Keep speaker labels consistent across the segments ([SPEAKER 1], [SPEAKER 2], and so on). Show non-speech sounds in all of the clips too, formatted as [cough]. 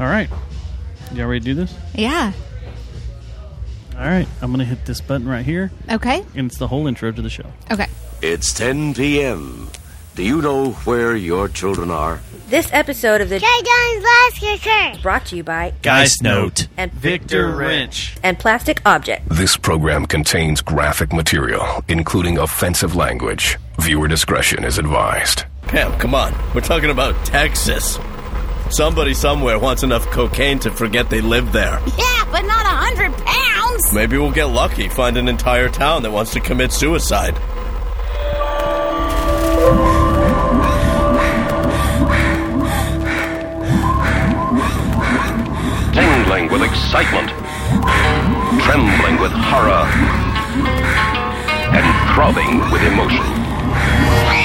[SPEAKER 1] All right. Y'all ready to do this?
[SPEAKER 2] Yeah.
[SPEAKER 1] All right. I'm going to hit this button right here,
[SPEAKER 2] Okay.
[SPEAKER 1] and it's the whole intro to the show.
[SPEAKER 2] Okay.
[SPEAKER 3] It's 10 p.m. Do you know where your children are?
[SPEAKER 4] This episode of the
[SPEAKER 5] Jay Jones Last Kicker.
[SPEAKER 4] brought to you by
[SPEAKER 1] Geist Note.
[SPEAKER 4] and
[SPEAKER 1] Victor Wrench.
[SPEAKER 4] and plastic object.
[SPEAKER 6] This program contains graphic material, including offensive language. Viewer discretion is advised.
[SPEAKER 7] Pam, come on. We're talking about Texas. Somebody somewhere wants enough cocaine to forget they live there.
[SPEAKER 5] Yeah, but not a hundred pounds.
[SPEAKER 7] Maybe we'll get lucky, find an entire town that wants to commit suicide.
[SPEAKER 6] Tingling with excitement, trembling with horror, and throbbing with emotion.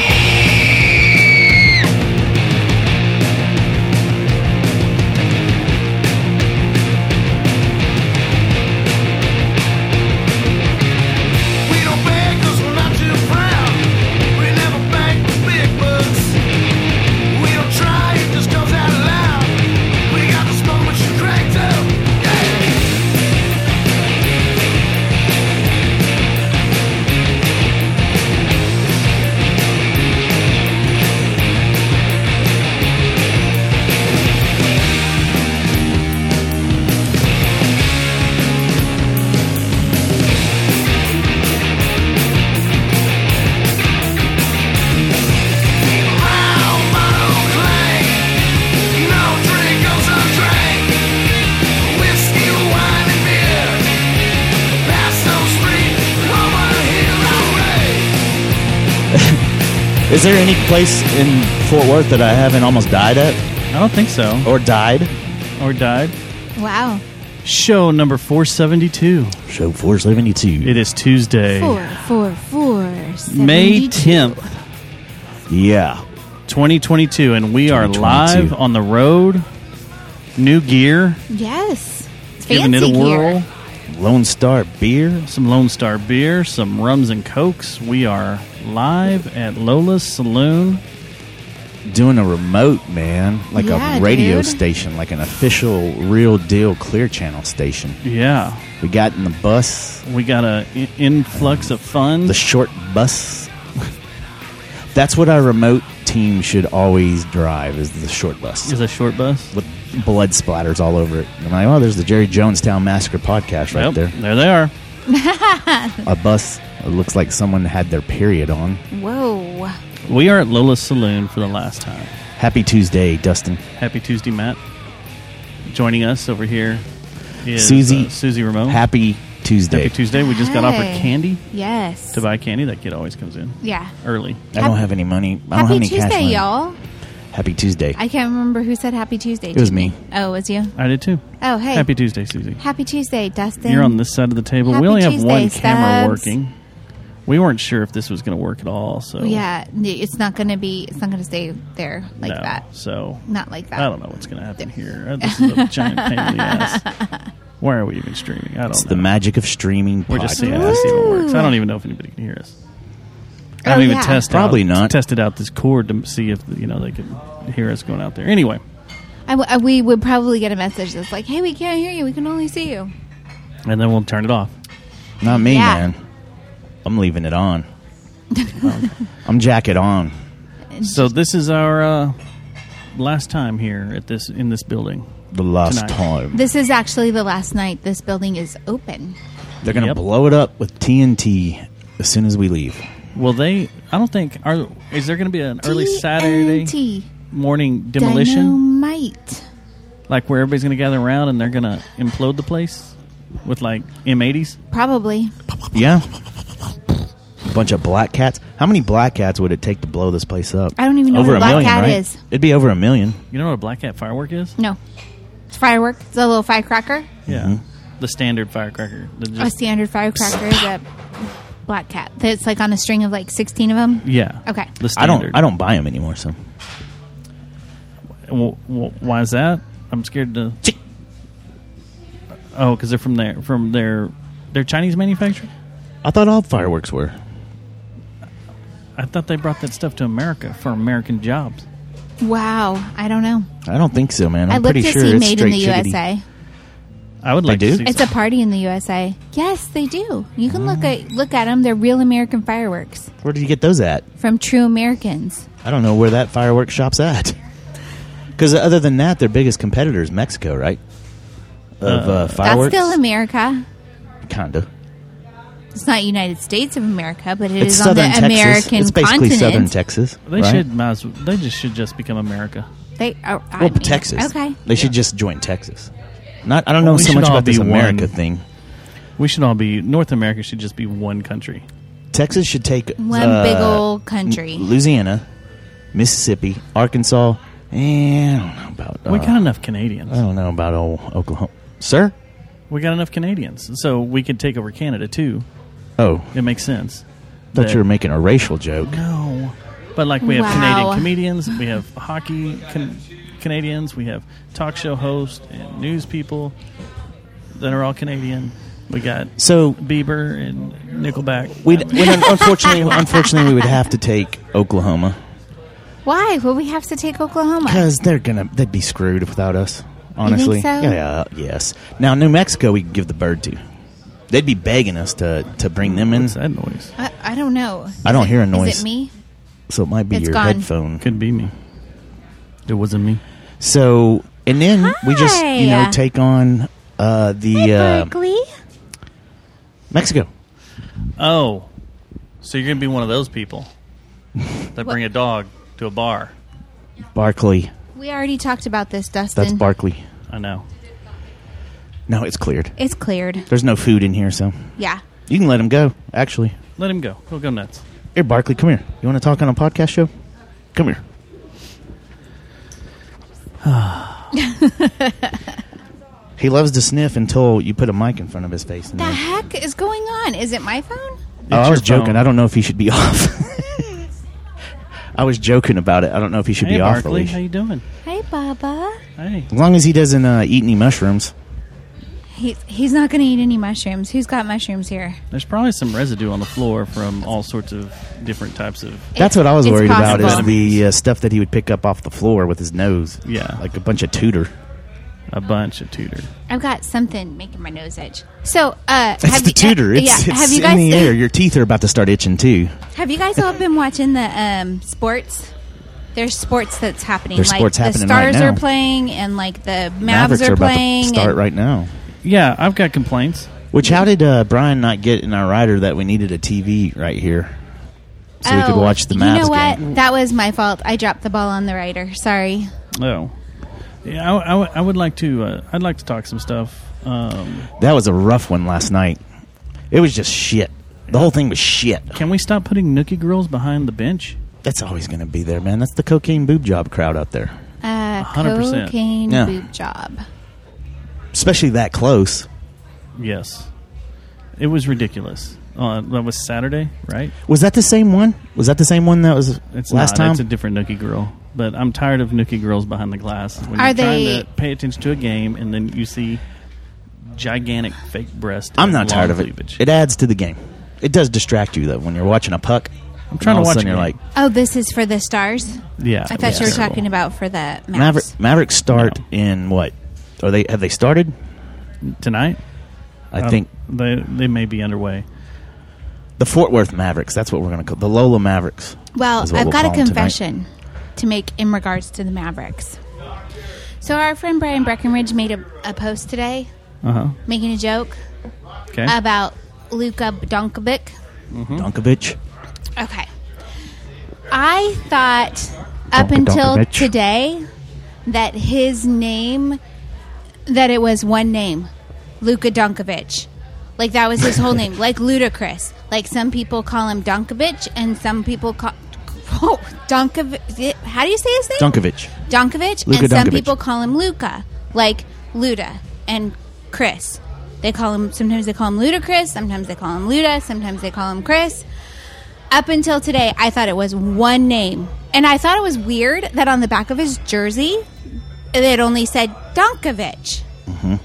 [SPEAKER 8] We don't beg 'cause we're not too proud. We never beg the big bucks. We don't try; it just comes out loud. We got this moment you cranked up. Round bottle clang. No drink goes undrank. Whiskey, wine, and beer. Past those street, over here I
[SPEAKER 9] [laughs] Is there any place in Fort Worth that I haven't almost died at
[SPEAKER 1] I don't think so.
[SPEAKER 9] or died?
[SPEAKER 1] Or died.
[SPEAKER 2] Wow.
[SPEAKER 1] Show number 472.
[SPEAKER 9] Show 472.
[SPEAKER 1] It is Tuesday,
[SPEAKER 2] Four, four, four.
[SPEAKER 1] May
[SPEAKER 2] 72.
[SPEAKER 1] 10th,
[SPEAKER 9] Yeah.
[SPEAKER 1] 2022, and we are
[SPEAKER 9] 2022.
[SPEAKER 1] live on the road. New gear,
[SPEAKER 2] Yes.
[SPEAKER 1] giving it a
[SPEAKER 2] Fancy
[SPEAKER 1] whirl.
[SPEAKER 2] gear.
[SPEAKER 9] Lone Star Beer.
[SPEAKER 1] Some Lone Star beer, some rums and cokes. We are live at Lola's Saloon.
[SPEAKER 9] Doing a remote, man. Like
[SPEAKER 2] Yeah,
[SPEAKER 9] a radio
[SPEAKER 2] dude.
[SPEAKER 9] station, like an official, real deal Clear Channel station.
[SPEAKER 1] Yeah,
[SPEAKER 9] We got in the bus,
[SPEAKER 1] we got a i- influx of funds.
[SPEAKER 9] the short bus. That's what our remote team should always drive is the short bus.
[SPEAKER 1] is a short bus.
[SPEAKER 9] With blood splatters all over it. I'm like, oh, there's the Jerry Jonestown Massacre podcast right
[SPEAKER 1] Yep,
[SPEAKER 9] there.
[SPEAKER 1] there they are.
[SPEAKER 9] a bus. It looks like someone had their period on.
[SPEAKER 2] [laughs] Whoa.
[SPEAKER 1] We are at Lola's Saloon for the last time.
[SPEAKER 9] Happy Tuesday, Dustin.
[SPEAKER 1] Happy Tuesday, Matt. Joining us over here is
[SPEAKER 9] Susie.
[SPEAKER 1] uh, Susie Ramon.
[SPEAKER 9] Happy Tuesday.
[SPEAKER 1] Happy Tuesday. We just got
[SPEAKER 2] Hey.
[SPEAKER 1] offered candy
[SPEAKER 2] Yes.
[SPEAKER 1] to buy candy. That kid always comes in
[SPEAKER 2] Yeah.
[SPEAKER 1] early.
[SPEAKER 9] I don't have any money. I don't
[SPEAKER 2] Happy
[SPEAKER 9] have any
[SPEAKER 2] Tuesday,
[SPEAKER 9] cash money.
[SPEAKER 2] y'all.
[SPEAKER 9] Happy Tuesday.
[SPEAKER 2] I can't remember who said Happy Tuesday.
[SPEAKER 9] it was
[SPEAKER 2] to
[SPEAKER 9] me.
[SPEAKER 2] Oh, it was you?
[SPEAKER 1] I did too.
[SPEAKER 2] Oh, hey.
[SPEAKER 1] Happy Tuesday, Susie.
[SPEAKER 2] Happy Tuesday, Dustin.
[SPEAKER 1] You're on this side of the table.
[SPEAKER 2] Happy
[SPEAKER 1] we only have
[SPEAKER 2] Tuesday,
[SPEAKER 1] one camera
[SPEAKER 2] Stubbs.
[SPEAKER 1] working. We weren't sure if this was going to work at all, so
[SPEAKER 2] Yeah, n- it's not going to be. It's not going to stay there like
[SPEAKER 1] no.
[SPEAKER 2] that.
[SPEAKER 1] So
[SPEAKER 2] Not like that.
[SPEAKER 1] I don't know what's going to happen here. This is a giant pain in
[SPEAKER 2] [laughs]
[SPEAKER 1] the ass. Why are we even streaming? I don't
[SPEAKER 9] It's
[SPEAKER 1] know.
[SPEAKER 9] the magic of streaming
[SPEAKER 1] We're
[SPEAKER 9] podcast.
[SPEAKER 1] just seeing to see if it works. I don't even know if anybody can hear us. I
[SPEAKER 2] Oh,
[SPEAKER 1] haven't even
[SPEAKER 2] yeah.
[SPEAKER 1] tested
[SPEAKER 9] Probably
[SPEAKER 1] out,
[SPEAKER 9] not.
[SPEAKER 1] tested out this cord to see if you know they could hear us going out there. Anyway,
[SPEAKER 2] I w- I- we would probably get a message that's like, "Hey, we can't hear you. We can only see you."
[SPEAKER 1] and then we'll turn it off.
[SPEAKER 9] Not me,
[SPEAKER 2] Yeah.
[SPEAKER 9] man. I'm leaving it on. I'm jacket on.
[SPEAKER 1] So this is our uh, last time here at this in this building.
[SPEAKER 9] The last
[SPEAKER 1] Tonight.
[SPEAKER 9] time.
[SPEAKER 2] This is actually the last night this building is open.
[SPEAKER 9] They're gonna
[SPEAKER 1] Yep.
[SPEAKER 9] blow it up with TNT as soon as we leave.
[SPEAKER 1] Will they? I don't think. Are is there going to be an early Saturday
[SPEAKER 2] TNT
[SPEAKER 1] morning demolition,
[SPEAKER 2] Dynamite.
[SPEAKER 1] like where everybody's going to gather around and they're going to implode the place with like M80s?
[SPEAKER 2] Probably.
[SPEAKER 9] Yeah. A bunch of black cats. How many black cats would it take to blow this place up?
[SPEAKER 2] I don't even know
[SPEAKER 9] over
[SPEAKER 2] what a
[SPEAKER 9] a
[SPEAKER 2] black
[SPEAKER 9] million,
[SPEAKER 2] cat
[SPEAKER 9] right?
[SPEAKER 2] is.
[SPEAKER 9] It'd be over a million.
[SPEAKER 1] You know what a black cat firework is?
[SPEAKER 2] No. It's firework. It's a little firecracker.
[SPEAKER 1] Yeah,
[SPEAKER 9] Mm-hmm.
[SPEAKER 1] the standard firecracker. The
[SPEAKER 2] A
[SPEAKER 1] just-
[SPEAKER 2] standard firecracker is a black cat. That's like on a string of like 16 of them.
[SPEAKER 1] yeah.
[SPEAKER 2] Okay.
[SPEAKER 1] The
[SPEAKER 9] I
[SPEAKER 1] standard.
[SPEAKER 9] don't. I don't buy them anymore. So
[SPEAKER 1] Well, well, why is that? I'm scared to.
[SPEAKER 9] Chi-
[SPEAKER 1] Oh, because they're from their from their their Chinese manufacturer.
[SPEAKER 9] I thought all fireworks were.
[SPEAKER 1] I thought they brought that stuff to America for American jobs.
[SPEAKER 2] Wow, I don't know.
[SPEAKER 9] I don't think so, man. I'm
[SPEAKER 2] i looked
[SPEAKER 9] pretty
[SPEAKER 2] to
[SPEAKER 9] sure
[SPEAKER 2] see
[SPEAKER 9] it's
[SPEAKER 2] Made in
[SPEAKER 9] straight
[SPEAKER 2] the
[SPEAKER 9] chickadee.
[SPEAKER 2] USA.
[SPEAKER 1] I would like
[SPEAKER 9] do?
[SPEAKER 1] to see.
[SPEAKER 2] It's a party in the USA. Yes, they do. You can look at look at them. They're real American fireworks
[SPEAKER 9] Where did you get those at?
[SPEAKER 2] from True Americans.
[SPEAKER 9] I don't know where that fireworks shop's at. [laughs] Because other than that, their biggest competitor is Mexico, right? Of uh, fireworks,
[SPEAKER 2] That's still America.
[SPEAKER 9] kinda.
[SPEAKER 2] It's not United States of America, but
[SPEAKER 9] It's
[SPEAKER 2] it's on the
[SPEAKER 9] southern Texas.
[SPEAKER 2] American
[SPEAKER 9] it's basically
[SPEAKER 2] continent.
[SPEAKER 9] southern Texas.
[SPEAKER 1] they
[SPEAKER 9] right?
[SPEAKER 1] should. Might as well, they just should just become America.
[SPEAKER 2] They are I
[SPEAKER 9] Well,
[SPEAKER 2] mean,
[SPEAKER 9] Texas.
[SPEAKER 2] Okay.
[SPEAKER 9] They should just join Texas. Not. I don't
[SPEAKER 1] Well,
[SPEAKER 9] know
[SPEAKER 1] we
[SPEAKER 9] so
[SPEAKER 1] should
[SPEAKER 9] much
[SPEAKER 1] all
[SPEAKER 9] about this
[SPEAKER 1] be
[SPEAKER 9] America
[SPEAKER 1] one.
[SPEAKER 9] thing.
[SPEAKER 1] We should all be North America should just be one country.
[SPEAKER 9] Texas should take
[SPEAKER 2] One
[SPEAKER 9] uh,
[SPEAKER 2] big old country.
[SPEAKER 9] Louisiana, Mississippi, Arkansas. Eh, I don't know about.
[SPEAKER 1] we
[SPEAKER 9] uh,
[SPEAKER 1] got enough Canadians.
[SPEAKER 9] I don't know about old Oklahoma, sir.
[SPEAKER 1] we got enough Canadians, so we could take over Canada too.
[SPEAKER 9] Oh,
[SPEAKER 1] It makes sense.
[SPEAKER 9] thought
[SPEAKER 1] that-
[SPEAKER 9] you were making a racial joke.
[SPEAKER 1] No, but like we have
[SPEAKER 2] Wow.
[SPEAKER 1] Canadian comedians, we have hockey can- Canadians, we have talk show hosts and news people that are all Canadian. We got
[SPEAKER 9] So
[SPEAKER 1] Bieber and Nickelback.
[SPEAKER 2] Um,
[SPEAKER 9] we would
[SPEAKER 2] [laughs]
[SPEAKER 9] unfortunately, unfortunately, we would have to take Oklahoma
[SPEAKER 2] Why would we have to take Oklahoma?
[SPEAKER 9] because they're gonna they'd be screwed without us. Honestly,
[SPEAKER 2] so?
[SPEAKER 9] yeah, yeah, yes. Now New Mexico, we could give the bird to. They'd be begging us to to bring them in.
[SPEAKER 1] What's that noise?
[SPEAKER 2] I, I don't know.
[SPEAKER 9] I don't hear a noise,
[SPEAKER 2] Is it me?
[SPEAKER 9] so it might be
[SPEAKER 2] It's
[SPEAKER 9] your
[SPEAKER 2] gone.
[SPEAKER 9] headphone.
[SPEAKER 1] Could be me. It wasn't me.
[SPEAKER 9] So, and then we just you know
[SPEAKER 2] Hi.
[SPEAKER 9] take on uh, the uh,
[SPEAKER 2] Berkeley.
[SPEAKER 9] Mexico.
[SPEAKER 1] [laughs] Oh, so you're gonna be one of those people that bring a dog to a bar?
[SPEAKER 9] Barkley.
[SPEAKER 2] We already talked about this, Dustin.
[SPEAKER 9] That's Barkley.
[SPEAKER 1] I know.
[SPEAKER 9] No, it's cleared.
[SPEAKER 2] It's cleared.
[SPEAKER 9] There's no food in here, so
[SPEAKER 2] Yeah.
[SPEAKER 9] you can let him go. Actually,
[SPEAKER 1] Let him go. He'll go nuts.
[SPEAKER 9] here, Barkley, come here. You want to talk on a podcast show? Come here. [sighs] he loves to sniff until you put a mic in front of his face. and
[SPEAKER 2] The
[SPEAKER 9] then-
[SPEAKER 2] heck is going on? Is it my phone?
[SPEAKER 9] Oh,
[SPEAKER 1] It's
[SPEAKER 9] I
[SPEAKER 1] your
[SPEAKER 9] was joking.
[SPEAKER 1] phone.
[SPEAKER 9] I don't know if he should be [laughs] off. I was joking about it. I don't know if he should
[SPEAKER 1] Hey,
[SPEAKER 9] be off the
[SPEAKER 1] Barkley,
[SPEAKER 9] leash.
[SPEAKER 1] how you doing?
[SPEAKER 2] Hey, Baba.
[SPEAKER 1] Hey,
[SPEAKER 9] As long as he doesn't uh, eat any mushrooms.
[SPEAKER 2] He's he's not going to eat any mushrooms. Who's got mushrooms here?
[SPEAKER 1] there's probably some residue on the floor from all sorts of different types of
[SPEAKER 9] That's what I was
[SPEAKER 2] It's
[SPEAKER 9] worried about is
[SPEAKER 2] possible.
[SPEAKER 9] the uh, stuff that he would pick up off the floor with his nose.
[SPEAKER 1] Yeah.
[SPEAKER 9] Like a bunch of Tudor.
[SPEAKER 1] a bunch of Tudor.
[SPEAKER 2] I've got something making my nose itch. So, uh,
[SPEAKER 9] It's the
[SPEAKER 2] you,
[SPEAKER 9] Tudor.
[SPEAKER 2] uh,
[SPEAKER 9] It's,
[SPEAKER 2] yeah,
[SPEAKER 9] it's
[SPEAKER 2] have you
[SPEAKER 9] in
[SPEAKER 2] guys
[SPEAKER 9] the air. Your teeth are about to start itching too.
[SPEAKER 2] have you guys all been watching the um, sports? There's sports that's happening.
[SPEAKER 9] There's
[SPEAKER 2] like
[SPEAKER 9] sports
[SPEAKER 2] the
[SPEAKER 9] happening right
[SPEAKER 2] Stars
[SPEAKER 9] now.
[SPEAKER 2] are playing, and like the Mavs
[SPEAKER 9] Mavericks are, about
[SPEAKER 2] playing.
[SPEAKER 9] to start
[SPEAKER 2] and-
[SPEAKER 9] right now.
[SPEAKER 1] Yeah, I've got complaints.
[SPEAKER 9] Which how did uh, Brian not get in our rider that we needed a TV right here so we could
[SPEAKER 2] Oh,
[SPEAKER 9] watch the
[SPEAKER 2] you
[SPEAKER 9] Mavs
[SPEAKER 2] know what?
[SPEAKER 9] game?
[SPEAKER 2] That was my fault. I dropped the ball on the writer. Sorry.
[SPEAKER 1] Oh, yeah. I, I, I would like to. Uh, I'd like to talk some stuff. Um,
[SPEAKER 9] That was a rough one last night. It was just shit. The whole thing was shit.
[SPEAKER 1] can we stop putting nookie girls behind the bench?
[SPEAKER 9] That's always going to be there, man. That's the cocaine boob job crowd out there,
[SPEAKER 2] Uh,
[SPEAKER 1] 100%.
[SPEAKER 2] cocaine
[SPEAKER 9] Yeah.
[SPEAKER 2] boob job.
[SPEAKER 9] especially that close.
[SPEAKER 1] Yes, it was ridiculous. Uh, that was Saturday, right?
[SPEAKER 9] Was that the same one? Was that the same one that was
[SPEAKER 1] It's
[SPEAKER 9] last
[SPEAKER 1] not,
[SPEAKER 9] time?
[SPEAKER 1] It's a different nookie girl. But I'm tired of nookie girls behind the glass. When
[SPEAKER 2] Are
[SPEAKER 1] you're
[SPEAKER 2] they-
[SPEAKER 1] trying to pay attention to a game and then you see gigantic fake breast?
[SPEAKER 9] I'm
[SPEAKER 1] and
[SPEAKER 9] not
[SPEAKER 1] long
[SPEAKER 9] tired of it.
[SPEAKER 1] cleavage.
[SPEAKER 9] It adds to the game. It does distract you though when you're watching a puck. I'm
[SPEAKER 1] trying
[SPEAKER 9] all
[SPEAKER 1] to
[SPEAKER 9] of a
[SPEAKER 1] watch
[SPEAKER 9] sudden
[SPEAKER 1] a
[SPEAKER 9] you're like
[SPEAKER 1] game.
[SPEAKER 2] Oh, this is for the Stars.
[SPEAKER 1] yeah,
[SPEAKER 2] I
[SPEAKER 1] it
[SPEAKER 2] thought
[SPEAKER 1] was
[SPEAKER 2] you were
[SPEAKER 1] terrible.
[SPEAKER 2] talking about for the Mavs.
[SPEAKER 9] Maverick, Mavericks start
[SPEAKER 1] No.
[SPEAKER 9] in what? Are they have they started?
[SPEAKER 1] tonight.
[SPEAKER 9] I
[SPEAKER 1] Um,
[SPEAKER 9] think
[SPEAKER 1] they they may be underway.
[SPEAKER 9] the Fort Worth Mavericks. That's what we're going to call the Lola Mavericks.
[SPEAKER 2] Well,
[SPEAKER 9] is what
[SPEAKER 2] I've
[SPEAKER 9] we'll
[SPEAKER 2] got a
[SPEAKER 9] call 'em tonight.
[SPEAKER 2] confession to make in regards to the Mavericks. So our friend Brian Breckenridge made a, a post today,
[SPEAKER 1] Uh huh.
[SPEAKER 2] making a joke
[SPEAKER 1] Okay. Mm-hmm.
[SPEAKER 2] about Luka Donkovic.
[SPEAKER 9] Donkovic.
[SPEAKER 2] Okay, I thought up until
[SPEAKER 9] Donkovic.
[SPEAKER 2] today that his name, that it was one name, Luka Donkovic. Like that was his whole name, like ludicrous. Like some people call him Donkovic, and some people call [laughs] oh, Donkovic. How do you say his name?
[SPEAKER 9] Donkovic.
[SPEAKER 2] Donkovic,
[SPEAKER 9] Luka
[SPEAKER 2] and some
[SPEAKER 9] Donkovic.
[SPEAKER 2] people call him Luca, like Luda and Chris. They call him sometimes they call him Ludacris, sometimes they call him Luda, sometimes they call him Chris. Up until today, I thought it was one name, and I thought it was weird that on the back of his jersey, it only said Donkovic.
[SPEAKER 9] Mm-hmm.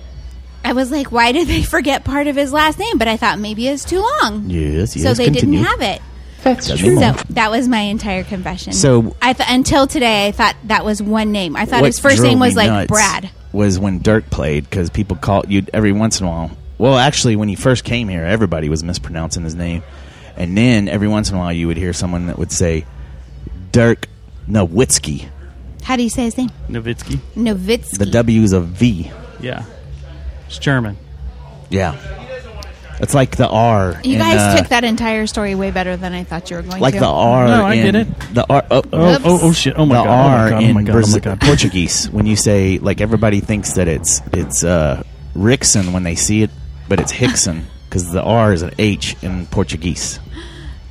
[SPEAKER 2] I was like, why [laughs] did they forget part of his last name? But I thought maybe it's too long,
[SPEAKER 9] Yes, yes.
[SPEAKER 2] so they
[SPEAKER 9] continue.
[SPEAKER 2] didn't have it.
[SPEAKER 10] That's
[SPEAKER 9] Doesn't
[SPEAKER 10] true.
[SPEAKER 9] it?
[SPEAKER 2] So that was my entire confession.
[SPEAKER 9] So-
[SPEAKER 2] I th- until today, I thought that was one name. I thought
[SPEAKER 9] What
[SPEAKER 2] his first
[SPEAKER 9] drove
[SPEAKER 2] name
[SPEAKER 9] me
[SPEAKER 2] was like
[SPEAKER 9] nuts
[SPEAKER 2] Brad.
[SPEAKER 9] Was when Dirk played because people called you every once in a while. Well, actually, when he first came here, everybody was mispronouncing his name, and then every once in a while you would hear someone that would say Dirk Nowitzki.
[SPEAKER 2] How do you say his name?
[SPEAKER 1] Nowitzki.
[SPEAKER 2] Novitsky.
[SPEAKER 9] The W is a V.
[SPEAKER 1] Yeah. It's German.
[SPEAKER 9] Yeah, it's like the R.
[SPEAKER 2] you
[SPEAKER 9] in,
[SPEAKER 2] guys
[SPEAKER 9] uh,
[SPEAKER 2] took that entire story way better than I thought you were going
[SPEAKER 9] like
[SPEAKER 2] to.
[SPEAKER 9] the R.
[SPEAKER 1] No, I
[SPEAKER 9] in-
[SPEAKER 1] get it.
[SPEAKER 9] The R. Oh,
[SPEAKER 1] Oh,
[SPEAKER 2] Oops.
[SPEAKER 1] oh, oh, shit. Oh, my
[SPEAKER 9] the
[SPEAKER 1] God.
[SPEAKER 9] R
[SPEAKER 1] Oh, my God. Oh,
[SPEAKER 9] in
[SPEAKER 1] my God.
[SPEAKER 9] Braz-
[SPEAKER 1] Oh, my God.
[SPEAKER 9] Portuguese. When you say like everybody thinks that it's it's uh, Rickson when they see it, but it's Hickson
[SPEAKER 2] [laughs]
[SPEAKER 9] because the R is an H in Portuguese.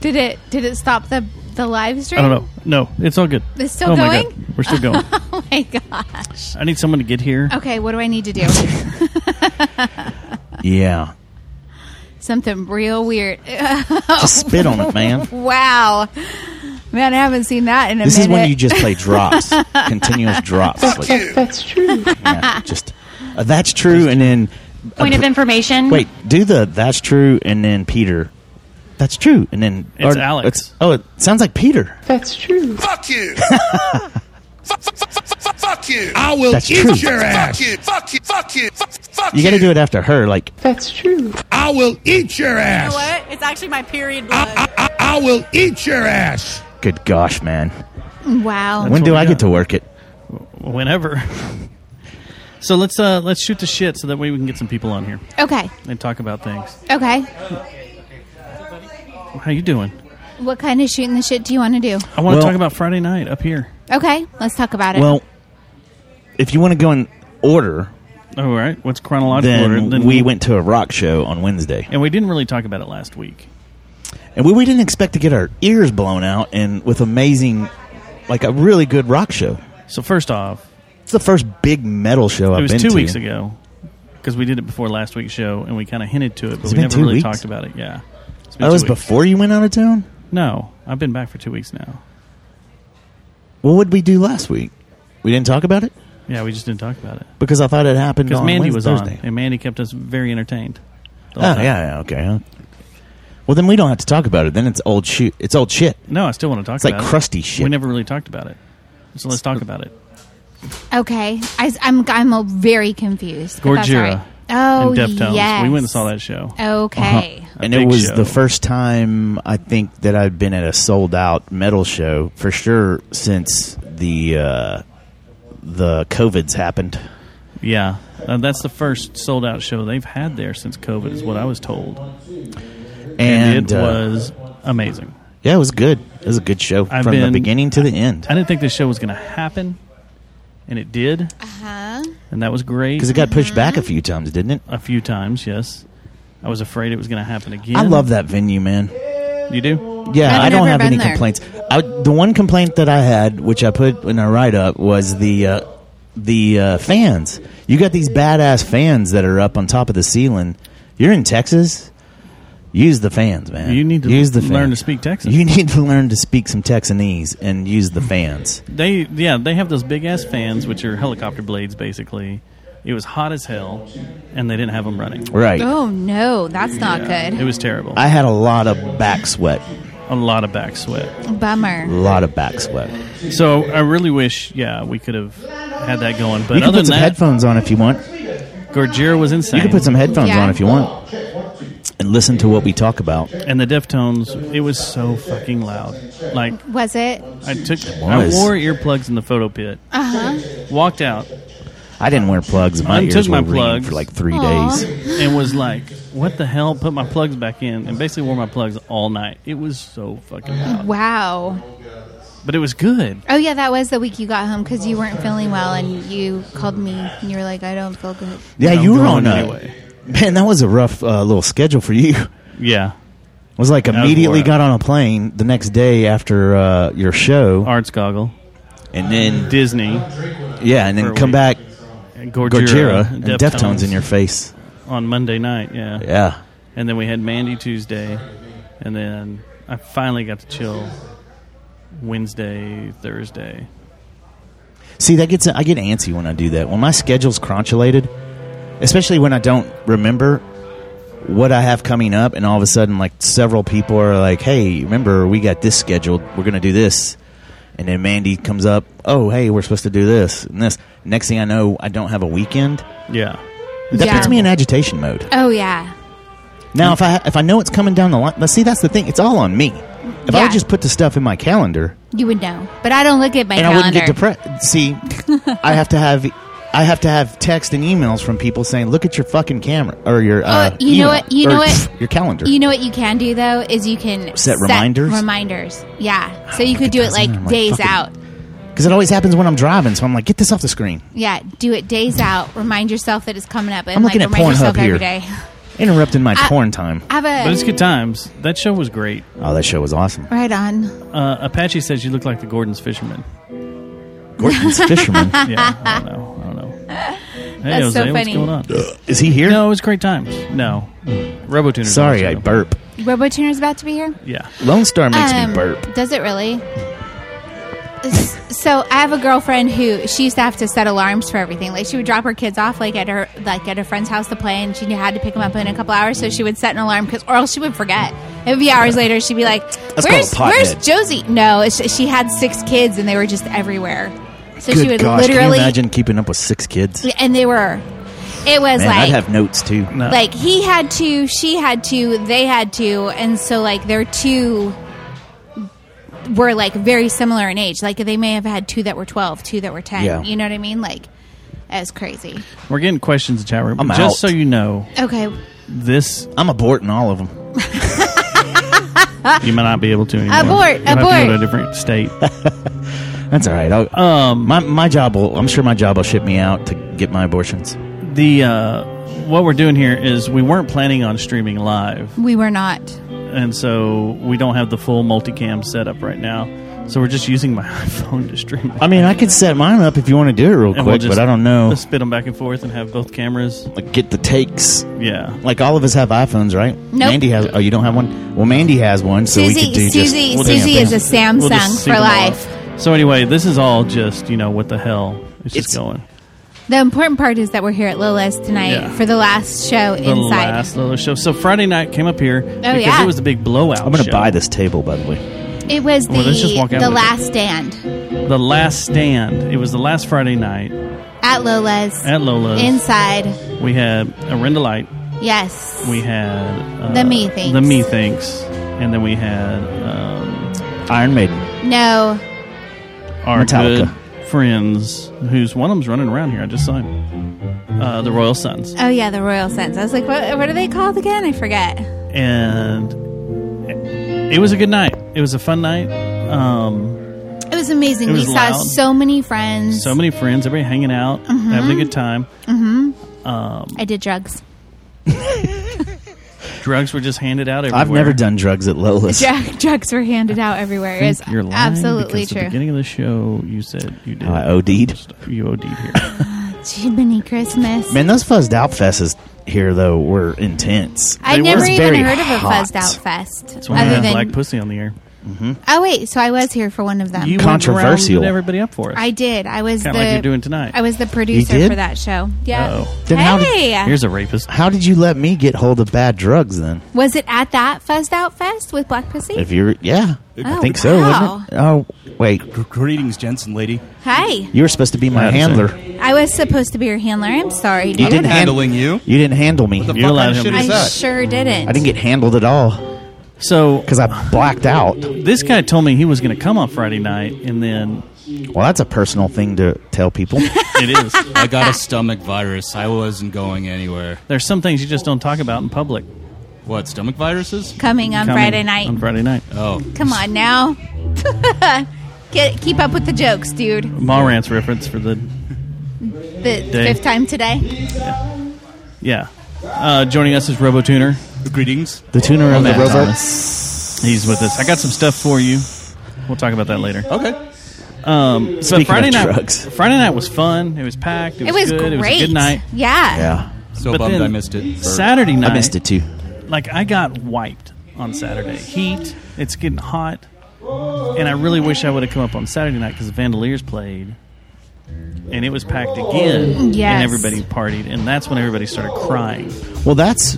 [SPEAKER 2] Did it? Did it stop the the live stream?
[SPEAKER 1] I don't know. No, it's all good.
[SPEAKER 2] It's still
[SPEAKER 1] oh, My
[SPEAKER 2] going?
[SPEAKER 1] God. We're
[SPEAKER 2] [laughs]
[SPEAKER 1] still going.
[SPEAKER 2] Oh my gosh.
[SPEAKER 1] I need someone to get here.
[SPEAKER 2] Okay, what do I need to do?
[SPEAKER 9] Yeah,
[SPEAKER 2] Something real weird.
[SPEAKER 9] [laughs] just spit on it, man.
[SPEAKER 2] [laughs] wow, man, I haven't seen that in a
[SPEAKER 9] This
[SPEAKER 2] minute.
[SPEAKER 9] is when you just play
[SPEAKER 2] [laughs]
[SPEAKER 9] drops, continuous drops. Like,
[SPEAKER 10] That's true.
[SPEAKER 9] yeah, just uh, that's true, and then uh,
[SPEAKER 11] Point of information.
[SPEAKER 9] wait, do the that's true, and then Peter. That's true, and then
[SPEAKER 1] It's Alex.
[SPEAKER 9] oh, it sounds like Peter. [laughs]
[SPEAKER 10] That's true.
[SPEAKER 8] Fuck you. Fuck, fuck, fuck, fuck, fuck, fuck you. I will
[SPEAKER 9] That's true.
[SPEAKER 8] ass. Fuck you. Fuck you. Fuck you. Fuck, fuck
[SPEAKER 9] You got to do it after her, like
[SPEAKER 10] That's true.
[SPEAKER 8] I will eat your ass.
[SPEAKER 11] What? It's actually my period blood.
[SPEAKER 8] I will eat your ass.
[SPEAKER 9] Good gosh, man.
[SPEAKER 8] Oh.
[SPEAKER 2] wow.
[SPEAKER 9] when
[SPEAKER 1] what
[SPEAKER 8] [laughs]
[SPEAKER 9] do
[SPEAKER 1] we
[SPEAKER 9] I
[SPEAKER 1] got.
[SPEAKER 9] get to work it?
[SPEAKER 1] Whenever. [laughs] so let's uh let's shoot the shit so that way we can get some people on here
[SPEAKER 2] Okay,
[SPEAKER 1] and talk about things.
[SPEAKER 2] okay.
[SPEAKER 1] How you doing?
[SPEAKER 2] What kind of shooting the shit do you want to do?
[SPEAKER 1] I
[SPEAKER 9] Well-
[SPEAKER 1] want to talk about Friday night up here.
[SPEAKER 2] Okay, let's talk about it.
[SPEAKER 9] Well, if you want to go in order,
[SPEAKER 1] All Oh, right. What's chronological
[SPEAKER 9] then,
[SPEAKER 1] order?
[SPEAKER 9] we went to a rock show on Wednesday,
[SPEAKER 1] and we didn't really talk about it last week.
[SPEAKER 9] and we, we didn't expect to get our ears blown out, and with amazing, like a really good rock show.
[SPEAKER 1] So first off,
[SPEAKER 9] It's the first big metal show
[SPEAKER 1] it
[SPEAKER 9] I've
[SPEAKER 1] was
[SPEAKER 9] been
[SPEAKER 1] two
[SPEAKER 9] to.
[SPEAKER 1] weeks ago because we did it before last week's show and we kind of hinted to it, but
[SPEAKER 9] It's
[SPEAKER 1] we
[SPEAKER 9] been
[SPEAKER 1] never
[SPEAKER 9] two
[SPEAKER 1] really
[SPEAKER 9] weeks?
[SPEAKER 1] talked about it. Yeah. It's been
[SPEAKER 9] That
[SPEAKER 1] two
[SPEAKER 9] was
[SPEAKER 1] weeks.
[SPEAKER 9] before you went out of town.
[SPEAKER 1] No, I've been back for two weeks now.
[SPEAKER 9] What would we do last week? We didn't talk about it
[SPEAKER 1] Yeah, we just didn't talk about it
[SPEAKER 9] because I thought it happened
[SPEAKER 1] because
[SPEAKER 9] on
[SPEAKER 1] Mandy
[SPEAKER 9] Wednesday,
[SPEAKER 1] was
[SPEAKER 9] Thursday.
[SPEAKER 1] on, and Mandy kept us very entertained. the whole
[SPEAKER 9] Oh
[SPEAKER 1] time.
[SPEAKER 9] yeah, yeah, okay. huh. Well, then we don't have to talk about it. Then it's old shoot. It's old shit.
[SPEAKER 1] No, I still want to talk
[SPEAKER 9] It's
[SPEAKER 1] about
[SPEAKER 9] like
[SPEAKER 1] it.
[SPEAKER 9] crusty shit.
[SPEAKER 1] We never really talked about it, so let's talk about it.
[SPEAKER 2] okay, I, am I'm very confused. but that's all
[SPEAKER 1] Gorgera
[SPEAKER 2] right. Oh,
[SPEAKER 1] and Deftones.
[SPEAKER 2] yes.
[SPEAKER 1] We went and saw that show.
[SPEAKER 2] Okay.
[SPEAKER 9] Uh-huh.
[SPEAKER 1] A
[SPEAKER 9] And it
[SPEAKER 1] big
[SPEAKER 9] was
[SPEAKER 1] show.
[SPEAKER 9] the first time I think that I've been at a sold out metal show for sure since the uh, the covids happened.
[SPEAKER 1] Yeah, uh, that's the first sold out show they've had there since COVID, is what I was told,
[SPEAKER 9] And,
[SPEAKER 1] and, it
[SPEAKER 9] uh,
[SPEAKER 1] was amazing.
[SPEAKER 9] yeah, it was good. It was a good show
[SPEAKER 1] I've
[SPEAKER 9] from
[SPEAKER 1] been-
[SPEAKER 9] the beginning to the end
[SPEAKER 1] I didn't think this show was going to happen, and it did,
[SPEAKER 2] Huh?
[SPEAKER 1] and that was great.
[SPEAKER 9] because it got pushed back a
[SPEAKER 2] Uh-huh.
[SPEAKER 9] few times, didn't it?
[SPEAKER 1] a few times, yes. I was afraid it was going to happen again.
[SPEAKER 9] I love that venue, man.
[SPEAKER 1] You do?
[SPEAKER 9] Yeah,
[SPEAKER 2] I've
[SPEAKER 9] I don't
[SPEAKER 2] never
[SPEAKER 9] have
[SPEAKER 2] been
[SPEAKER 9] any
[SPEAKER 2] there.
[SPEAKER 9] complaints. I, the one complaint that I had, which I put in a write up, was the uh, the uh, fans. You got these badass fans that are up on top of the ceiling. You're in Texas. Use the fans, man.
[SPEAKER 1] You need to
[SPEAKER 9] use the
[SPEAKER 1] learn
[SPEAKER 9] fans.
[SPEAKER 1] to speak Texan.
[SPEAKER 9] You [laughs] need to learn to speak some Texanese and use the fans.
[SPEAKER 1] They yeah, they have those big ass fans which are helicopter blades basically. It was hot as hell, and they didn't have them running.
[SPEAKER 9] Right.
[SPEAKER 2] Oh no, that's not
[SPEAKER 1] It
[SPEAKER 2] good.
[SPEAKER 1] was terrible.
[SPEAKER 9] I had a lot of back sweat.
[SPEAKER 1] a lot of back sweat.
[SPEAKER 2] Bummer.
[SPEAKER 9] A lot of back sweat.
[SPEAKER 1] So I really wish, yeah, we could have had that going. But
[SPEAKER 9] you can
[SPEAKER 1] other
[SPEAKER 9] put
[SPEAKER 1] than
[SPEAKER 9] some
[SPEAKER 1] that,
[SPEAKER 9] headphones on if you want.
[SPEAKER 1] Gorgira was insane.
[SPEAKER 9] You can put some headphones
[SPEAKER 2] Yeah.
[SPEAKER 9] on if you want, and listen to what we talk about.
[SPEAKER 1] and the Deftones. It was so fucking loud. Like
[SPEAKER 2] Was it?
[SPEAKER 1] I took, I
[SPEAKER 9] was.
[SPEAKER 1] wore earplugs in the photo pit. Uh
[SPEAKER 2] Uh-huh.
[SPEAKER 1] huh. Walked out
[SPEAKER 9] I didn't wear plugs. My
[SPEAKER 1] Mine took
[SPEAKER 9] ears
[SPEAKER 1] my
[SPEAKER 9] were ringing
[SPEAKER 1] plugs.
[SPEAKER 9] for like three
[SPEAKER 2] Aw.
[SPEAKER 9] days.
[SPEAKER 1] and was like, "What the hell?" Put my plugs back in, and basically wore my plugs all night. It was so fucking loud,
[SPEAKER 2] Wow.
[SPEAKER 1] but it was good.
[SPEAKER 2] Oh yeah, that was the week you got home because you weren't feeling well, and you called me and you were like, "I don't feel good."
[SPEAKER 9] Yeah,
[SPEAKER 1] I'm
[SPEAKER 9] you were
[SPEAKER 1] going
[SPEAKER 9] on. Uh,
[SPEAKER 1] anyway.
[SPEAKER 9] Man, that was a rough uh, little schedule for you. It
[SPEAKER 1] [laughs] Yeah,
[SPEAKER 9] was like
[SPEAKER 1] was
[SPEAKER 9] immediately
[SPEAKER 1] rough.
[SPEAKER 9] got on a plane the next day after uh, your show,
[SPEAKER 1] Arts Goggle,
[SPEAKER 9] and then
[SPEAKER 1] Disney,
[SPEAKER 9] yeah, and
[SPEAKER 1] for a
[SPEAKER 9] then come
[SPEAKER 1] week.
[SPEAKER 9] back
[SPEAKER 1] and Gorgira,
[SPEAKER 9] Gorgira and Deftones in your face.
[SPEAKER 1] on Monday night. Yeah.
[SPEAKER 9] Yeah,
[SPEAKER 1] and then we had Mandy Tuesday, and then I finally got to chill Wednesday, Thursday.
[SPEAKER 9] see, that gets I get antsy when I do that. When my schedule's crunchulated, especially when I don't remember what I have coming up, and all of a sudden, like several people are like, "Hey, remember we got this scheduled? We're gonna do this." And then Mandy comes up, "Oh, hey, we're supposed to do this and this." Next thing I know, I don't have a weekend.
[SPEAKER 1] Yeah,
[SPEAKER 9] That
[SPEAKER 2] Yeah.
[SPEAKER 9] puts me in agitation mode.
[SPEAKER 2] Oh yeah.
[SPEAKER 9] Now, if I if I know it's coming down the line, but see, that's the thing. It's all on me. If I
[SPEAKER 2] Yeah.
[SPEAKER 9] would just put the stuff in my calendar,
[SPEAKER 2] You would know, but I don't look at my
[SPEAKER 9] and I
[SPEAKER 2] calendar.
[SPEAKER 9] wouldn't get depressed.
[SPEAKER 2] [laughs]
[SPEAKER 9] See, I have to have I have to have text and emails from people saying, "Look at your fucking camera or your uh,
[SPEAKER 2] Oh, you know
[SPEAKER 9] email,
[SPEAKER 2] what- you
[SPEAKER 9] or
[SPEAKER 2] know what-
[SPEAKER 9] your calendar."
[SPEAKER 2] You know what you can do though is you can
[SPEAKER 9] Set reminders?
[SPEAKER 2] Reminders, yeah. So you
[SPEAKER 9] look at
[SPEAKER 2] could do it
[SPEAKER 9] those
[SPEAKER 2] like
[SPEAKER 9] and I'm like,
[SPEAKER 2] days
[SPEAKER 9] fucking-
[SPEAKER 2] out.
[SPEAKER 9] Because it always happens when I'm driving, so I'm like, "Get this off the screen."
[SPEAKER 2] Yeah, do it days out. Remind yourself that it's coming up. And
[SPEAKER 9] I'm looking
[SPEAKER 2] like,
[SPEAKER 9] at
[SPEAKER 2] remind yourself
[SPEAKER 9] Pornhub here.
[SPEAKER 2] every day. [laughs]
[SPEAKER 9] Interrupting my
[SPEAKER 2] I-
[SPEAKER 9] porn time.
[SPEAKER 2] I have
[SPEAKER 1] but
[SPEAKER 2] a
[SPEAKER 1] it's good times. That show was great.
[SPEAKER 9] Oh, that show was awesome.
[SPEAKER 2] right on.
[SPEAKER 1] Uh, Apache says you look like the Gordon's fisherman.
[SPEAKER 2] [laughs]
[SPEAKER 9] Gordon's fisherman.
[SPEAKER 1] Yeah, I don't know. I don't know. Hey,
[SPEAKER 2] That's so
[SPEAKER 1] Jose, what's
[SPEAKER 2] funny.
[SPEAKER 1] going on?
[SPEAKER 9] Is he here? Hmm.
[SPEAKER 1] No, it was great times. No, RoboTuner.
[SPEAKER 9] Sorry, I burp.
[SPEAKER 2] RoboTuner's about to be here.
[SPEAKER 1] Yeah,
[SPEAKER 9] Lone Star makes
[SPEAKER 2] Um,
[SPEAKER 9] me burp.
[SPEAKER 2] Does it really? S- so I have a girlfriend who she used to have to set alarms for everything. Like she would drop her kids off like at her like at her friend's house to play, and she had to pick them up in a couple hours. So she would set an alarm because, or else she would forget. It would be hours later. She'd be like,
[SPEAKER 9] That's
[SPEAKER 2] "Where's
[SPEAKER 9] called a
[SPEAKER 2] Where's
[SPEAKER 9] pothead.
[SPEAKER 2] Josie?" No, it's, she had six kids, and they were just everywhere. So
[SPEAKER 9] Good
[SPEAKER 2] she would
[SPEAKER 9] gosh, can you
[SPEAKER 2] literally,
[SPEAKER 9] imagine keeping up with six kids?
[SPEAKER 2] and they were. It was
[SPEAKER 9] Man,
[SPEAKER 2] like
[SPEAKER 9] I'd have notes too.
[SPEAKER 1] no.
[SPEAKER 2] like he had to she had to they had to and so like their two were like very similar in age like they may have had two that were 12 two that were 10
[SPEAKER 9] Yeah.
[SPEAKER 2] you know what i mean like that's crazy
[SPEAKER 1] we're getting questions in chat room.
[SPEAKER 9] I'm
[SPEAKER 1] Just
[SPEAKER 9] out.
[SPEAKER 1] so you know,
[SPEAKER 2] okay
[SPEAKER 1] this
[SPEAKER 9] I'm aborting all of them.
[SPEAKER 2] Ah,
[SPEAKER 1] you may not be able to anymore.
[SPEAKER 2] Abort,
[SPEAKER 1] You'll have to go
[SPEAKER 2] abort.
[SPEAKER 1] to a different state.
[SPEAKER 9] [laughs] That's all right. I'll,
[SPEAKER 1] Um,
[SPEAKER 9] My my job will. I'm sure my job will ship me out to get my abortions.
[SPEAKER 1] the uh, what we're doing here is we weren't planning on streaming live.
[SPEAKER 2] we were not
[SPEAKER 1] and so we don't have the full multicam setup right now. So we're just using my [laughs] iPhone to stream.
[SPEAKER 9] I mean, I could set mine up if you want to do it real quick, but I don't know.
[SPEAKER 1] Let's spit them back and forth and have both cameras.
[SPEAKER 9] Like get the takes.
[SPEAKER 1] Yeah.
[SPEAKER 9] Like all of us have iPhones, right?
[SPEAKER 2] Nope.
[SPEAKER 9] Mandy has. Oh, you don't have one. Well, Mandy has one, so we
[SPEAKER 2] susie
[SPEAKER 9] could do
[SPEAKER 2] susie
[SPEAKER 9] just.
[SPEAKER 1] we'll do
[SPEAKER 2] susie is a samsung
[SPEAKER 1] We'll just see
[SPEAKER 2] for
[SPEAKER 1] them all
[SPEAKER 2] life
[SPEAKER 1] up. So anyway, this is all just you know what the hell is just
[SPEAKER 9] It's-
[SPEAKER 1] going.
[SPEAKER 2] the important part is that we're here at lila's tonight
[SPEAKER 1] Yeah.
[SPEAKER 2] for the last show
[SPEAKER 1] The
[SPEAKER 2] inside Oh,
[SPEAKER 1] last little show. So Friday night came up here because
[SPEAKER 2] yeah.
[SPEAKER 1] it was the big blowout.
[SPEAKER 9] I'm going to
[SPEAKER 1] show.
[SPEAKER 9] buy this table, by the way.
[SPEAKER 2] it was the,
[SPEAKER 1] Well, let's just walk out
[SPEAKER 2] the
[SPEAKER 1] with it.
[SPEAKER 2] last stand
[SPEAKER 1] The last stand. It was the last Friday night
[SPEAKER 2] at lila's
[SPEAKER 1] at Lola's.
[SPEAKER 2] inside
[SPEAKER 1] we had Arinda Light.
[SPEAKER 2] yes
[SPEAKER 1] We had uh,
[SPEAKER 2] The Me Thinks.
[SPEAKER 1] The Me Thinks, and then we had. Um,
[SPEAKER 9] Iron Maiden.
[SPEAKER 2] no
[SPEAKER 1] our
[SPEAKER 9] Metallica.
[SPEAKER 1] good friends, who's one of them's running around here. I just saw him. Uh, the Royal Sons,
[SPEAKER 2] Oh yeah, the royal sense. I was like, what, what are they called again? I forget.
[SPEAKER 1] and it was a good night. It was a fun night. Um,
[SPEAKER 2] It was amazing.
[SPEAKER 1] It was
[SPEAKER 2] we saw
[SPEAKER 1] loud.
[SPEAKER 2] so many friends.
[SPEAKER 1] so many friends, everybody hanging out,
[SPEAKER 2] Mm-hmm.
[SPEAKER 1] having a good time. Um,
[SPEAKER 2] I did drugs.
[SPEAKER 1] Drugs were just handed out everywhere.
[SPEAKER 9] I've never done drugs at
[SPEAKER 2] [laughs]
[SPEAKER 9] Lola's. [laughs]
[SPEAKER 2] Dr- drugs were handed out everywhere.
[SPEAKER 1] I
[SPEAKER 2] It's
[SPEAKER 1] think You're lying
[SPEAKER 2] absolutely
[SPEAKER 1] because At the
[SPEAKER 2] true.
[SPEAKER 1] beginning of the show, you said you did.
[SPEAKER 9] I OD'd.
[SPEAKER 1] You OD'd here.
[SPEAKER 2] Jiminy
[SPEAKER 9] [laughs]
[SPEAKER 2] Christmas.
[SPEAKER 9] Man, those fuzzed out fests here though were intense.
[SPEAKER 2] I
[SPEAKER 1] they
[SPEAKER 2] never
[SPEAKER 1] were
[SPEAKER 2] even
[SPEAKER 9] very
[SPEAKER 2] heard of a
[SPEAKER 9] hot.
[SPEAKER 2] fuzzed out fest.
[SPEAKER 1] That's why I
[SPEAKER 2] other
[SPEAKER 1] had
[SPEAKER 2] than
[SPEAKER 1] black pussy on the air.
[SPEAKER 2] oh wait, so I was here for one of them.
[SPEAKER 1] You
[SPEAKER 9] Controversial.
[SPEAKER 1] Went around and everybody up for us.
[SPEAKER 2] I did. I was
[SPEAKER 1] Kinda
[SPEAKER 2] the
[SPEAKER 1] like you're doing tonight.
[SPEAKER 2] I was the producer
[SPEAKER 9] did?
[SPEAKER 2] for that show. Yeah.
[SPEAKER 1] Uh-oh.
[SPEAKER 9] Then how did-
[SPEAKER 2] hey,
[SPEAKER 1] Here's a rapist.
[SPEAKER 9] How did you let me get hold of bad drugs then?
[SPEAKER 2] was it at that fuzzed out fest with Black Pussy?
[SPEAKER 9] If you're, yeah, I
[SPEAKER 2] Oh,
[SPEAKER 9] think so.
[SPEAKER 2] wow.
[SPEAKER 9] Wasn't it? Oh wait,
[SPEAKER 10] Greetings, Jensen lady.
[SPEAKER 2] Hi,
[SPEAKER 9] you were supposed to be my
[SPEAKER 1] I had to
[SPEAKER 9] handler.
[SPEAKER 1] say.
[SPEAKER 2] I was supposed to be your handler. I'm sorry.
[SPEAKER 9] You
[SPEAKER 2] dude.
[SPEAKER 9] didn't handle.
[SPEAKER 10] Handling you?
[SPEAKER 9] You didn't handle me.
[SPEAKER 1] You allowed him.
[SPEAKER 2] I sure didn't.
[SPEAKER 9] Mm. I didn't get handled at all
[SPEAKER 1] So
[SPEAKER 9] because I blacked out.
[SPEAKER 1] this guy told me he was going to come on Friday night, and then
[SPEAKER 9] Well, that's a personal thing to tell
[SPEAKER 2] [laughs]
[SPEAKER 9] people.
[SPEAKER 1] it is.
[SPEAKER 10] I got a stomach virus. I wasn't going anywhere.
[SPEAKER 1] There's some things you just don't talk about in public.
[SPEAKER 10] What, stomach viruses?
[SPEAKER 2] coming on
[SPEAKER 1] Coming
[SPEAKER 2] Friday night.
[SPEAKER 1] On Friday night,
[SPEAKER 10] Oh.
[SPEAKER 2] Come on now. [laughs] Get, keep up with the jokes, dude.
[SPEAKER 1] Mallrance reference for the
[SPEAKER 2] The fifth time today.
[SPEAKER 1] yeah. Uh, joining us is RoboTuner.
[SPEAKER 10] Greetings.
[SPEAKER 9] the tuner of the
[SPEAKER 1] Matt
[SPEAKER 9] robot.
[SPEAKER 1] He's with us. I got some stuff for you. We'll talk about that later.
[SPEAKER 10] Okay.
[SPEAKER 1] Um, so
[SPEAKER 9] Speaking
[SPEAKER 1] Friday
[SPEAKER 9] of
[SPEAKER 1] night,
[SPEAKER 9] drugs.
[SPEAKER 1] Friday night was fun. It was packed. It
[SPEAKER 2] It
[SPEAKER 1] was,
[SPEAKER 2] was
[SPEAKER 1] good. It
[SPEAKER 2] great.
[SPEAKER 1] was a good night.
[SPEAKER 2] Yeah.
[SPEAKER 9] Yeah,
[SPEAKER 10] So
[SPEAKER 1] But
[SPEAKER 10] bummed
[SPEAKER 1] then
[SPEAKER 10] I missed it. for-
[SPEAKER 1] Saturday night,
[SPEAKER 9] I missed it too.
[SPEAKER 1] Like I got wiped on Saturday. Heat. It's getting hot, and I really wish I would have come up on Saturday night because the Vandaliers played, and it was packed again.
[SPEAKER 2] Yes.
[SPEAKER 1] And everybody partied, and that's when everybody started crying.
[SPEAKER 9] Well, that's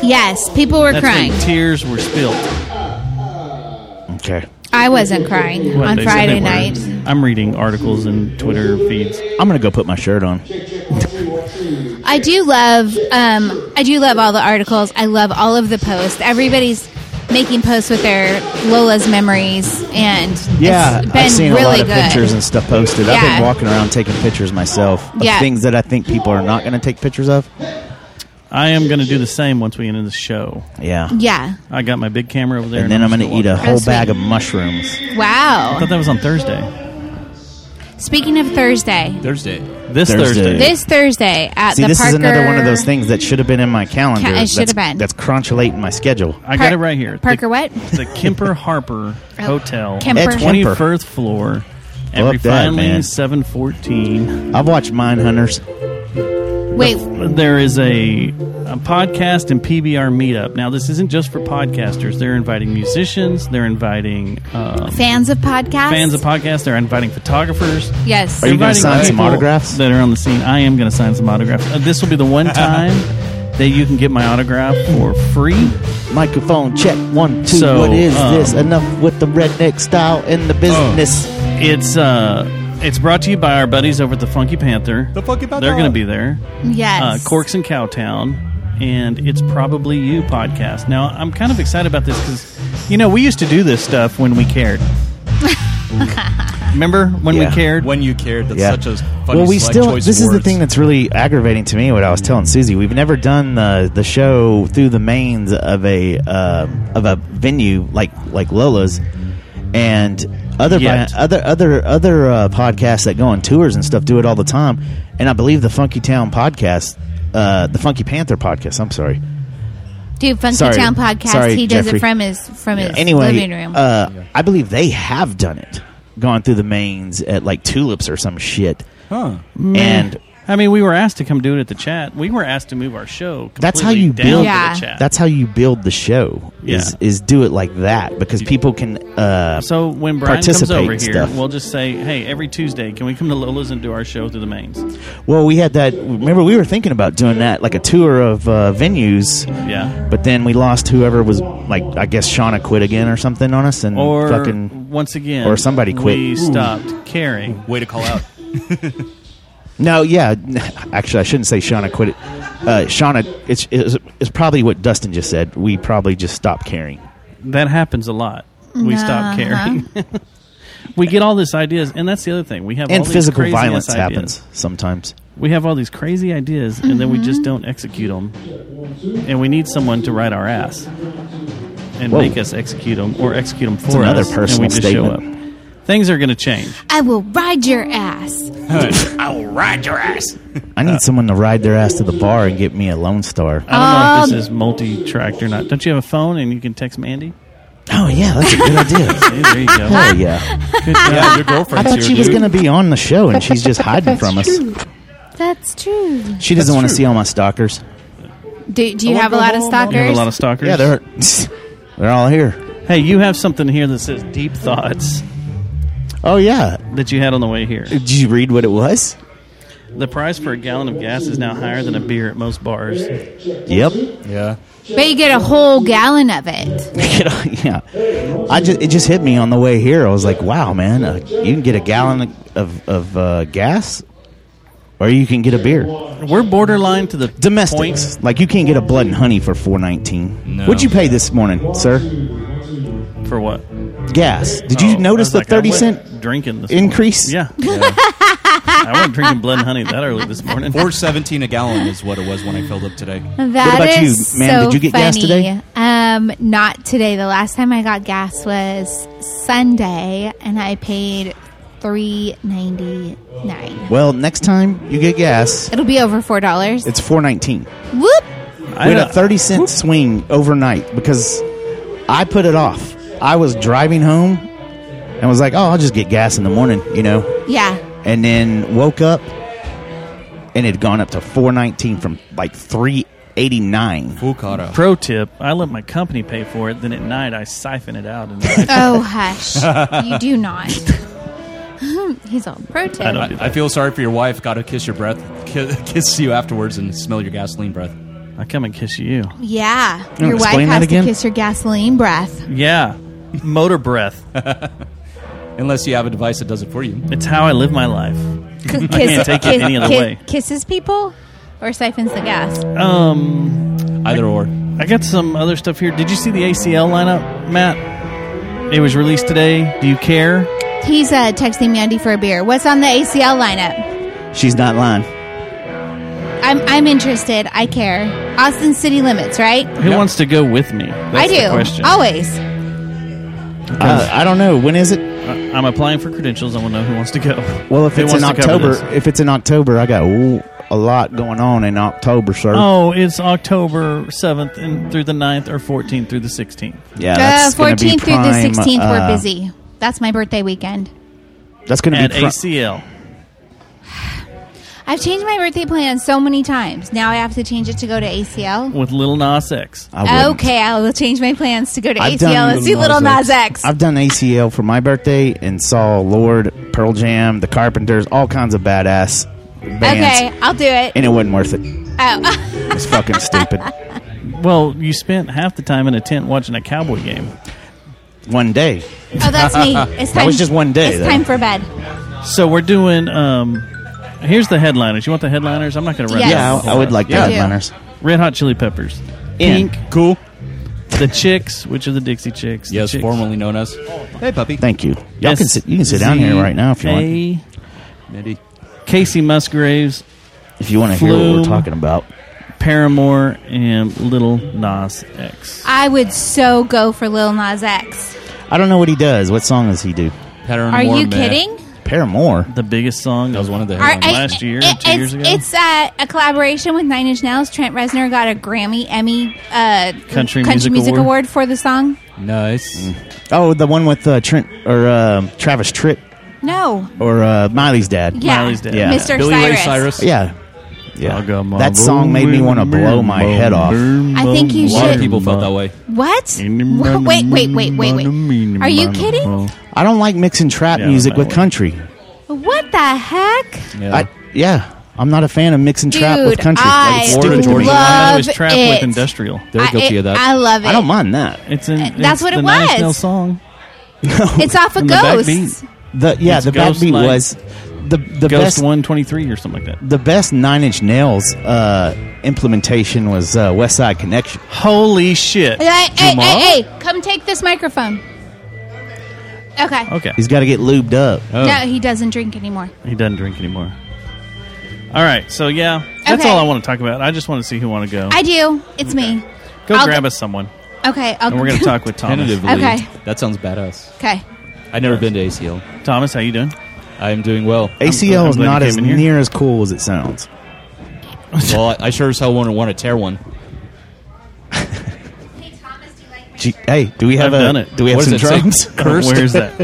[SPEAKER 2] Yes, people were
[SPEAKER 1] That's
[SPEAKER 2] crying.
[SPEAKER 1] When tears were spilled.
[SPEAKER 9] Okay.
[SPEAKER 2] I wasn't crying
[SPEAKER 1] What,
[SPEAKER 2] on
[SPEAKER 1] they said they
[SPEAKER 2] Friday
[SPEAKER 1] were.
[SPEAKER 2] night.
[SPEAKER 1] I'm reading articles and Twitter feeds.
[SPEAKER 9] I'm gonna go put my shirt on.
[SPEAKER 2] I do love um, I do love all the articles. I love all of the posts. Everybody's making posts with their Lola's memories and
[SPEAKER 9] Yeah,
[SPEAKER 2] it's been
[SPEAKER 9] I've seen
[SPEAKER 2] really
[SPEAKER 9] a lot of
[SPEAKER 2] good.
[SPEAKER 9] pictures and stuff posted. I've
[SPEAKER 2] Yeah.
[SPEAKER 9] been walking around taking pictures myself of
[SPEAKER 2] Yeah.
[SPEAKER 9] things that I think people are not going to take pictures of.
[SPEAKER 1] I am going to do the same once we end the show.
[SPEAKER 9] Yeah.
[SPEAKER 2] Yeah.
[SPEAKER 1] I got my big camera over there.
[SPEAKER 9] And then I'm going to eat a
[SPEAKER 2] Oh,
[SPEAKER 9] whole
[SPEAKER 2] sweet.
[SPEAKER 9] bag of mushrooms.
[SPEAKER 1] I
[SPEAKER 2] Wow.
[SPEAKER 1] thought that was on Thursday.
[SPEAKER 2] Speaking of Thursday.
[SPEAKER 10] Thursday.
[SPEAKER 1] This Thursday.
[SPEAKER 2] This Thursday at
[SPEAKER 9] See,
[SPEAKER 2] the
[SPEAKER 9] this
[SPEAKER 2] Parker
[SPEAKER 9] is another one of those things that should have been in my calendar.
[SPEAKER 2] Ca- it should
[SPEAKER 9] that's-
[SPEAKER 2] have been.
[SPEAKER 9] That's crunch late in my schedule.
[SPEAKER 1] I got it right here.
[SPEAKER 2] Parker what?
[SPEAKER 1] The
[SPEAKER 9] [laughs]
[SPEAKER 1] Kemper Harper
[SPEAKER 2] Oh,
[SPEAKER 1] Hotel,
[SPEAKER 2] Kemper. Ed
[SPEAKER 1] twenty
[SPEAKER 9] Kemper.
[SPEAKER 1] first floor, and
[SPEAKER 9] Love that, man.
[SPEAKER 1] refinely seven fourteen.
[SPEAKER 9] I've watched Mine Hunters.
[SPEAKER 2] Wait,
[SPEAKER 1] There is a, a podcast and PBR meetup. Now, this isn't just for podcasters. They're inviting musicians. They're inviting um,
[SPEAKER 2] fans of podcasts?
[SPEAKER 1] fans of podcasts. They're inviting photographers.
[SPEAKER 2] Yes.
[SPEAKER 9] Are you
[SPEAKER 1] They're
[SPEAKER 9] going to
[SPEAKER 1] inviting
[SPEAKER 9] sign some
[SPEAKER 1] people
[SPEAKER 9] autographs?
[SPEAKER 1] that are on the scene? I am going to sign some autographs. Uh, this will be
[SPEAKER 9] [laughs]
[SPEAKER 1] the one time that you can get my autograph for free.
[SPEAKER 9] Microphone check one two.
[SPEAKER 1] So,
[SPEAKER 9] what is
[SPEAKER 1] um,
[SPEAKER 9] this? Enough with the redneck style in the business.
[SPEAKER 1] It's uh, it's brought to you by our buddies over at the Funky Panther. The
[SPEAKER 10] Funky Panther.
[SPEAKER 1] They're going to be there.
[SPEAKER 2] Yes.
[SPEAKER 1] uh, Corks and Cowtown, and it's probably you podcast. Now I'm kind of excited about this because you know we used to do this stuff when we cared. Remember when
[SPEAKER 9] Yeah.
[SPEAKER 1] we cared?
[SPEAKER 10] When you cared, that's such a funny
[SPEAKER 9] well, we
[SPEAKER 10] select
[SPEAKER 9] still.
[SPEAKER 10] choice
[SPEAKER 9] This
[SPEAKER 10] of
[SPEAKER 9] is the
[SPEAKER 10] words.
[SPEAKER 9] thing that's really aggravating to me. What I was telling Susie, we've never done the the show through the mains of a um of a venue like like Lola's, and other
[SPEAKER 1] Yet.
[SPEAKER 9] bi- other other other uh, podcasts that go on tours and stuff do it all the time. And I believe the Funky Town podcast, uh, the Funky Panther podcast. I'm sorry.
[SPEAKER 2] Dude, Funky
[SPEAKER 9] Sorry.
[SPEAKER 2] Town podcast.
[SPEAKER 9] Sorry,
[SPEAKER 2] he does
[SPEAKER 9] Jeffrey.
[SPEAKER 2] it from his from his
[SPEAKER 9] anyway,
[SPEAKER 2] living room.
[SPEAKER 9] Uh, I believe they have done it, gone through the mains at like Tulips or some shit,
[SPEAKER 10] Huh.
[SPEAKER 9] and
[SPEAKER 1] I mean, we were asked to come do it at the chat. We were asked to move our show. Completely
[SPEAKER 9] That's how you
[SPEAKER 1] down
[SPEAKER 9] build-
[SPEAKER 1] to
[SPEAKER 2] Yeah.
[SPEAKER 1] the chat.
[SPEAKER 9] That's how you build the show. Is
[SPEAKER 1] Yeah.
[SPEAKER 9] is do it like that because people can. Uh,
[SPEAKER 1] so when Brian comes
[SPEAKER 9] participate
[SPEAKER 1] over
[SPEAKER 9] and
[SPEAKER 1] here,
[SPEAKER 9] stuff.
[SPEAKER 1] we'll just say, "Hey, every Tuesday, can we come to Lola's and do our show through the mains?"
[SPEAKER 9] well, we had that. Remember, we were thinking about doing that, like a tour of uh, venues.
[SPEAKER 1] Yeah.
[SPEAKER 9] But then we lost whoever was like I guess Shauna quit again or something on us and
[SPEAKER 1] Or
[SPEAKER 9] fucking
[SPEAKER 1] once again,
[SPEAKER 9] or somebody quit.
[SPEAKER 1] We
[SPEAKER 9] Ooh.
[SPEAKER 1] stopped caring.
[SPEAKER 10] Way to call out.
[SPEAKER 9] no yeah [laughs] actually I shouldn't say Shauna quit it uh, Shauna it's, it's it's probably what Dustin just said we probably just stopped caring
[SPEAKER 1] That happens a lot. We stop caring. [laughs] we get all these ideas, and that's the other thing. We have all
[SPEAKER 9] and
[SPEAKER 1] these
[SPEAKER 9] physical
[SPEAKER 1] crazy-ass
[SPEAKER 9] violence
[SPEAKER 1] ideas.
[SPEAKER 9] happens sometimes
[SPEAKER 1] We have all these crazy ideas, and then we just don't execute them. And we need someone to write our ass and
[SPEAKER 9] Whoa.
[SPEAKER 1] make us execute them, or execute them for
[SPEAKER 9] another
[SPEAKER 1] us.
[SPEAKER 9] personal
[SPEAKER 1] and we just
[SPEAKER 9] statement.
[SPEAKER 1] show up. Things are going to change.
[SPEAKER 2] I will ride your ass.
[SPEAKER 9] I
[SPEAKER 1] Uh,
[SPEAKER 9] need someone to ride their ass to the bar and get me a Lone Star.
[SPEAKER 1] I
[SPEAKER 9] Um,
[SPEAKER 1] don't know if this is multi-tracked or not. Don't you have a phone and you can text Mandy?
[SPEAKER 9] Oh yeah, that's a good
[SPEAKER 1] [laughs]
[SPEAKER 9] idea.
[SPEAKER 1] See, there you go.
[SPEAKER 9] Oh
[SPEAKER 1] [laughs]
[SPEAKER 9] yeah,
[SPEAKER 10] yeah, your
[SPEAKER 9] I
[SPEAKER 10] girlfriend's
[SPEAKER 9] thought
[SPEAKER 10] here,
[SPEAKER 9] she was
[SPEAKER 10] dude.
[SPEAKER 9] gonna be on the show and she's
[SPEAKER 2] [laughs]
[SPEAKER 9] just hiding from us.
[SPEAKER 2] That's true.
[SPEAKER 9] She doesn't want to see all my stalkers.
[SPEAKER 2] Do, do you have a lot of stalkers?
[SPEAKER 1] You have a lot of stalkers.
[SPEAKER 9] Yeah, they're [laughs] they're all here.
[SPEAKER 1] Hey, you have something here that says deep thoughts
[SPEAKER 9] Oh yeah,
[SPEAKER 1] that you had on the way here.
[SPEAKER 9] did you read what it was?
[SPEAKER 1] The price for a gallon of gas is now higher than a beer at most bars.
[SPEAKER 9] Yep.
[SPEAKER 10] Yeah.
[SPEAKER 2] but you get a whole gallon of it.
[SPEAKER 9] [laughs] You know, yeah, I just it just hit me on the way here. I was like, wow, man, uh, you can get a gallon of of uh, gas, or you can get a beer.
[SPEAKER 1] We're borderline to the
[SPEAKER 9] Domestics,
[SPEAKER 1] Point.
[SPEAKER 9] like you can't get a blood and honey for four nineteen.
[SPEAKER 10] No.
[SPEAKER 9] What'd you pay this morning, sir?
[SPEAKER 1] For what?
[SPEAKER 9] gas. Did you
[SPEAKER 1] Oh,
[SPEAKER 9] notice
[SPEAKER 1] I was
[SPEAKER 9] the
[SPEAKER 1] like, I
[SPEAKER 9] thirty
[SPEAKER 1] wasn't
[SPEAKER 9] cent?
[SPEAKER 1] drinking this
[SPEAKER 9] increase? [laughs]
[SPEAKER 1] morning. Yeah, I wasn't drinking blood and honey that early this morning.
[SPEAKER 10] Four seventeen a gallon is what it was when I filled up today.
[SPEAKER 2] That
[SPEAKER 9] about you,
[SPEAKER 2] is
[SPEAKER 9] ma'am?
[SPEAKER 2] so
[SPEAKER 9] Did you get
[SPEAKER 2] funny.
[SPEAKER 9] gas today?
[SPEAKER 2] Um, not today. The last time I got gas was Sunday, and I paid three ninety nine.
[SPEAKER 9] Well, next time you get gas,
[SPEAKER 2] It'll be over four dollars.
[SPEAKER 9] it's four nineteen.
[SPEAKER 2] Whoop!
[SPEAKER 1] I
[SPEAKER 9] We had a
[SPEAKER 1] don't-
[SPEAKER 9] thirty cent swing overnight because I put it off. I was driving home and was like, "Oh, I'll just get gas in the morning," you know. [laughs]
[SPEAKER 2] Yeah,
[SPEAKER 9] And then woke up and it had gone up to four nineteen from like three eighty nine.
[SPEAKER 10] Who caught up?
[SPEAKER 1] Pro tip: I let my company pay for it. Then at night, I siphon it out. And I,
[SPEAKER 2] [laughs] Oh, hush. you do
[SPEAKER 9] [laughs]
[SPEAKER 2] not. He's all pro tip.
[SPEAKER 1] I don't do
[SPEAKER 12] [laughs]
[SPEAKER 10] I, I feel sorry for your wife. Got to kiss your breath, ki- kiss you afterwards, and smell your gasoline breath.
[SPEAKER 1] I come and kiss you.
[SPEAKER 9] Oh,
[SPEAKER 1] You
[SPEAKER 2] Yeah.
[SPEAKER 1] wanna
[SPEAKER 2] Your wife
[SPEAKER 1] explain that
[SPEAKER 2] has
[SPEAKER 1] again?
[SPEAKER 2] to kiss her gasoline breath.
[SPEAKER 1] Yeah, motor breath.
[SPEAKER 12] [laughs] Unless you have a device that does it for you.
[SPEAKER 1] It's how I live my life. [laughs]
[SPEAKER 2] C-
[SPEAKER 1] I can't take it any other
[SPEAKER 2] ki-
[SPEAKER 1] way.
[SPEAKER 2] Kisses people or siphons the gas?
[SPEAKER 1] Um,
[SPEAKER 12] either or.
[SPEAKER 1] I got some other stuff here. Did you see the ACL lineup, Matt? It was released today. Do you care?
[SPEAKER 2] He's uh, texting Yandy for a beer. What's on the ACL lineup?
[SPEAKER 9] She's not lying.
[SPEAKER 2] I'm, I'm interested. I care. Austin City Limits, right?
[SPEAKER 1] Who wants to go with me? That's
[SPEAKER 2] I do.
[SPEAKER 1] The question.
[SPEAKER 2] Always.
[SPEAKER 9] Uh, I don't know. When is it?
[SPEAKER 1] I- I'm applying for credentials. I want to know who wants to go.
[SPEAKER 9] Well, if
[SPEAKER 1] Who
[SPEAKER 9] it's in
[SPEAKER 1] wants to cover
[SPEAKER 9] October,
[SPEAKER 1] this?
[SPEAKER 9] if it's in October, I got ooh, a lot going on in October, sir.
[SPEAKER 1] Oh, it's October 7th and through the 9th or 14th through the 16th.
[SPEAKER 9] Yeah,
[SPEAKER 2] Uh,
[SPEAKER 9] that's gonna
[SPEAKER 2] 14th
[SPEAKER 9] be
[SPEAKER 2] through the
[SPEAKER 9] prime,
[SPEAKER 2] 16th,
[SPEAKER 9] uh,
[SPEAKER 2] we're busy. That's my birthday weekend.
[SPEAKER 9] That's going to
[SPEAKER 1] At
[SPEAKER 9] be pri-
[SPEAKER 1] ACL.
[SPEAKER 2] I've changed my birthday plan so many times. Now I have to change it to go to ACL.
[SPEAKER 1] with Little Nas X.
[SPEAKER 2] okay, I will change my plans to go to
[SPEAKER 9] I've done
[SPEAKER 2] ACL and see Little Nas X.
[SPEAKER 9] I've done ACL for my birthday and saw Lord, Pearl Jam, The Carpenters, all kinds of badass bands.
[SPEAKER 2] Okay, I'll do it.
[SPEAKER 9] And it wasn't worth it.
[SPEAKER 2] Oh. [laughs]
[SPEAKER 9] It's fucking stupid.
[SPEAKER 1] Well, you spent half the time in a tent watching a cowboy game.
[SPEAKER 9] One day.
[SPEAKER 2] Oh,
[SPEAKER 9] [laughs]
[SPEAKER 2] that's me. It's time.
[SPEAKER 1] That was just one day,
[SPEAKER 2] It's
[SPEAKER 1] though.
[SPEAKER 2] time for bed.
[SPEAKER 1] So we're doing. Um, here's the headliners. You want the headliners? I'm not going to run.
[SPEAKER 2] Yes.
[SPEAKER 1] down
[SPEAKER 2] Yeah,
[SPEAKER 1] the
[SPEAKER 2] I-
[SPEAKER 1] whole
[SPEAKER 9] I would
[SPEAKER 1] lot.
[SPEAKER 9] like the Yeah. headliners.
[SPEAKER 1] Red Hot Chili Peppers.
[SPEAKER 9] In.
[SPEAKER 1] Pink. Cool. The Chicks, which are the Dixie Chicks. Yes, formerly known as.
[SPEAKER 12] Hey, puppy.
[SPEAKER 9] Thank you. Y'all can sit. You can sit down here right now if you want.
[SPEAKER 1] Maybe. Casey Musgraves.
[SPEAKER 9] If you want to hear what we're
[SPEAKER 1] Flume,
[SPEAKER 9] talking about.
[SPEAKER 1] Paramore and Little Nas [laughs] X.
[SPEAKER 2] I would so go for Lil Nas X.
[SPEAKER 9] I don't know what he does. What song does he do?
[SPEAKER 12] Paramore.
[SPEAKER 2] Are you kidding?
[SPEAKER 9] Paramore.
[SPEAKER 1] The biggest song. That was
[SPEAKER 12] one of the
[SPEAKER 2] Are- I-
[SPEAKER 1] last year,
[SPEAKER 2] it-
[SPEAKER 1] two
[SPEAKER 2] it's,
[SPEAKER 1] years ago.
[SPEAKER 2] It's uh, a collaboration with Nine Inch Nails. Trent Reznor got a Grammy, Emmy, uh,
[SPEAKER 9] Country Music
[SPEAKER 2] Music,
[SPEAKER 9] Award.
[SPEAKER 2] Award. for the song.
[SPEAKER 12] Nice.
[SPEAKER 9] Oh, the one with uh, Trent or uh, Travis Tritt
[SPEAKER 2] No,
[SPEAKER 9] or uh, Miley's dad.
[SPEAKER 2] Yeah. Miley's dad. Mr. Billy Ray Cyrus. Cyrus.
[SPEAKER 9] Yeah. Yeah. That song made me want to blow my head off.
[SPEAKER 2] I think
[SPEAKER 12] a
[SPEAKER 2] you
[SPEAKER 12] lot
[SPEAKER 2] should-
[SPEAKER 12] of people felt that way.
[SPEAKER 2] what? Wha- Wait, wait, wait, wait, wait. Are you kidding?
[SPEAKER 9] I don't like mixing trap
[SPEAKER 12] Yeah,
[SPEAKER 9] music
[SPEAKER 12] that
[SPEAKER 9] with
[SPEAKER 12] way.
[SPEAKER 9] country.
[SPEAKER 2] What the heck?
[SPEAKER 12] Yeah.
[SPEAKER 9] I, yeah. I'm not a fan of mixing trap
[SPEAKER 2] Dude,
[SPEAKER 9] with country.
[SPEAKER 2] I
[SPEAKER 9] it's stupid
[SPEAKER 2] Florida,
[SPEAKER 9] to me.
[SPEAKER 2] Georgia.
[SPEAKER 1] I was
[SPEAKER 2] Love
[SPEAKER 1] trapped
[SPEAKER 2] it.
[SPEAKER 1] with industrial.
[SPEAKER 2] They're I- guilty of that. I love
[SPEAKER 9] I
[SPEAKER 2] it.
[SPEAKER 9] don't mind that.
[SPEAKER 1] It's in.
[SPEAKER 2] That's what it was.
[SPEAKER 1] song.
[SPEAKER 2] [laughs] It's off of
[SPEAKER 1] And
[SPEAKER 2] Ghost.
[SPEAKER 9] The yeah,
[SPEAKER 1] It's
[SPEAKER 9] the
[SPEAKER 1] Ghost
[SPEAKER 9] backbeat
[SPEAKER 1] like-
[SPEAKER 9] was the the
[SPEAKER 1] Ghost
[SPEAKER 9] best
[SPEAKER 1] one twenty three or something like that.
[SPEAKER 9] the best Nine Inch Nails uh, implementation was uh, West Side Connection.
[SPEAKER 1] Holy shit!
[SPEAKER 2] Hey, hey, hey, hey, come take this microphone. Okay.
[SPEAKER 1] Okay, Oh,
[SPEAKER 9] he's got to get lubed up.
[SPEAKER 2] No, he doesn't drink anymore.
[SPEAKER 1] He doesn't drink anymore. All right, so yeah, that's
[SPEAKER 2] Okay.
[SPEAKER 1] all I want to talk about. I just want to see who want to go.
[SPEAKER 2] I do. It's me.
[SPEAKER 1] go
[SPEAKER 2] I'll
[SPEAKER 1] grab
[SPEAKER 2] go-
[SPEAKER 1] us someone,
[SPEAKER 2] Okay, I'll
[SPEAKER 1] and
[SPEAKER 2] [laughs]
[SPEAKER 1] we're going to talk with Thomas.
[SPEAKER 12] Tentatively.
[SPEAKER 2] Okay.
[SPEAKER 12] That sounds badass.
[SPEAKER 2] Okay.
[SPEAKER 12] I've never been to ACL.
[SPEAKER 1] Thomas, how you doing?
[SPEAKER 12] I am doing well.
[SPEAKER 9] ACL is not as near as cool as it sounds.
[SPEAKER 12] well, I, I sure as hell wouldn't want to tear one.
[SPEAKER 9] Gee, hey, do we have
[SPEAKER 12] I've
[SPEAKER 9] a,
[SPEAKER 12] done it.
[SPEAKER 9] Do we have
[SPEAKER 12] What
[SPEAKER 9] some
[SPEAKER 12] does it say?
[SPEAKER 9] drums?
[SPEAKER 12] [laughs] Cursed? Where is that?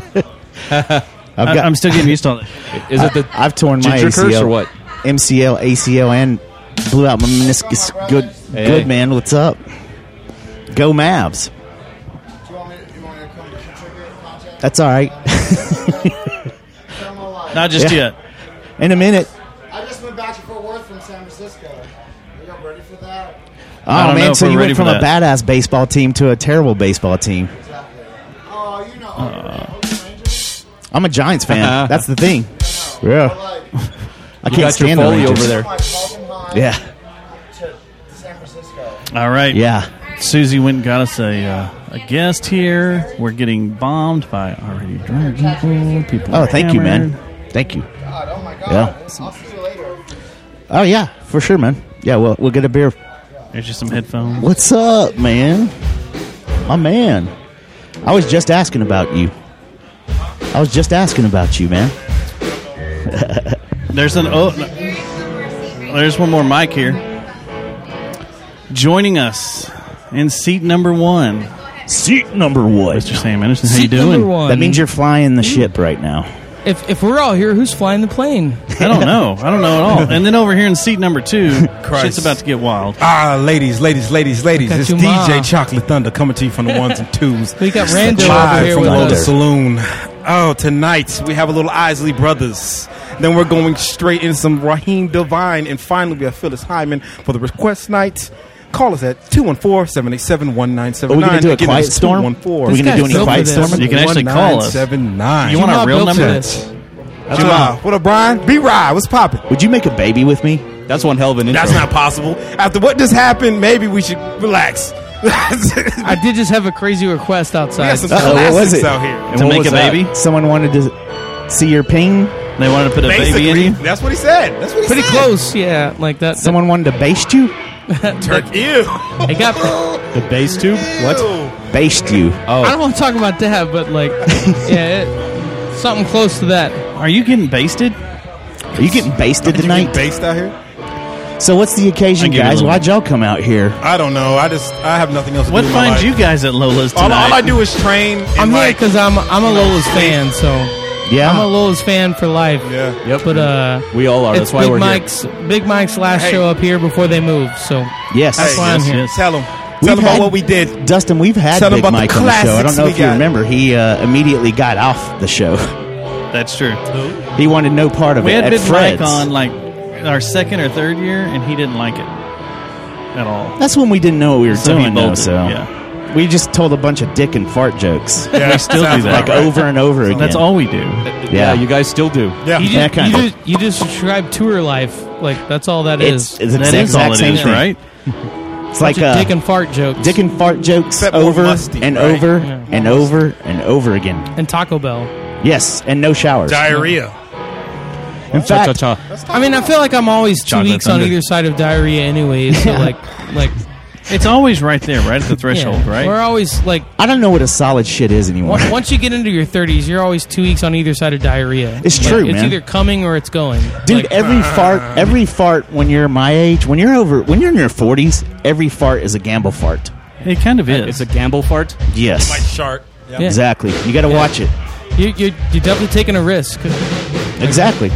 [SPEAKER 9] I've
[SPEAKER 12] I- [laughs] I'm still
[SPEAKER 9] [laughs]
[SPEAKER 12] getting used
[SPEAKER 1] to all that.
[SPEAKER 12] Is it the
[SPEAKER 9] I've torn my
[SPEAKER 12] ginger
[SPEAKER 9] ACL
[SPEAKER 12] curse or what?
[SPEAKER 9] MCL, ACL, and blew out my meniscus. Good,
[SPEAKER 12] Hey.
[SPEAKER 9] good man. What's up? Go Mavs. That's all right. [laughs]
[SPEAKER 1] Not just
[SPEAKER 9] Yeah. In a minute.
[SPEAKER 8] I just went back to Fort Worth from San Francisco. Are y'all ready for that?
[SPEAKER 1] I
[SPEAKER 9] Oh
[SPEAKER 1] don't know
[SPEAKER 9] man!
[SPEAKER 1] if
[SPEAKER 9] So
[SPEAKER 1] we're
[SPEAKER 9] you
[SPEAKER 1] ready
[SPEAKER 9] went
[SPEAKER 1] for
[SPEAKER 9] from a badass baseball team to a terrible baseball team.
[SPEAKER 8] Oh,
[SPEAKER 1] Uh,
[SPEAKER 9] I'm a Giants fan. That's the thing. Yeah. [laughs] I
[SPEAKER 1] Uh-huh. You
[SPEAKER 9] can't
[SPEAKER 1] got your
[SPEAKER 9] stand the
[SPEAKER 1] Foley
[SPEAKER 9] Rangers.
[SPEAKER 1] over there.
[SPEAKER 9] Yeah.
[SPEAKER 1] all right,
[SPEAKER 9] yeah.
[SPEAKER 1] Susie went and got us a uh, a guest here. We're getting bombed by already drunk people. people
[SPEAKER 9] Oh,
[SPEAKER 1] are
[SPEAKER 9] thank you, man. Thank you. Yeah.
[SPEAKER 8] oh I'll see you later.
[SPEAKER 9] Oh yeah, for sure, man. Yeah, well, we'll get a beer.
[SPEAKER 1] There's just some headphones.
[SPEAKER 9] What's up, man? My man. I was just asking about you. I was just asking about you, man. [laughs]
[SPEAKER 1] There's an oh, no. there's one more mic here. Joining us in seat number one.
[SPEAKER 9] Seat number one,
[SPEAKER 1] Mr. Sam Anderson. How you
[SPEAKER 13] Seat
[SPEAKER 1] doing?
[SPEAKER 13] number one.
[SPEAKER 9] That means you're flying the ship right now.
[SPEAKER 13] If, if we're all here, who's flying the
[SPEAKER 14] [laughs]
[SPEAKER 13] plane?
[SPEAKER 1] I don't know. I don't know at all. And then over here in seat number two, shit's about to get wild.
[SPEAKER 14] Ah, ladies, ladies, ladies, ladies.
[SPEAKER 1] at
[SPEAKER 14] It's
[SPEAKER 1] you,
[SPEAKER 14] DJ
[SPEAKER 1] Ma.
[SPEAKER 14] Chocolate Thunder coming to you from the ones and twos.
[SPEAKER 13] We got Rando over
[SPEAKER 14] Live
[SPEAKER 13] here
[SPEAKER 14] from
[SPEAKER 13] with
[SPEAKER 14] Lola
[SPEAKER 13] us.
[SPEAKER 14] Saloon. Oh, tonight we have a little Isley Brothers. Then we're going straight in some Raheem Divine. And finally, we have Phyllis Hyman for the request night. Call us at 214 787
[SPEAKER 9] Are we gonna
[SPEAKER 14] 1979.
[SPEAKER 9] do a quiet storm? Are we gonna do any quiet storming?
[SPEAKER 14] You can actually call us. 1979.
[SPEAKER 9] You want a real number? That's
[SPEAKER 14] Jamal, what up, Brian? B Rye, what's poppin'?
[SPEAKER 9] Would you make a baby with me?
[SPEAKER 8] That's one hell of an
[SPEAKER 14] That's not possible. After what just happened, maybe we should relax. I
[SPEAKER 13] did just have a crazy request outside.
[SPEAKER 14] We got some
[SPEAKER 13] [laughs]
[SPEAKER 9] Uh, what was
[SPEAKER 14] classics
[SPEAKER 9] it?
[SPEAKER 14] out here.
[SPEAKER 9] And what was that? Someone wanted to see your ping.
[SPEAKER 1] They wanted to put
[SPEAKER 14] Basically, That's what he said. That's what he
[SPEAKER 13] Pretty
[SPEAKER 14] said.
[SPEAKER 13] close, yeah. Like that.
[SPEAKER 9] Someone wanted to
[SPEAKER 13] [laughs]
[SPEAKER 9] baste you.
[SPEAKER 14] Turk, ew.
[SPEAKER 13] I
[SPEAKER 14] [laughs]
[SPEAKER 13] got.
[SPEAKER 8] The bass tube? What? Oh.
[SPEAKER 9] Based you.
[SPEAKER 13] I don't want to talk about that, but
[SPEAKER 9] [laughs]
[SPEAKER 13] like, yeah, it, something close to that.
[SPEAKER 1] Are you getting basted?
[SPEAKER 9] Are you getting basted tonight?
[SPEAKER 14] Based out here?
[SPEAKER 9] So what's the occasion,
[SPEAKER 14] I give you a
[SPEAKER 9] guys?
[SPEAKER 14] little-
[SPEAKER 9] Why'd y'all come out here?
[SPEAKER 14] I don't know. I just I have nothing else. To
[SPEAKER 1] What
[SPEAKER 14] do with my
[SPEAKER 1] finds
[SPEAKER 14] life.
[SPEAKER 1] you guys at Lola's
[SPEAKER 14] All, all
[SPEAKER 1] tonight?
[SPEAKER 14] I do is train. And
[SPEAKER 13] I'm here
[SPEAKER 14] like,
[SPEAKER 13] because I'm I'm a Lola's fan, so
[SPEAKER 9] Yeah.
[SPEAKER 13] I'm a Lola's fan for life.
[SPEAKER 14] Yeah,
[SPEAKER 8] yep.
[SPEAKER 13] But uh,
[SPEAKER 8] we all are.
[SPEAKER 13] it's
[SPEAKER 8] That's why
[SPEAKER 13] Big
[SPEAKER 8] we're here.
[SPEAKER 13] Mike's Big Mike's last
[SPEAKER 14] Hey.
[SPEAKER 13] show up here before they move. So
[SPEAKER 9] Yes.
[SPEAKER 13] that's why I'm here.
[SPEAKER 14] Tell him. Tell him about what we did.
[SPEAKER 9] Dustin, we've had
[SPEAKER 14] Tell 'em
[SPEAKER 9] Big
[SPEAKER 14] about the
[SPEAKER 9] Mike on the show. I don't
[SPEAKER 14] classics
[SPEAKER 9] know
[SPEAKER 14] we
[SPEAKER 9] if you
[SPEAKER 14] got.
[SPEAKER 9] remember. He uh, immediately got off the show.
[SPEAKER 1] That's true.
[SPEAKER 9] He wanted no part of
[SPEAKER 1] We
[SPEAKER 9] it.
[SPEAKER 1] had
[SPEAKER 9] at
[SPEAKER 1] Big Mike
[SPEAKER 9] Fred's.
[SPEAKER 1] on like our second or third year, and he didn't like it at all.
[SPEAKER 9] That's when we didn't know what we were
[SPEAKER 1] So he
[SPEAKER 9] doing, though.
[SPEAKER 1] bolted,
[SPEAKER 9] So
[SPEAKER 1] yeah.
[SPEAKER 9] we just told a bunch of dick and fart jokes.
[SPEAKER 1] Yeah, We still do sounds that.
[SPEAKER 9] like
[SPEAKER 1] about right.
[SPEAKER 9] over and over again.
[SPEAKER 1] That's all we do.
[SPEAKER 9] Yeah.
[SPEAKER 8] you guys still do.
[SPEAKER 14] Yeah.
[SPEAKER 13] You
[SPEAKER 9] Yeah,
[SPEAKER 13] just, you,
[SPEAKER 9] kinda.
[SPEAKER 13] just, you just subscribe tour life. Like that's all that
[SPEAKER 9] It's,
[SPEAKER 13] is.
[SPEAKER 9] it's the
[SPEAKER 1] That is all
[SPEAKER 9] exact
[SPEAKER 1] it
[SPEAKER 9] same
[SPEAKER 1] is,
[SPEAKER 9] thing,
[SPEAKER 1] right?
[SPEAKER 9] It's like
[SPEAKER 13] Bunch of
[SPEAKER 9] uh,
[SPEAKER 13] dick and fart jokes
[SPEAKER 9] dick and fart jokes
[SPEAKER 14] Except more
[SPEAKER 9] over
[SPEAKER 14] musty,
[SPEAKER 9] and
[SPEAKER 14] right?
[SPEAKER 9] over
[SPEAKER 13] Yeah.
[SPEAKER 9] and over and over again.
[SPEAKER 13] and Taco Bell.
[SPEAKER 9] Yes, and no showers.
[SPEAKER 14] Diarrhea.
[SPEAKER 9] In fact,
[SPEAKER 13] I mean, I feel like I'm always two
[SPEAKER 1] Chocolate
[SPEAKER 13] weeks
[SPEAKER 1] thunder.
[SPEAKER 13] on either side of diarrhea, anyway.
[SPEAKER 9] [laughs]
[SPEAKER 13] So like, like
[SPEAKER 1] It's always right there, right at the
[SPEAKER 13] [laughs]
[SPEAKER 1] threshold,
[SPEAKER 13] yeah, We're
[SPEAKER 1] right?
[SPEAKER 13] always like.
[SPEAKER 9] I don't know what a solid shit is anymore.
[SPEAKER 13] on- Once you get into your 30s, you're always two weeks on either side of diarrhea.
[SPEAKER 9] It's
[SPEAKER 13] Like,
[SPEAKER 9] true,
[SPEAKER 13] It's
[SPEAKER 9] man.
[SPEAKER 13] either coming or it's going.
[SPEAKER 9] Dude,
[SPEAKER 13] Like,
[SPEAKER 14] [laughs]
[SPEAKER 9] every fart, every fart when you're my age, when you're over, when you're in your 40s, every fart is a gamble fart.
[SPEAKER 1] It kind of
[SPEAKER 8] It's
[SPEAKER 1] is.
[SPEAKER 8] a gamble fart.
[SPEAKER 9] Yes,
[SPEAKER 14] Like shark. Yeah.
[SPEAKER 13] Yeah.
[SPEAKER 9] exactly. You got to watch it.
[SPEAKER 13] You, you, you're definitely taking a risk. [laughs]
[SPEAKER 9] Exactly.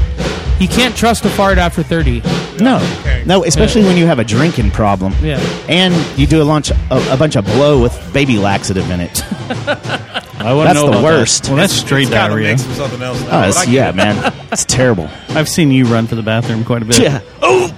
[SPEAKER 13] You can't trust a fart after 30.
[SPEAKER 9] No, no, especially when you have a drinking problem.
[SPEAKER 13] Yeah.
[SPEAKER 9] and you do a lunch, a, a bunch of blow with baby laxative in it.
[SPEAKER 8] I want
[SPEAKER 9] That's
[SPEAKER 8] to know
[SPEAKER 9] the
[SPEAKER 8] about
[SPEAKER 9] worst.
[SPEAKER 1] well, that's straight
[SPEAKER 14] It's kind of
[SPEAKER 1] diarrhea.
[SPEAKER 14] mixed with something else.
[SPEAKER 9] Oh,
[SPEAKER 14] Now,
[SPEAKER 9] it's-
[SPEAKER 14] but I get
[SPEAKER 9] yeah,
[SPEAKER 14] it.
[SPEAKER 9] man, it's terrible.
[SPEAKER 1] [laughs] I've seen you run to the bathroom quite a bit.
[SPEAKER 9] [laughs] Yeah.
[SPEAKER 14] Oh.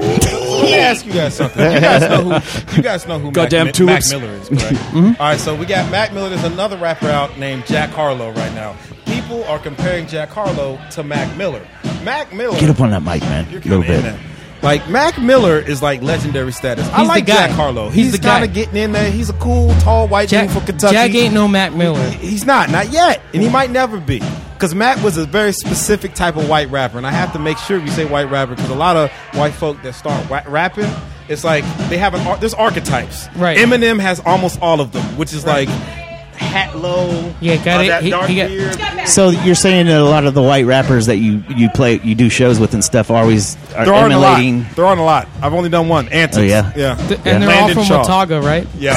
[SPEAKER 14] Let me ask you guys something. You guys know who? You guys know who?
[SPEAKER 8] Goddamn
[SPEAKER 14] Mac, Mac
[SPEAKER 8] tulips.
[SPEAKER 14] Miller
[SPEAKER 9] [laughs]
[SPEAKER 14] is, correct?
[SPEAKER 9] Mm-hmm.
[SPEAKER 14] All right, so we got Mac Miller. There's another rapper out named Jack Harlow right now. People are comparing Jack Harlow to Mac Miller. Mac Miller.
[SPEAKER 9] Get up on that mic, man.
[SPEAKER 14] You're
[SPEAKER 9] A little
[SPEAKER 14] kinda in
[SPEAKER 9] bit.
[SPEAKER 14] there. Like Mac Miller is like legendary status. I
[SPEAKER 13] He's
[SPEAKER 14] like
[SPEAKER 13] the guy.
[SPEAKER 14] Jack Harlow.
[SPEAKER 13] He's
[SPEAKER 14] He's,
[SPEAKER 13] the
[SPEAKER 14] kind of
[SPEAKER 13] guy.
[SPEAKER 14] getting in there. He's a cool, tall, white
[SPEAKER 13] Jack,
[SPEAKER 14] dude from Kentucky.
[SPEAKER 13] Jack ain't no Mac Miller.
[SPEAKER 14] He's not, not yet, and he might never be. Because Mac was a very specific type of white rapper, and I have to make sure we say white rapper because a lot of white folk that start wa- rapping, it's like they have an ar- there's archetypes.
[SPEAKER 13] Right.
[SPEAKER 14] Eminem has almost all of them, which is like hat low.
[SPEAKER 13] Yeah, got
[SPEAKER 14] uh,
[SPEAKER 13] it.
[SPEAKER 14] That
[SPEAKER 13] He-
[SPEAKER 14] dark
[SPEAKER 13] he got-
[SPEAKER 14] beard.
[SPEAKER 9] So you're saying that a lot of the white rappers that you you play, you do shows with and stuff, are always are
[SPEAKER 14] There aren't a
[SPEAKER 9] emulating.
[SPEAKER 14] lot. There aren't a lot. I've only done one. Antics.
[SPEAKER 9] Oh, yeah?
[SPEAKER 14] Yeah.
[SPEAKER 13] Th- And they're
[SPEAKER 14] Landon
[SPEAKER 13] all from
[SPEAKER 14] Shaw.
[SPEAKER 13] Watauga, right? [laughs]
[SPEAKER 14] Yeah.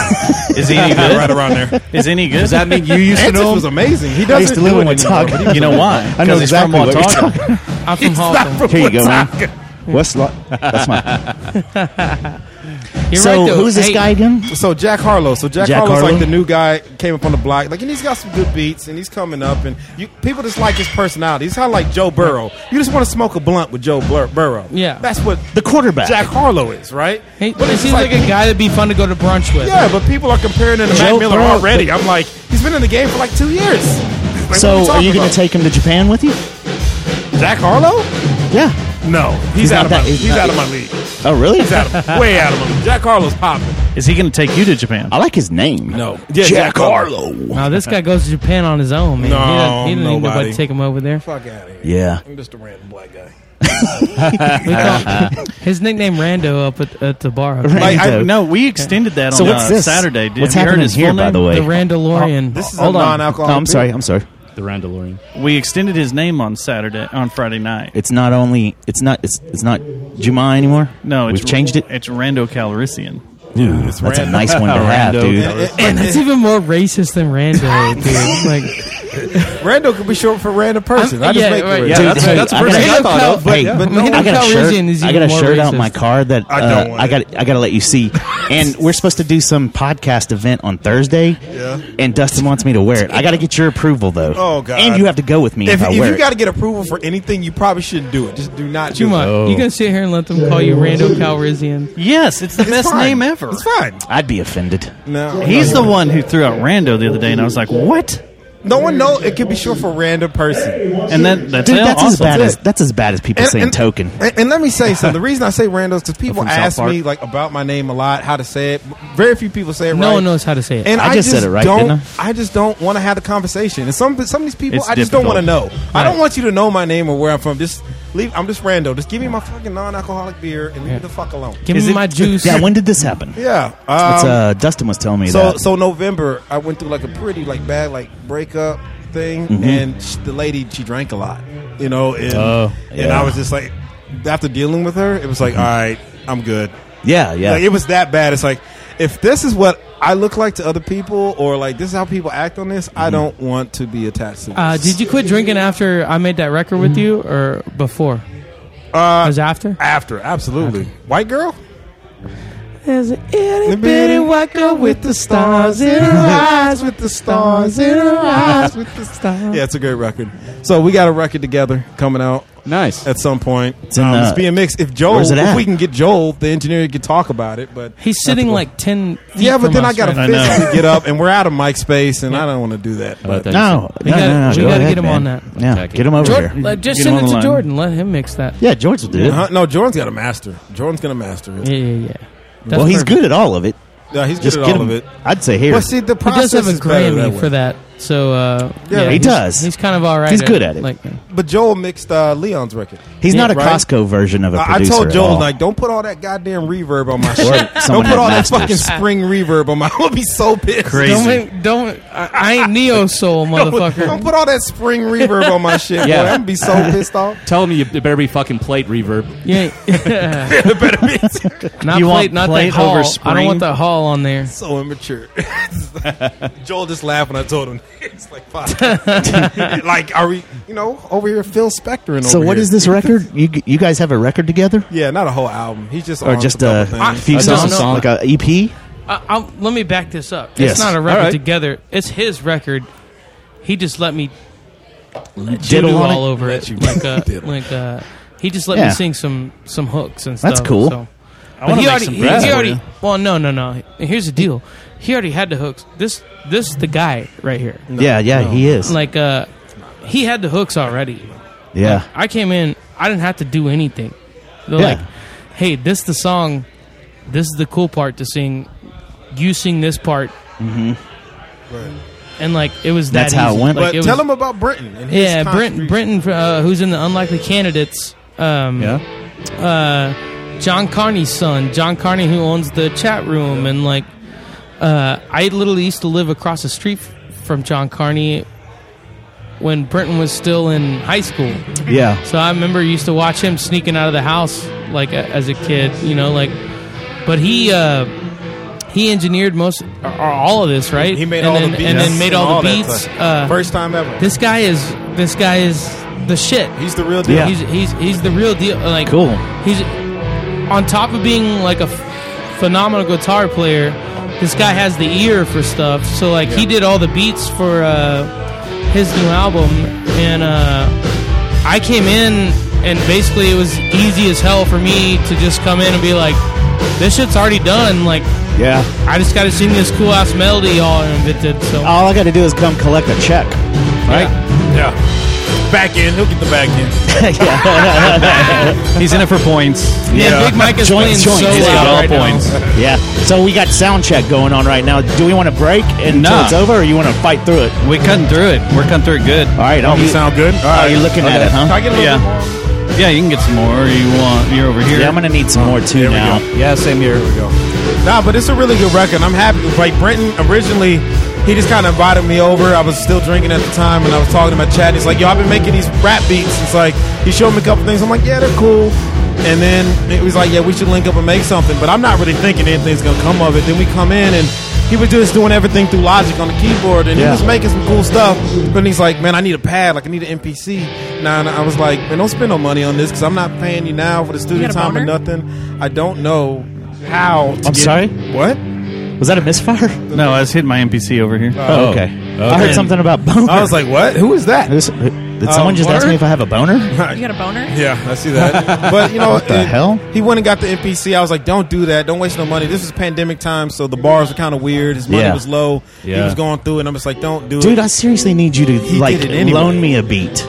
[SPEAKER 1] Is he any good?
[SPEAKER 14] [laughs] right around there.
[SPEAKER 1] Is any good?
[SPEAKER 8] Does that mean you used to
[SPEAKER 14] Antics
[SPEAKER 8] know
[SPEAKER 14] was
[SPEAKER 8] him?
[SPEAKER 14] amazing. He doesn't
[SPEAKER 9] I used to live
[SPEAKER 14] do
[SPEAKER 9] in
[SPEAKER 14] it anymore, but he
[SPEAKER 9] Watauga.
[SPEAKER 1] You know why?
[SPEAKER 9] I know
[SPEAKER 1] 'Cause he's from
[SPEAKER 9] exactly what you're
[SPEAKER 1] Watauga.
[SPEAKER 9] talking.
[SPEAKER 13] [laughs]
[SPEAKER 9] about.
[SPEAKER 13] I'm from Hawthorne.
[SPEAKER 9] Here you go, man. What's lo- that's my
[SPEAKER 13] [laughs]
[SPEAKER 8] [laughs]
[SPEAKER 13] You're
[SPEAKER 9] so
[SPEAKER 13] right, though.
[SPEAKER 9] who's this
[SPEAKER 13] Hey,
[SPEAKER 9] guy again?
[SPEAKER 14] So Jack Harlow. So Jack,
[SPEAKER 9] Jack
[SPEAKER 14] Harlow's
[SPEAKER 9] Harlow?
[SPEAKER 14] like the new guy came up on the block. Like, and he's got some good beats, and he's coming up, and you, people just like his personality. He's kind of like Joe Burrow. You just want to smoke a blunt with Joe Blur- Burrow.
[SPEAKER 13] Yeah.
[SPEAKER 14] that's what
[SPEAKER 9] The quarterback.
[SPEAKER 14] Jack Harlow is, right?
[SPEAKER 13] Hey,
[SPEAKER 14] But
[SPEAKER 13] it
[SPEAKER 14] it's
[SPEAKER 13] seems
[SPEAKER 14] like-
[SPEAKER 13] like, a guy that'd be fun to go to brunch with.
[SPEAKER 14] Yeah, but people are comparing him to
[SPEAKER 9] Joe
[SPEAKER 14] Mac Miller
[SPEAKER 9] Burrow,
[SPEAKER 14] already. I'm like, he's been in the game for like two years. Like, what
[SPEAKER 9] so are
[SPEAKER 14] talking
[SPEAKER 9] you going
[SPEAKER 14] about?
[SPEAKER 9] to take him to Japan with you?
[SPEAKER 14] Jack Harlow?
[SPEAKER 9] Yeah.
[SPEAKER 14] No, he's,
[SPEAKER 9] He's
[SPEAKER 14] out
[SPEAKER 9] not
[SPEAKER 14] of
[SPEAKER 9] that-
[SPEAKER 14] my
[SPEAKER 9] he's
[SPEAKER 14] he's
[SPEAKER 9] not-
[SPEAKER 14] out of my league.
[SPEAKER 9] Oh, really?
[SPEAKER 14] He's out of way out of my league. Jack Harlow's popping.
[SPEAKER 1] Is he going to take you to Japan?
[SPEAKER 9] I like his name.
[SPEAKER 14] No, yeah,
[SPEAKER 9] Jack Harlow.
[SPEAKER 13] Now this guy goes to Japan on his own, man. he doesn't, he
[SPEAKER 14] No,
[SPEAKER 13] doesn't need nobody
[SPEAKER 14] nobody.
[SPEAKER 13] to take him over there.
[SPEAKER 14] Fuck out of here.
[SPEAKER 9] Yeah.
[SPEAKER 14] I'm just a random black guy. [laughs]
[SPEAKER 13] We call- his nickname Rando up at, at the bar.
[SPEAKER 1] Like, I,
[SPEAKER 9] Rando.
[SPEAKER 1] no, we extended that on
[SPEAKER 9] So what's
[SPEAKER 1] uh,
[SPEAKER 9] this?
[SPEAKER 1] Saturday. Did,
[SPEAKER 9] What's
[SPEAKER 1] have you heard
[SPEAKER 9] happening
[SPEAKER 1] his
[SPEAKER 9] here,
[SPEAKER 1] full
[SPEAKER 9] by
[SPEAKER 1] name?
[SPEAKER 9] the way?
[SPEAKER 13] The Randalorian.
[SPEAKER 14] Oh, This is
[SPEAKER 1] Hold
[SPEAKER 14] a
[SPEAKER 1] on.
[SPEAKER 9] No,
[SPEAKER 14] non-alcoholic.
[SPEAKER 9] I'm
[SPEAKER 14] beer.
[SPEAKER 9] sorry. I'm sorry.
[SPEAKER 8] The Randalorian.
[SPEAKER 1] We extended his name on Saturday, on Friday night.
[SPEAKER 9] It's not only. It's not. It's it's not Jumai anymore.
[SPEAKER 1] No, it's
[SPEAKER 9] we've changed it.
[SPEAKER 1] It's Rando Calrissian.
[SPEAKER 9] Dude, that's a nice one to have, [laughs]
[SPEAKER 8] Rando.
[SPEAKER 9] dude.
[SPEAKER 14] And- and- [laughs]
[SPEAKER 13] Man, that's even more racist than Rando, dude. Like,
[SPEAKER 14] Randall could be short for random person. I just
[SPEAKER 13] yeah,
[SPEAKER 14] make
[SPEAKER 13] right.
[SPEAKER 14] the
[SPEAKER 13] Yeah,
[SPEAKER 14] word.
[SPEAKER 13] that's- Dude, that's hey, the first I thing I gotta- thought of, but-
[SPEAKER 9] Hey,
[SPEAKER 13] but no,
[SPEAKER 9] I got a
[SPEAKER 13] Calrissian
[SPEAKER 9] shirt.
[SPEAKER 13] is
[SPEAKER 9] I
[SPEAKER 13] even
[SPEAKER 9] got a
[SPEAKER 13] more
[SPEAKER 9] shirt out
[SPEAKER 13] racist.
[SPEAKER 9] in my car that
[SPEAKER 13] I
[SPEAKER 9] uh,
[SPEAKER 13] don't want
[SPEAKER 9] I got. I got to let you see. And we're supposed to do some podcast event on Thursday.
[SPEAKER 14] Yeah.
[SPEAKER 9] And Dustin wants me to wear it. I got to get your approval though.
[SPEAKER 14] Oh, God.
[SPEAKER 9] And you have to go with me if,
[SPEAKER 14] If,
[SPEAKER 9] I
[SPEAKER 14] if
[SPEAKER 9] wear
[SPEAKER 14] you
[SPEAKER 9] it.
[SPEAKER 14] got to get approval for anything, you probably shouldn't do it. Just do not. do
[SPEAKER 13] Juma,
[SPEAKER 14] it. Oh.
[SPEAKER 13] you gonna sit here and let them call you Rando Calrissian?
[SPEAKER 1] Yes, it's the best
[SPEAKER 14] fine.
[SPEAKER 1] name ever.
[SPEAKER 14] It's fine.
[SPEAKER 9] I'd be offended.
[SPEAKER 14] No,
[SPEAKER 1] He's the one who threw out Rando the other day, and I was like, "What?"
[SPEAKER 14] No one knows. It could be short for random person.
[SPEAKER 1] And that that's,
[SPEAKER 9] Dude,
[SPEAKER 1] it
[SPEAKER 13] Oh,
[SPEAKER 9] that's as
[SPEAKER 1] also.
[SPEAKER 9] bad as that's as bad as people
[SPEAKER 14] And-
[SPEAKER 9] saying
[SPEAKER 14] and-
[SPEAKER 9] token.
[SPEAKER 14] And, and let me say something. The reason I say Randall is because people
[SPEAKER 9] From South
[SPEAKER 14] ask
[SPEAKER 9] Park.
[SPEAKER 14] me like about my name a lot, how to say it. Very few people say it
[SPEAKER 13] No
[SPEAKER 14] right.
[SPEAKER 13] one knows how to say it.
[SPEAKER 14] And
[SPEAKER 13] I
[SPEAKER 14] I,
[SPEAKER 13] just said it right,
[SPEAKER 14] Don't,
[SPEAKER 13] didn't
[SPEAKER 14] I? just don't want to have the conversation. And some some of these people,
[SPEAKER 13] It's
[SPEAKER 14] I just don't want to know.
[SPEAKER 13] difficult.
[SPEAKER 14] I don't
[SPEAKER 13] Right.
[SPEAKER 14] want you to know my name or where I'm from. Just leave. I'm just Randall. Just give me my fucking non-alcoholic beer and leave me the fuck alone.
[SPEAKER 9] Is it- Yeah, when did this happen?
[SPEAKER 14] Yeah,
[SPEAKER 9] It's,
[SPEAKER 14] um,
[SPEAKER 9] uh, Dustin was telling me
[SPEAKER 14] so
[SPEAKER 9] that.
[SPEAKER 14] so November, I went through like a pretty like bad like breakup thing,
[SPEAKER 9] Mhm.
[SPEAKER 14] and sh the lady she drank a lot, you know, and
[SPEAKER 9] Oh,
[SPEAKER 14] and
[SPEAKER 9] yeah. Mm-hmm.
[SPEAKER 14] I was just like, after dealing with her, it was like, all right, I'm good.
[SPEAKER 9] Yeah, yeah.
[SPEAKER 14] Like, it was that bad. It's like if this is what I look like to other people, or like this is how people act on this,
[SPEAKER 9] Mm-hmm.
[SPEAKER 14] I don't want to be attached to this.
[SPEAKER 13] Uh, did you quit drinking after I made that record with you, or before?
[SPEAKER 14] Mm-hmm. Uh,
[SPEAKER 13] was it after?
[SPEAKER 14] After, absolutely. White girl.
[SPEAKER 13] There's an itty bitty white girl with the stars in
[SPEAKER 8] [laughs]
[SPEAKER 14] her
[SPEAKER 9] [laughs]
[SPEAKER 14] eyes, with the stars in her eyes,
[SPEAKER 13] with the stars.
[SPEAKER 14] Yeah, it's a great record. So we got a record together coming out.
[SPEAKER 10] Nice.
[SPEAKER 14] At some point, it's,
[SPEAKER 13] in,
[SPEAKER 14] it's
[SPEAKER 13] uh,
[SPEAKER 14] being mixed. If Joel,
[SPEAKER 13] where's it
[SPEAKER 14] if
[SPEAKER 13] at?
[SPEAKER 14] we can get Joel, the engineer, could talk about it. But
[SPEAKER 13] He's sitting like ten. Feet
[SPEAKER 14] yeah, but
[SPEAKER 13] from
[SPEAKER 14] then
[SPEAKER 13] us
[SPEAKER 14] I got to
[SPEAKER 13] right now.
[SPEAKER 14] physically get up, and we're out of mic space, and I don't want to do that.
[SPEAKER 9] No,
[SPEAKER 14] But
[SPEAKER 9] no, no,
[SPEAKER 13] We gotta-
[SPEAKER 9] no, no.
[SPEAKER 13] we
[SPEAKER 9] go
[SPEAKER 13] gotta
[SPEAKER 9] ahead,
[SPEAKER 13] get him on
[SPEAKER 9] man.
[SPEAKER 13] that.
[SPEAKER 9] Yeah, get him over
[SPEAKER 13] Jordan,
[SPEAKER 9] here.
[SPEAKER 13] let- just send it to Jordan. Let him mix that.
[SPEAKER 9] Yeah, George will do it.
[SPEAKER 14] Uh-huh. No, Jordan's got a master. Jordan's gonna master it.
[SPEAKER 13] Yeah, yeah, yeah. That's
[SPEAKER 9] well, he's
[SPEAKER 13] perfect.
[SPEAKER 9] good at all of it.
[SPEAKER 14] Yeah, he's good
[SPEAKER 9] Just
[SPEAKER 14] at
[SPEAKER 9] get
[SPEAKER 14] all of
[SPEAKER 9] him-
[SPEAKER 14] it.
[SPEAKER 9] I'd say here.
[SPEAKER 14] But see,
[SPEAKER 13] He
[SPEAKER 14] the
[SPEAKER 13] does
[SPEAKER 14] process
[SPEAKER 13] have a
[SPEAKER 14] is better that
[SPEAKER 13] Grammy
[SPEAKER 14] way.
[SPEAKER 13] for that, so uh,
[SPEAKER 14] Yeah, he
[SPEAKER 13] he's-
[SPEAKER 9] does.
[SPEAKER 13] He's kind of all right.
[SPEAKER 9] He's good at it.
[SPEAKER 13] Like,
[SPEAKER 14] But Joel mixed uh, Leon's record.
[SPEAKER 9] He's not a
[SPEAKER 14] Right?
[SPEAKER 9] Costco version of a
[SPEAKER 14] I I
[SPEAKER 9] producer
[SPEAKER 14] told
[SPEAKER 9] at
[SPEAKER 14] Joel
[SPEAKER 9] all.
[SPEAKER 14] like, don't put all that goddamn reverb on my
[SPEAKER 9] [laughs] Or
[SPEAKER 14] shit.
[SPEAKER 9] someone
[SPEAKER 14] Don't put
[SPEAKER 9] that
[SPEAKER 14] all
[SPEAKER 9] masters.
[SPEAKER 14] that fucking spring reverb on my. [laughs] I'm gonna be so pissed.
[SPEAKER 13] Don't make- don't. I, I ain't neo
[SPEAKER 14] [laughs]
[SPEAKER 13] soul,
[SPEAKER 14] Don't put-
[SPEAKER 13] motherfucker.
[SPEAKER 14] Don't put all that spring reverb on my shit. Boy, I'm gonna be so pissed off.
[SPEAKER 10] Tell him you it better be fucking plate reverb.
[SPEAKER 13] [laughs] Yeah, not
[SPEAKER 10] You
[SPEAKER 13] plate,
[SPEAKER 10] want
[SPEAKER 13] not
[SPEAKER 10] plate
[SPEAKER 13] that hall.
[SPEAKER 10] over
[SPEAKER 13] I don't
[SPEAKER 10] spring?
[SPEAKER 13] want that hall on there.
[SPEAKER 14] So immature. [laughs] Joel just laughed when I told him. [laughs] It's like, fuck. like, are we, you know, over here, Phil Spector and
[SPEAKER 9] So
[SPEAKER 14] over
[SPEAKER 9] what
[SPEAKER 14] here.
[SPEAKER 9] is this record? You you guys have a record together,
[SPEAKER 14] [laughs] Yeah, not a whole album. He's just
[SPEAKER 9] or
[SPEAKER 14] on
[SPEAKER 9] just
[SPEAKER 14] a
[SPEAKER 9] a
[SPEAKER 14] couple things.
[SPEAKER 9] few
[SPEAKER 13] I don't
[SPEAKER 9] songs,
[SPEAKER 13] know.
[SPEAKER 9] like a E EP?
[SPEAKER 13] [laughs] I, I'll, let me back this up.
[SPEAKER 9] Yes.
[SPEAKER 13] It's not a
[SPEAKER 9] All
[SPEAKER 13] record
[SPEAKER 9] right.
[SPEAKER 13] together. It's his record. He just let me let
[SPEAKER 9] Diddle
[SPEAKER 13] you do
[SPEAKER 9] on
[SPEAKER 13] all
[SPEAKER 9] it?
[SPEAKER 13] over
[SPEAKER 9] Let
[SPEAKER 13] it.
[SPEAKER 9] you
[SPEAKER 13] Like, uh,
[SPEAKER 9] [laughs] diddle.
[SPEAKER 13] like uh, he just let
[SPEAKER 9] Yeah.
[SPEAKER 13] me sing some some hooks and stuff.
[SPEAKER 9] That's cool.
[SPEAKER 13] So.
[SPEAKER 1] I
[SPEAKER 13] But
[SPEAKER 1] wanna
[SPEAKER 13] he
[SPEAKER 1] make
[SPEAKER 13] already,
[SPEAKER 1] some
[SPEAKER 13] he,
[SPEAKER 1] bread
[SPEAKER 13] he
[SPEAKER 1] for
[SPEAKER 13] already.
[SPEAKER 1] you.
[SPEAKER 13] Well, no, no, no. Here's the deal. He already had the hooks. This, this, is the guy right here.
[SPEAKER 9] yeah, yeah, he is.
[SPEAKER 13] Like, uh, he had the hooks already.
[SPEAKER 9] yeah,
[SPEAKER 13] Like, I came in. I didn't have to do anything. They're
[SPEAKER 9] Yeah.
[SPEAKER 13] like, "Hey, this the song. This is the cool part to sing. You sing this part." Mm-hmm. And like it was that.
[SPEAKER 9] That's how it
[SPEAKER 13] easy.
[SPEAKER 9] went.
[SPEAKER 13] Like,
[SPEAKER 14] But
[SPEAKER 13] it
[SPEAKER 14] tell
[SPEAKER 13] was-
[SPEAKER 14] him about Brenton. And his
[SPEAKER 13] yeah, Brenton, Brenton, uh, who's in the unlikely candidates. Um,
[SPEAKER 10] Yeah.
[SPEAKER 13] Uh, John Carney's son, John Carney, who owns the chat room, and like, uh, I literally used to live across the street f- from John Carney when Brenton was still in high school.
[SPEAKER 9] Yeah.
[SPEAKER 13] So I remember used to watch him sneaking out of the house like a, as a kid, you know, like. But he uh, he engineered most or, or all of this, right?
[SPEAKER 14] He made
[SPEAKER 13] and
[SPEAKER 14] all
[SPEAKER 13] then,
[SPEAKER 14] the beats
[SPEAKER 13] and then made
[SPEAKER 14] and
[SPEAKER 13] all,
[SPEAKER 14] all
[SPEAKER 13] the
[SPEAKER 14] that
[SPEAKER 13] beats.
[SPEAKER 14] stuff.
[SPEAKER 13] Uh,
[SPEAKER 14] First time ever.
[SPEAKER 13] This guy is this guy is the shit.
[SPEAKER 14] He's the real
[SPEAKER 9] deal. Yeah.
[SPEAKER 13] He's he's he's the real deal. Like
[SPEAKER 9] Cool.
[SPEAKER 13] He's on top of being like a ph- phenomenal guitar player. This guy has the ear for stuff. So like he did all the beats for uh, his new album, and uh, I came in and basically it was easy as hell for me to just come in and be like, this shit's already done. Like
[SPEAKER 9] yeah.
[SPEAKER 13] I just got to sing this cool ass melody y'all invented. So
[SPEAKER 9] All I got to do is come collect a check, right?
[SPEAKER 14] Yeah. Back in. He'll get the back in.
[SPEAKER 9] [laughs]
[SPEAKER 1] [laughs] He's in it for points.
[SPEAKER 13] Yeah, Big Mike is
[SPEAKER 9] Joint-
[SPEAKER 13] playing
[SPEAKER 9] joint.
[SPEAKER 13] so
[SPEAKER 9] He's got
[SPEAKER 13] loud
[SPEAKER 9] all
[SPEAKER 13] right now.
[SPEAKER 9] points. Yeah. So we got sound check going on right now. Do we want to break until
[SPEAKER 1] Nah.
[SPEAKER 9] it's over, or you want to fight through it?
[SPEAKER 1] We're cutting through it. We're cutting through it good. All
[SPEAKER 9] right. Oh, you- oh, you're looking at it, huh?
[SPEAKER 1] yeah. Yeah, you can get some more. You want? You're over here.
[SPEAKER 9] Yeah, I'm gonna need some more too now.
[SPEAKER 1] Yeah, same here.
[SPEAKER 14] we go. Nah, but it's a really good record. I'm happy. Like Brenton originally, he just kind of invited me over. I was still drinking at the time, and I was talking to my chat. He's like, "Yo, I've been making these rap beats." It's like he showed me a couple things. I'm like, "Yeah, they're cool." And then it was like, "Yeah, we should link up and make something." But I'm not really thinking anything's gonna come of it. Then we come in, and he he was just doing everything through Logic on the keyboard, and
[SPEAKER 15] Yeah.
[SPEAKER 14] he was making some cool stuff. But then he's like, "Man, I need a pad. Like, I need an MPC." Now, and I was like, "Man, don't spend no money on this because I'm not paying you now for the studio
[SPEAKER 15] got a
[SPEAKER 14] time or
[SPEAKER 15] boner?
[SPEAKER 14] nothing. I don't know how." To
[SPEAKER 1] I'm
[SPEAKER 14] get-
[SPEAKER 1] sorry?
[SPEAKER 14] What?
[SPEAKER 1] Was that a misfire? No, I was hitting my MPC over here.
[SPEAKER 14] Oh, okay.
[SPEAKER 9] I heard something about boner.
[SPEAKER 14] I was like, "What? Who is that?"
[SPEAKER 9] uh,
[SPEAKER 14] Uh,
[SPEAKER 9] Did someone just ask me if I have a
[SPEAKER 14] [laughs]
[SPEAKER 9] boner?
[SPEAKER 14] You got a boner? Yeah, I see
[SPEAKER 13] [laughs]
[SPEAKER 14] that. [laughs] but you know,
[SPEAKER 9] What the
[SPEAKER 14] it-
[SPEAKER 9] hell?
[SPEAKER 14] He went and got the NPC. I was like, "Don't do that. Don't waste no money. This is pandemic time, so the bars were kind of weird. His money
[SPEAKER 9] Yeah.
[SPEAKER 14] was low. He
[SPEAKER 9] Yeah.
[SPEAKER 14] was going through, it, and I'm just like, "Don't do [laughs]
[SPEAKER 9] Dude,
[SPEAKER 14] it,
[SPEAKER 9] I seriously need you to
[SPEAKER 14] He
[SPEAKER 9] like
[SPEAKER 14] did it anyway.
[SPEAKER 9] loan me a beat.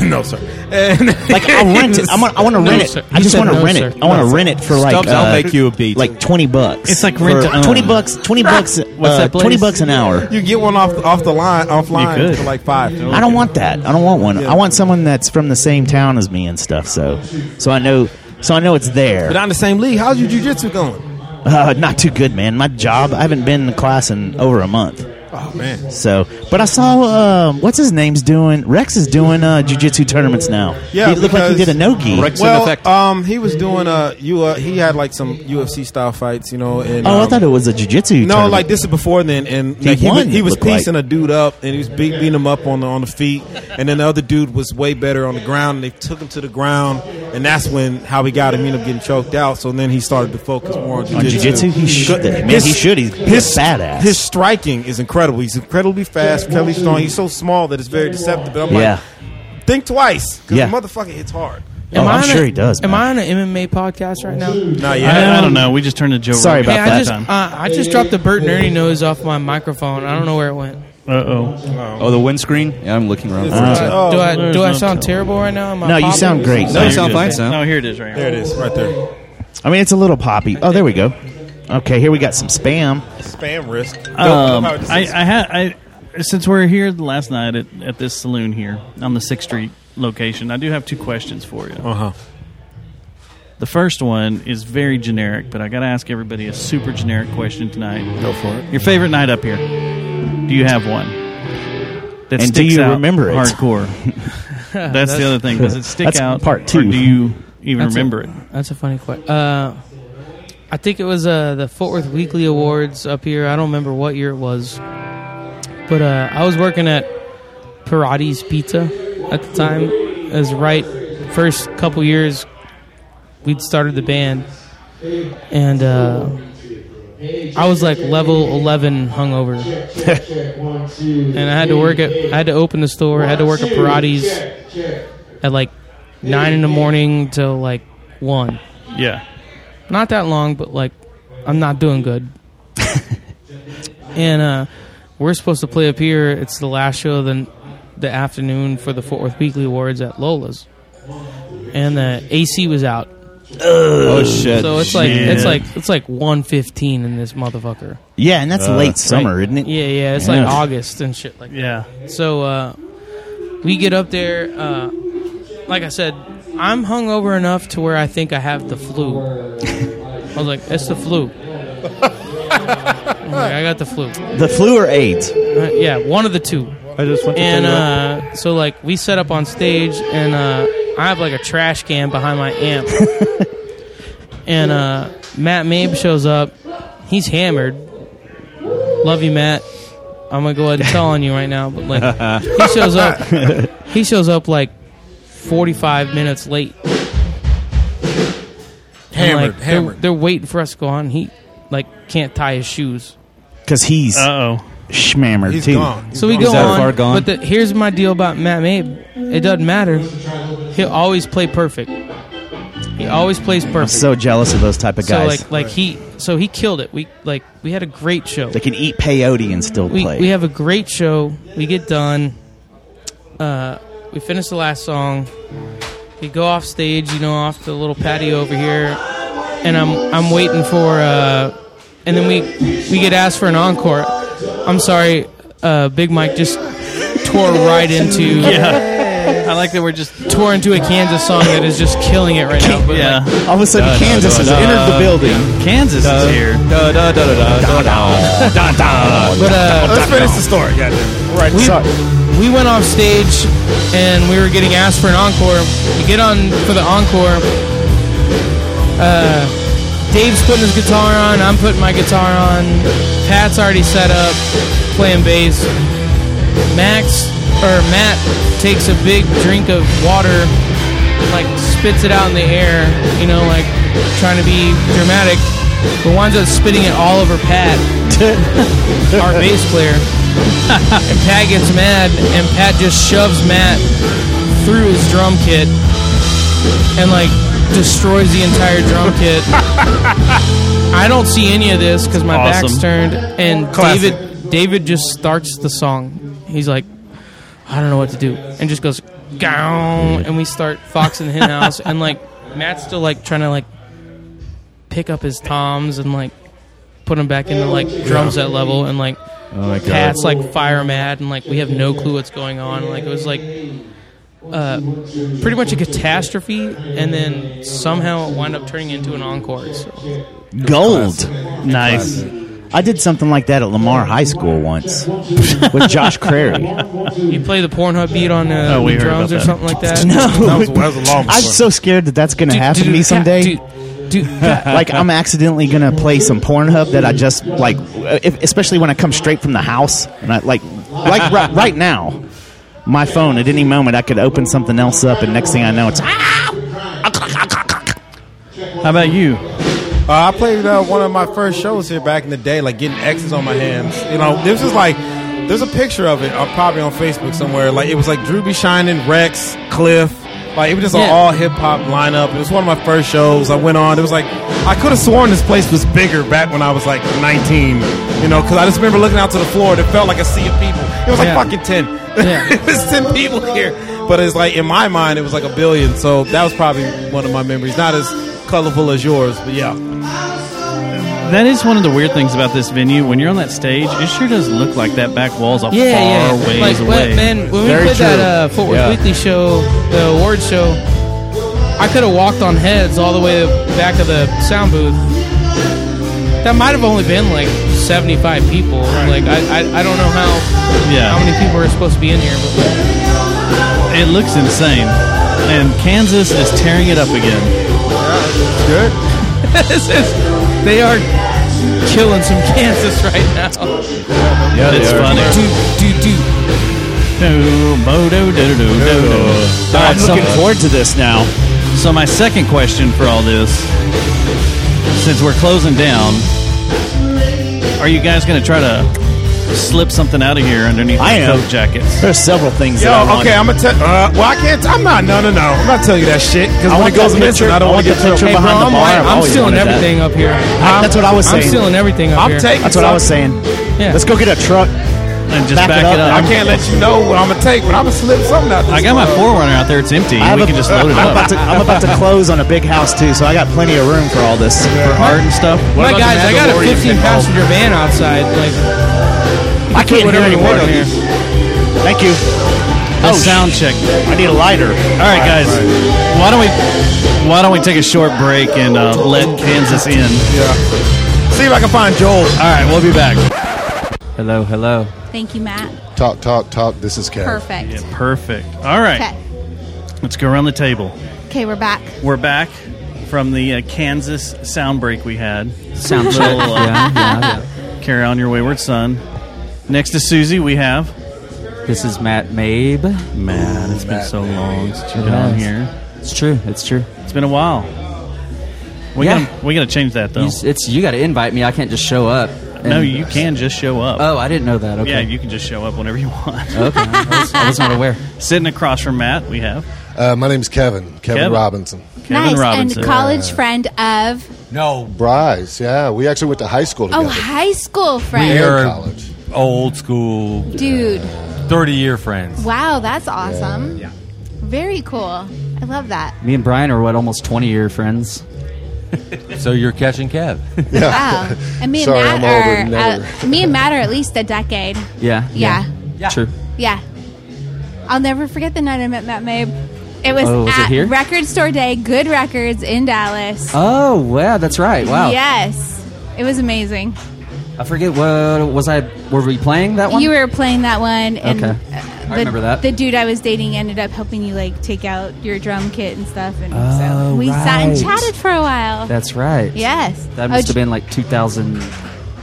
[SPEAKER 14] [laughs] no, sir. And
[SPEAKER 9] Like I
[SPEAKER 14] [laughs]
[SPEAKER 9] rent it. I'm gonna, I want to
[SPEAKER 14] No,
[SPEAKER 9] rent
[SPEAKER 14] sir.
[SPEAKER 9] it. I
[SPEAKER 14] He
[SPEAKER 9] just
[SPEAKER 14] said
[SPEAKER 9] want to
[SPEAKER 14] no,
[SPEAKER 9] rent
[SPEAKER 14] sir.
[SPEAKER 9] it. I want
[SPEAKER 14] No,
[SPEAKER 9] to
[SPEAKER 14] sir.
[SPEAKER 9] rent it for like
[SPEAKER 14] Stubbs, I'll
[SPEAKER 9] uh,
[SPEAKER 14] make you a beat.
[SPEAKER 9] Like twenty bucks.
[SPEAKER 14] It's like rent
[SPEAKER 9] for
[SPEAKER 14] to own.
[SPEAKER 9] Twenty bucks. Twenty bucks.
[SPEAKER 14] What's
[SPEAKER 9] uh,
[SPEAKER 14] that place?
[SPEAKER 9] Twenty bucks an hour.
[SPEAKER 14] You get one off off the line
[SPEAKER 9] You
[SPEAKER 14] offline
[SPEAKER 9] could.
[SPEAKER 14] for like five.
[SPEAKER 9] I don't want that. I don't want one. I want someone that's from the same town as me and stuff. So, so I know. So I know it's there.
[SPEAKER 14] But on the same league, how's your jujitsu going?
[SPEAKER 9] Uh, not too good, man. My job. I haven't been in class in over a month.
[SPEAKER 14] Oh man.
[SPEAKER 9] So, but I saw um, what's his name's doing. Rex is doing uh, jujitsu tournaments now.
[SPEAKER 14] Yeah,
[SPEAKER 9] he looked like he
[SPEAKER 14] because-
[SPEAKER 9] did a no gi.
[SPEAKER 14] well, um, he was doing uh, you uh, he had like some UFC style fights, you know. And
[SPEAKER 9] oh, I
[SPEAKER 14] um,
[SPEAKER 9] thought it was a jujitsu.
[SPEAKER 14] No,
[SPEAKER 9] tournament.
[SPEAKER 14] like this is before then, and
[SPEAKER 9] He
[SPEAKER 14] like, he,
[SPEAKER 9] won,
[SPEAKER 14] was, he
[SPEAKER 9] it
[SPEAKER 14] was
[SPEAKER 9] looked like.
[SPEAKER 14] piecing a dude up, and he was beat, beating him up on the on the feet, and then the other dude was way better on the ground, and they took him to the ground, and that's when how he got him, you know, getting choked out. So then he started to focus more on
[SPEAKER 9] On
[SPEAKER 14] jiu-jitsu.
[SPEAKER 9] jujitsu? He should. Man, he should. He's- he's a badass.
[SPEAKER 14] His striking is incredible. He's incredibly fast, incredibly strong. He's so small that it's very deceptive. But I'm
[SPEAKER 9] Yeah.
[SPEAKER 14] like, think twice, because
[SPEAKER 9] Yeah.
[SPEAKER 14] the motherfucker hits hard.
[SPEAKER 9] Oh, I'm
[SPEAKER 13] on
[SPEAKER 9] sure
[SPEAKER 13] a-
[SPEAKER 9] he does,
[SPEAKER 13] Am I on an MMA podcast right now?
[SPEAKER 14] Not
[SPEAKER 1] I, I don't know. We just turned to Joe.
[SPEAKER 9] Sorry
[SPEAKER 1] Rogan.
[SPEAKER 13] Hey, I just, uh, I just dropped the Bert Nerdy nose off my microphone. I don't know where it went.
[SPEAKER 1] Uh oh.
[SPEAKER 10] Oh, the windscreen. Yeah, I'm looking around.
[SPEAKER 9] Uh,
[SPEAKER 14] oh,
[SPEAKER 13] do I
[SPEAKER 1] there's
[SPEAKER 13] do I
[SPEAKER 1] no
[SPEAKER 13] sound terrible right now? Am I
[SPEAKER 9] No, you
[SPEAKER 13] popping?
[SPEAKER 9] sound great.
[SPEAKER 10] No, you sound fine, son.
[SPEAKER 1] No, here it is. Right
[SPEAKER 14] There it is, right there.
[SPEAKER 9] I mean, it's a little poppy. Oh, there we go. Okay, here we got some spam.
[SPEAKER 14] Spam risk.
[SPEAKER 1] Um, I, I had I since we're here last night at, at this saloon here on the Sixth Street location. I do have two questions for you. Uh
[SPEAKER 9] Uh-huh.
[SPEAKER 14] huh.
[SPEAKER 1] The first one is very generic, but I got to ask everybody a super generic question tonight.
[SPEAKER 14] Go for it.
[SPEAKER 1] Your favorite night up here? Do you have one? That
[SPEAKER 9] And do
[SPEAKER 1] sticks
[SPEAKER 9] you
[SPEAKER 1] out
[SPEAKER 9] remember it? [laughs]
[SPEAKER 1] Hardcore. that's, the other thing. Does it stick
[SPEAKER 9] That's
[SPEAKER 1] out?
[SPEAKER 9] part two.
[SPEAKER 1] Or do you even
[SPEAKER 13] That's a-
[SPEAKER 1] remember it?
[SPEAKER 13] That's a funny question. Uh, I think it was uh, the Fort Worth Weekly Awards up here. I don't remember what year it was, but uh, I was working at Parati's Pizza at the time. It was right first couple years we'd started the band, and uh, I was like level eleven hungover, [laughs] and I had to work at I had to open the store. I had to work at Parati's at like nine in the morning till like one.
[SPEAKER 1] Yeah.
[SPEAKER 13] Not that long, but like I'm not doing good. and uh we're supposed to play up here. It's the last show of the the afternoon for the Fort Worth Weekly Awards at Lola's. And the AC was out.
[SPEAKER 10] Oh, shit.
[SPEAKER 13] So it's like it's
[SPEAKER 10] Shit.
[SPEAKER 13] like it's like 1:15 in this motherfucker.
[SPEAKER 9] Yeah, and that's
[SPEAKER 10] Uh,
[SPEAKER 9] late
[SPEAKER 10] right.
[SPEAKER 9] summer, isn't it?
[SPEAKER 13] Yeah, yeah, it's like August and shit like
[SPEAKER 1] Yeah.
[SPEAKER 13] that. So uh, we get up there. Uh, like I said, I'm hungover enough to where I think I have the flu. I was like, it's the flu. I'm like, I got the flu.
[SPEAKER 9] The flu or AIDS?
[SPEAKER 13] Uh, yeah, one of the two.
[SPEAKER 1] I just want
[SPEAKER 13] And uh, so like we set up on stage, and uh, I have like a trash can behind my amp.
[SPEAKER 1] [laughs]
[SPEAKER 13] and uh, Matt Mabe shows up. He's hammered. Love you, Matt. I'm gonna go ahead and tell on you right now, but
[SPEAKER 1] [laughs]
[SPEAKER 13] like he shows up. He shows up like 45 minutes late. And, like,
[SPEAKER 14] Hammered,
[SPEAKER 13] they're-
[SPEAKER 14] hammered.
[SPEAKER 13] They're waiting for us to go on. He like can't tie his shoes.
[SPEAKER 9] Because he's
[SPEAKER 1] uh
[SPEAKER 9] schmammered too.
[SPEAKER 13] So we go on, but the, here's my deal about Matt Mabe. It doesn't matter. He'll always play perfect. He always plays
[SPEAKER 9] I'm
[SPEAKER 13] perfect.
[SPEAKER 9] so jealous of those type of
[SPEAKER 13] So
[SPEAKER 9] guys.
[SPEAKER 13] like like he so he killed it. We like we had a great show.
[SPEAKER 9] they can eat peyote and still
[SPEAKER 13] We
[SPEAKER 9] play.
[SPEAKER 13] we have a great show. We get done. Uh, we finish the last song. We go off stage, you know, off the little patio over here, and I'm I'm waiting for. Uh, and then we we get asked for an encore. I'm sorry, uh, Big Mike just tore right into
[SPEAKER 1] [laughs] Yeah. I like that we're just
[SPEAKER 13] tore into a Kansas song that is just killing it right
[SPEAKER 1] [laughs]
[SPEAKER 13] now. But
[SPEAKER 1] yeah.
[SPEAKER 13] like,
[SPEAKER 9] All of a sudden, Kansas has entered the building.
[SPEAKER 1] Kansas is here.
[SPEAKER 10] Da, da, da, da, da, da, da, Oh, da, [laughs] da.
[SPEAKER 13] But, uh,
[SPEAKER 14] Let's finish the story. Goddamn. Right.
[SPEAKER 13] we, we went off stage and we were getting asked for an encore. We get on for the encore. Uh, Dave's putting his guitar on. I'm putting my guitar on. Pat's already set up playing bass. Max or Matt takes a big drink of water, like spits it out in the air, you know, like trying to be dramatic, but winds up spitting it all over Pat, [laughs] our bass player. [laughs] and Pat gets mad, and Pat just shoves Matt through his drum kit and like destroys the entire drum kit. I don't see any of this because my back's
[SPEAKER 1] Awesome.
[SPEAKER 13] turned, and
[SPEAKER 1] Classic.
[SPEAKER 13] David David just starts the song. He's like, I don't know what to do, and just goes gown, and we start Fox and the Hen House, [laughs] and like Matt's still like trying to like pick up his toms and like put them back into like drums at level, and like
[SPEAKER 10] Oh my God.
[SPEAKER 13] Pat's like fire mad, and like we have no clue what's going on. Like it was like uh, pretty much a catastrophe, and then somehow it wound up turning into an encore. So.
[SPEAKER 15] Gold.
[SPEAKER 1] Nice.
[SPEAKER 15] I did something like that at Lamar High School once [laughs] with Josh [laughs]
[SPEAKER 13] [laughs]
[SPEAKER 15] Crary.
[SPEAKER 13] You play the Pornhub beat on uh,
[SPEAKER 15] Oh, we heard about
[SPEAKER 13] drums
[SPEAKER 15] that.
[SPEAKER 13] or something like
[SPEAKER 9] [laughs]
[SPEAKER 13] that?
[SPEAKER 15] No, I'm so scared that that's going to happen to me someday.
[SPEAKER 13] [laughs]
[SPEAKER 15] [laughs] like I'm accidentally gonna play some Pornhub that I just like, if, especially when I come straight from the house and I like, like
[SPEAKER 1] [laughs]
[SPEAKER 15] right, right now, my phone at any moment I could open something else up and next thing I know it's "Ah,
[SPEAKER 1] How about you?
[SPEAKER 14] Uh, I played uh, one of my first shows here back in the day, like getting X's on my hands. You know, this is like, there's a picture of it, uh, probably on Facebook somewhere. Like it was like Drew B. Shining, Rex, Cliff. Like it was just an
[SPEAKER 13] Yeah.
[SPEAKER 14] all hip hop lineup. It was one of my first shows. I went on. It was like I could have sworn this place was bigger back when I was like 19. You know, because I just remember looking out to the floor. and It felt like a sea of people. It was like fucking 10. [laughs] it was 10 people here. But it's like in my mind, it was like a billion. So that was probably one of my memories. Not as colorful as yours, but yeah.
[SPEAKER 1] That is one of the weird things about this venue. When you're on that stage, it sure does look like that back wall's a
[SPEAKER 13] yeah,
[SPEAKER 1] far
[SPEAKER 13] yeah.
[SPEAKER 1] ways
[SPEAKER 13] like, when-
[SPEAKER 1] away.
[SPEAKER 13] man, when we played that uh, Fort Worth Weekly show, the award show, I could have walked on heads all the way to the back of the sound booth. That might have only been like 75 people. Like, I, I, I don't know how
[SPEAKER 1] Yeah.
[SPEAKER 13] how many people are supposed to be in here. But [laughs]
[SPEAKER 1] It looks insane. And Kansas is tearing it up again. [laughs]
[SPEAKER 14] Good.
[SPEAKER 13] this is, they are killing some Kansas right now.
[SPEAKER 1] Yeah, it's funny.
[SPEAKER 13] Do, do, do.
[SPEAKER 1] I'm
[SPEAKER 15] looking forward to this now.
[SPEAKER 1] So my second question for all this, since we're closing down, are you guys going to try to slip something out of here underneath
[SPEAKER 15] I
[SPEAKER 1] the
[SPEAKER 15] am.
[SPEAKER 1] coat jackets?
[SPEAKER 15] There's several things.
[SPEAKER 1] Yo,
[SPEAKER 15] that I want.
[SPEAKER 14] Okay, I'm gonna tell. Uh, well, I can't. I'm not. No, no, no. I'm not telling you that shit because
[SPEAKER 15] I
[SPEAKER 14] when
[SPEAKER 15] want
[SPEAKER 14] it goes
[SPEAKER 15] that
[SPEAKER 14] missing,
[SPEAKER 15] picture-
[SPEAKER 14] I don't
[SPEAKER 15] I
[SPEAKER 14] want
[SPEAKER 15] want
[SPEAKER 14] to get
[SPEAKER 15] the picture
[SPEAKER 14] trouble.
[SPEAKER 15] behind the bar. I've
[SPEAKER 13] I'm
[SPEAKER 15] always
[SPEAKER 13] stealing
[SPEAKER 15] wanted that.
[SPEAKER 13] everything up here.
[SPEAKER 15] I- that's what I was saying.
[SPEAKER 13] I'm stealing everything up
[SPEAKER 15] I'm
[SPEAKER 13] here.
[SPEAKER 15] taking That's what I was saying.
[SPEAKER 13] Yeah.
[SPEAKER 15] Let's go get a truck
[SPEAKER 1] and just back it up.
[SPEAKER 14] I can't let you know what I'm gonna take, but I'm gonna slip something out. This
[SPEAKER 1] I got my
[SPEAKER 14] mug.
[SPEAKER 1] forerunner out there. It's empty.
[SPEAKER 15] I have
[SPEAKER 1] we
[SPEAKER 15] a-
[SPEAKER 1] can just load it
[SPEAKER 15] I'm
[SPEAKER 1] up.
[SPEAKER 15] About to, I'm about to close on a big house too, so I got plenty of room for all this.
[SPEAKER 1] For art and stuff.
[SPEAKER 13] My guys, I got a 15 passenger van outside. Like,
[SPEAKER 15] I
[SPEAKER 13] put
[SPEAKER 15] can't
[SPEAKER 13] whatever
[SPEAKER 15] hear
[SPEAKER 13] you want on
[SPEAKER 15] anymore.
[SPEAKER 13] here.
[SPEAKER 15] Thank you.
[SPEAKER 1] Let's sound check.
[SPEAKER 15] I need a lighter.
[SPEAKER 1] All right, guys. Why don't we Why don't we take a short break and uh, let Kansas in?
[SPEAKER 14] Yeah. See if I can find Joel.
[SPEAKER 1] All right, we'll be back.
[SPEAKER 16] Hello, hello.
[SPEAKER 2] Thank you, Matt.
[SPEAKER 16] Talk, talk, talk. This is Kev.
[SPEAKER 2] Perfect.
[SPEAKER 1] Yeah, perfect. All right,
[SPEAKER 2] Okay.
[SPEAKER 1] let's go around the table.
[SPEAKER 2] Okay, we're back.
[SPEAKER 1] We're back from the uh, Kansas sound break we had.
[SPEAKER 2] Sound
[SPEAKER 1] Little,
[SPEAKER 2] check.
[SPEAKER 1] uh,
[SPEAKER 2] Yeah, yeah,
[SPEAKER 1] Carry on your wayward son. Next to Susie, we have.
[SPEAKER 16] This is Matt Mabe. Man,
[SPEAKER 1] it's been so long since you've been on here.
[SPEAKER 16] It's true. It's true.
[SPEAKER 1] It's been a while. We
[SPEAKER 16] Yeah.
[SPEAKER 1] gotta, we gotta change that though.
[SPEAKER 16] You, s- it's you got to invite me. I can't just show up.
[SPEAKER 1] no, you can just show up.
[SPEAKER 16] Oh, I didn't know that. Okay.
[SPEAKER 1] Yeah, you can just show up whenever you want.
[SPEAKER 16] Okay, I was, I was not aware.
[SPEAKER 1] [laughs] Sitting across from Matt, we have
[SPEAKER 17] Uh, my name's Kevin. Kevin,
[SPEAKER 1] Kevin.
[SPEAKER 17] Robinson.
[SPEAKER 1] Kevin
[SPEAKER 2] nice.
[SPEAKER 1] Robinson.
[SPEAKER 2] And college friend of
[SPEAKER 17] No, Bryce. Yeah, we actually went to high school
[SPEAKER 2] oh
[SPEAKER 17] together.
[SPEAKER 2] [laughs] high school friend.
[SPEAKER 18] We are old school,
[SPEAKER 2] Dude,
[SPEAKER 18] thirty year friends.
[SPEAKER 2] wow, that's awesome. Yeah. Very cool. I
[SPEAKER 16] [laughs]
[SPEAKER 2] love that.
[SPEAKER 16] Me and Brian are what almost twenty year friends.
[SPEAKER 18] [laughs] so you're
[SPEAKER 16] [laughs]
[SPEAKER 18] catching Kev.
[SPEAKER 2] Wow. And me and
[SPEAKER 16] Sorry,
[SPEAKER 2] Matt
[SPEAKER 16] I'm older than
[SPEAKER 2] are uh, me and Matt are at least a decade.
[SPEAKER 16] Yeah.
[SPEAKER 2] Yeah.
[SPEAKER 16] True.
[SPEAKER 2] Yeah. I'll never forget the night I met Matt Mabe. It was,
[SPEAKER 16] Oh, was it
[SPEAKER 2] at
[SPEAKER 16] here?
[SPEAKER 2] Record Store Day, Good Records in Dallas.
[SPEAKER 16] Oh wow, that's right. Wow.
[SPEAKER 2] Yes. It was amazing.
[SPEAKER 16] I forget what was I. Were we playing that one?
[SPEAKER 2] You were playing that one, and
[SPEAKER 16] Okay.
[SPEAKER 2] uh,
[SPEAKER 16] I
[SPEAKER 2] the,
[SPEAKER 16] remember that.
[SPEAKER 2] the dude I was dating ended up helping you like take out your drum kit and stuff, and
[SPEAKER 16] Oh,
[SPEAKER 2] so uh, we sat and
[SPEAKER 16] right.
[SPEAKER 2] chatted for a while.
[SPEAKER 16] That's right.
[SPEAKER 2] Yes.
[SPEAKER 16] That
[SPEAKER 2] Oh,
[SPEAKER 16] must
[SPEAKER 2] j-
[SPEAKER 16] have been like 2000.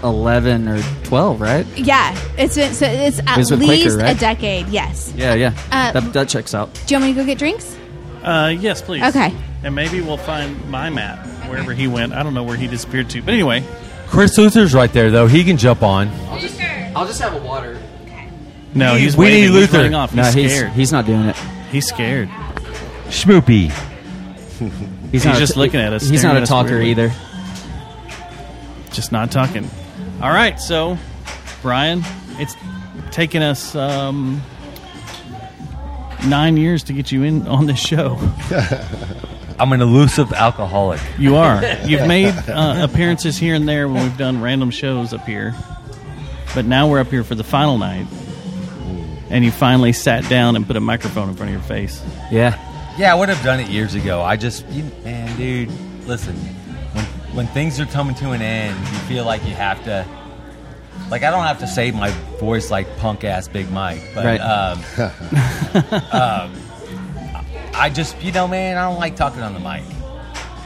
[SPEAKER 16] eleven or twelve, right?
[SPEAKER 2] Yeah, it's been, so it's at
[SPEAKER 16] was with Quaker,
[SPEAKER 2] least
[SPEAKER 16] right?
[SPEAKER 2] a decade. Yes.
[SPEAKER 16] Yeah, yeah.
[SPEAKER 2] Uh,
[SPEAKER 16] that, that checks out.
[SPEAKER 2] Do you want me to go get drinks?
[SPEAKER 1] Uh, yes, please.
[SPEAKER 2] Okay.
[SPEAKER 1] And maybe we'll find my map wherever he went. I don't know where he disappeared to, but anyway.
[SPEAKER 18] Chris Luther's right there, though. He can jump on.
[SPEAKER 16] I'll just, I'll just have a water.
[SPEAKER 1] No, he's
[SPEAKER 18] we
[SPEAKER 1] waving.
[SPEAKER 18] need
[SPEAKER 1] He's
[SPEAKER 18] Luther.
[SPEAKER 1] running off. He's
[SPEAKER 16] no, he's
[SPEAKER 1] scared.
[SPEAKER 16] he's not doing it.
[SPEAKER 1] He's scared.
[SPEAKER 18] Schmoopy.
[SPEAKER 15] [laughs]
[SPEAKER 1] He's,
[SPEAKER 16] not a
[SPEAKER 1] just
[SPEAKER 16] t-
[SPEAKER 1] looking at us.
[SPEAKER 16] He's
[SPEAKER 1] staring
[SPEAKER 16] not a
[SPEAKER 1] at us
[SPEAKER 16] talker
[SPEAKER 1] weirdly.
[SPEAKER 16] either.
[SPEAKER 1] Just not talking. All right, so Brian, it's taken us um, nine years to get you in on this show.
[SPEAKER 18] I'm an elusive alcoholic.
[SPEAKER 1] You are. You've made uh, appearances here and there when we've done random shows up here, but now we're up here for the final night, and you finally sat down and put a microphone in front of your face.
[SPEAKER 16] Yeah.
[SPEAKER 18] Yeah, I would have done it years ago. I just, you, man, dude, listen. When when things are coming to an end, you feel like you have to. Like I don't have to save my voice like punk ass Big Mike, but
[SPEAKER 16] Right. [laughs]
[SPEAKER 18] um, um, I just, you know, man, I don't like talking on the mic.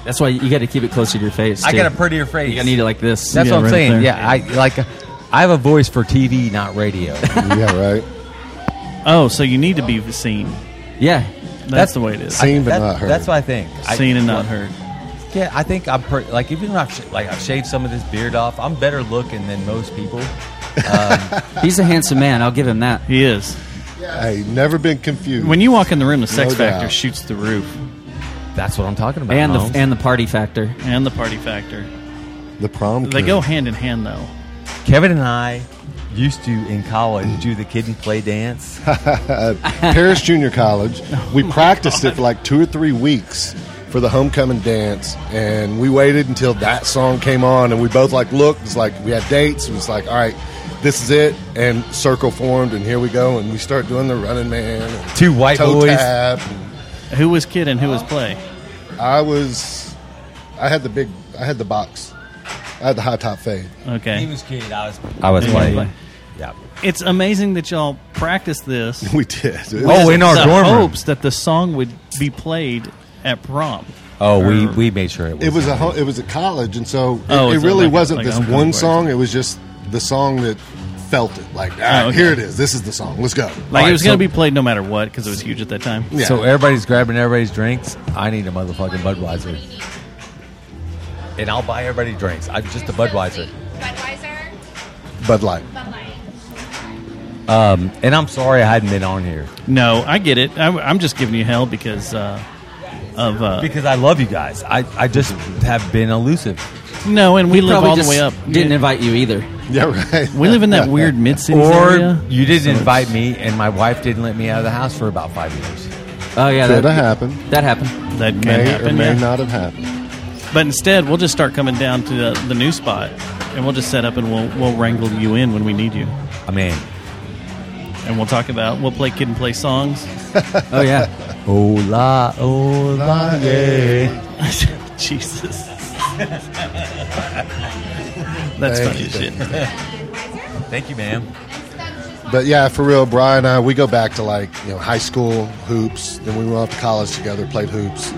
[SPEAKER 16] That's why you got to keep it closer to your face.
[SPEAKER 18] I
[SPEAKER 16] too.
[SPEAKER 18] got a prettier phrase.
[SPEAKER 16] You got to need it like this.
[SPEAKER 18] That's what I'm saying. Yeah, I like. I have a voice for TV, not radio.
[SPEAKER 17] yeah, right.
[SPEAKER 1] Oh, so you need to be seen.
[SPEAKER 16] Yeah,
[SPEAKER 1] that's, the way it is.
[SPEAKER 18] Seen but That- not heard. that's what I think. I-
[SPEAKER 1] Seen and not
[SPEAKER 18] well-
[SPEAKER 1] heard.
[SPEAKER 18] Yeah, I think I'm per- like even though I've sh- like I've shaved some of this beard off, I'm better looking than most people. [laughs] Um,
[SPEAKER 16] He's a handsome man. I'll give him that.
[SPEAKER 1] He is.
[SPEAKER 17] Hey, never been confused.
[SPEAKER 1] When you walk in the room, the sex
[SPEAKER 17] No
[SPEAKER 1] factor
[SPEAKER 17] doubt.
[SPEAKER 1] shoots the roof.
[SPEAKER 18] That's what I'm talking about.
[SPEAKER 16] And
[SPEAKER 18] Holmes.
[SPEAKER 16] the and the party factor.
[SPEAKER 1] And the party factor.
[SPEAKER 17] the prom,
[SPEAKER 1] They
[SPEAKER 17] king.
[SPEAKER 1] go hand in hand, though.
[SPEAKER 18] Kevin and I used to in college do the kid and play dance.
[SPEAKER 17] Paris Junior College. We practiced it for like two or three weeks for the homecoming dance, and we waited until that song came on, and we both like looked. It's like we had dates. It was like, all right, this is it, and circle formed, and here we go, and we start doing the Running Man. and
[SPEAKER 18] Two white
[SPEAKER 17] toe
[SPEAKER 18] boys.
[SPEAKER 17] tap,
[SPEAKER 1] Who was kid and who was play?
[SPEAKER 17] I was. I had the big. I had the box. I had the high top fade.
[SPEAKER 1] Okay.
[SPEAKER 18] He was kid. I was. I was
[SPEAKER 1] He
[SPEAKER 18] playing.
[SPEAKER 1] play.
[SPEAKER 18] Yeah.
[SPEAKER 1] It's amazing that y'all practiced this.
[SPEAKER 17] [laughs] We did.
[SPEAKER 18] Oh, in our
[SPEAKER 1] the
[SPEAKER 18] dorm room.
[SPEAKER 1] hopes that the song would be played at prom.
[SPEAKER 18] Oh, we we made sure it was.
[SPEAKER 17] It was a ho- it was a college, and so it,
[SPEAKER 1] Oh,
[SPEAKER 17] it
[SPEAKER 1] it's
[SPEAKER 17] really
[SPEAKER 1] like a-
[SPEAKER 17] wasn't
[SPEAKER 1] like a
[SPEAKER 17] this
[SPEAKER 1] homecoming
[SPEAKER 17] one
[SPEAKER 1] party.
[SPEAKER 17] song. It was just the song that felt it. Like, all right,
[SPEAKER 1] Oh, okay.
[SPEAKER 17] here it is. This is the song. Let's go.
[SPEAKER 1] Like
[SPEAKER 18] Alright,
[SPEAKER 1] it was going
[SPEAKER 18] so-
[SPEAKER 1] to be played no matter what because it was huge at that time.
[SPEAKER 18] So everybody's grabbing everybody's drinks. I need a motherfucking Budweiser, and I'll buy everybody drinks. I'm just a Budweiser.
[SPEAKER 5] Budweiser.
[SPEAKER 17] Bud Light.
[SPEAKER 18] Um, and I'm sorry I hadn't been on here
[SPEAKER 1] No, I get it. I, I'm just giving you hell because uh, of uh,
[SPEAKER 18] because I love you guys. I, I just have been elusive.
[SPEAKER 1] no, and we
[SPEAKER 16] He
[SPEAKER 1] live
[SPEAKER 16] probably
[SPEAKER 1] all the
[SPEAKER 16] just
[SPEAKER 1] way up.
[SPEAKER 16] Didn't invite you either.
[SPEAKER 17] Yeah, right.
[SPEAKER 1] We live in
[SPEAKER 17] [laughs]
[SPEAKER 1] that weird mid city
[SPEAKER 18] Or
[SPEAKER 1] area.
[SPEAKER 18] you
[SPEAKER 1] So
[SPEAKER 18] didn't
[SPEAKER 1] it's-
[SPEAKER 18] invite me, and my wife didn't let me out of the house for about five years.
[SPEAKER 16] Oh yeah,
[SPEAKER 17] Could
[SPEAKER 16] that,
[SPEAKER 17] have happened.
[SPEAKER 16] that happened.
[SPEAKER 1] That can
[SPEAKER 17] May or
[SPEAKER 1] happen.
[SPEAKER 17] may
[SPEAKER 1] yeah.
[SPEAKER 17] not have happened.
[SPEAKER 1] But instead, we'll just start coming down to the, the new spot, and we'll just set up and we'll we'll wrangle you in when we need you,
[SPEAKER 18] I mean,
[SPEAKER 1] and we'll talk about we'll play kid and play songs.
[SPEAKER 16] [laughs] Oh yeah.
[SPEAKER 18] hola, hola, yeah.
[SPEAKER 1] [laughs] Jesus, that's
[SPEAKER 17] Thank
[SPEAKER 1] funny
[SPEAKER 17] you.
[SPEAKER 1] as
[SPEAKER 18] [laughs]
[SPEAKER 1] shit.
[SPEAKER 18] Thank you, ma'am.
[SPEAKER 17] But yeah, for real, Brian and I, we go back to like you know high school hoops. Then we went off to college together, played hoops,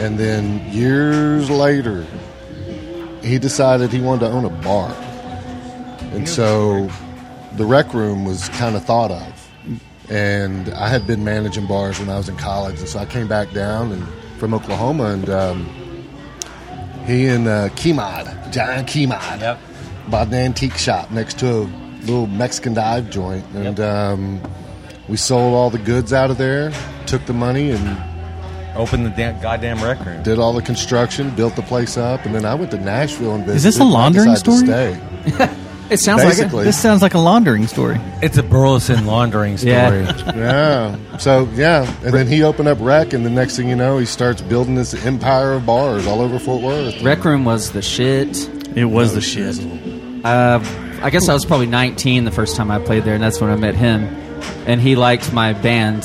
[SPEAKER 17] and then years later, he decided he wanted to own a bar, and so the rec room was kind of thought of. And I had been managing bars when I was in college, and so I came back down and from Oklahoma, and um, he and uh, Kemod, John Kemod,
[SPEAKER 18] Yep.
[SPEAKER 17] bought an antique shop next to a little Mexican dive joint, and um, we sold all the goods out of there, took the money, and
[SPEAKER 18] Open the damn goddamn rec room.
[SPEAKER 17] did all the construction, built the place up, and then I went to Nashville and visited.
[SPEAKER 1] Is this a
[SPEAKER 17] and I
[SPEAKER 1] laundering
[SPEAKER 17] decided to
[SPEAKER 1] story?
[SPEAKER 17] stay.
[SPEAKER 1] [laughs]
[SPEAKER 16] It sounds
[SPEAKER 17] Basically.
[SPEAKER 16] like
[SPEAKER 1] This sounds like a laundering story.
[SPEAKER 18] It's
[SPEAKER 16] [laughs]
[SPEAKER 18] a Burleson laundering story.
[SPEAKER 16] Yeah.
[SPEAKER 17] yeah. So yeah, and then he opened up Rec, and the next thing you know, he starts building this empire of bars all over Fort Worth.
[SPEAKER 16] it. Rec room was the shit.
[SPEAKER 1] It was the shit.
[SPEAKER 16] Uh, I guess I was probably 19 the first time I played there, and that's when I met him. And he liked my band.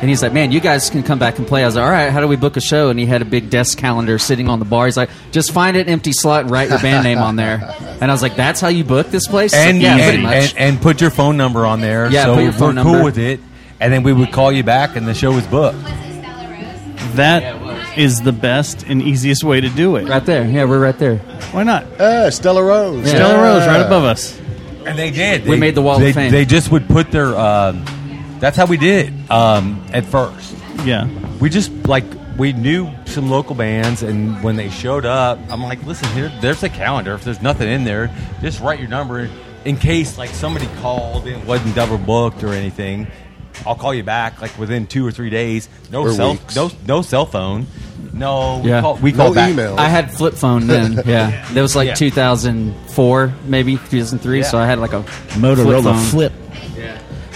[SPEAKER 16] And he's like, man, you guys can come back and play. I was like, all right, how do we book a show? And he had a big desk calendar sitting on the bar. He's like, just find an empty slot and write your band name on there. And I was like, that's how you book this place? He's like,
[SPEAKER 18] and,
[SPEAKER 16] yeah, pretty
[SPEAKER 18] and,
[SPEAKER 16] much.
[SPEAKER 18] and and put your phone number on there.
[SPEAKER 16] Yeah,
[SPEAKER 18] so
[SPEAKER 16] put your
[SPEAKER 18] if
[SPEAKER 16] phone
[SPEAKER 18] we're
[SPEAKER 16] number.
[SPEAKER 18] cool with it. And then we would call you back, and the show was booked.
[SPEAKER 1] That is the best and easiest way to do it. Right
[SPEAKER 16] there. Yeah, we're right there.
[SPEAKER 1] Why not?
[SPEAKER 17] Uh, Stella Rose.
[SPEAKER 1] Stella Rose right above us.
[SPEAKER 18] And they did.
[SPEAKER 16] We
[SPEAKER 18] They-
[SPEAKER 16] made the Wall of
[SPEAKER 18] they,
[SPEAKER 16] Fame.
[SPEAKER 18] They just would put their. Um, that's how we did it um, at first.
[SPEAKER 1] Yeah.
[SPEAKER 18] We just like we knew some local bands, and when they showed up, I'm like, listen, here, there's a calendar. If there's nothing in there, just write your number in case like somebody called and wasn't double booked or anything. I'll call you back like within two or three days. No
[SPEAKER 16] Or
[SPEAKER 18] cell,
[SPEAKER 16] weeks.
[SPEAKER 18] no no cell phone. No, we
[SPEAKER 16] yeah.
[SPEAKER 18] call, we call back.
[SPEAKER 16] I had flip phone then. Yeah. That was like
[SPEAKER 18] Yeah.
[SPEAKER 16] 2004, maybe 2003. So I had like a
[SPEAKER 9] Motorola
[SPEAKER 16] flip.
[SPEAKER 9] flip.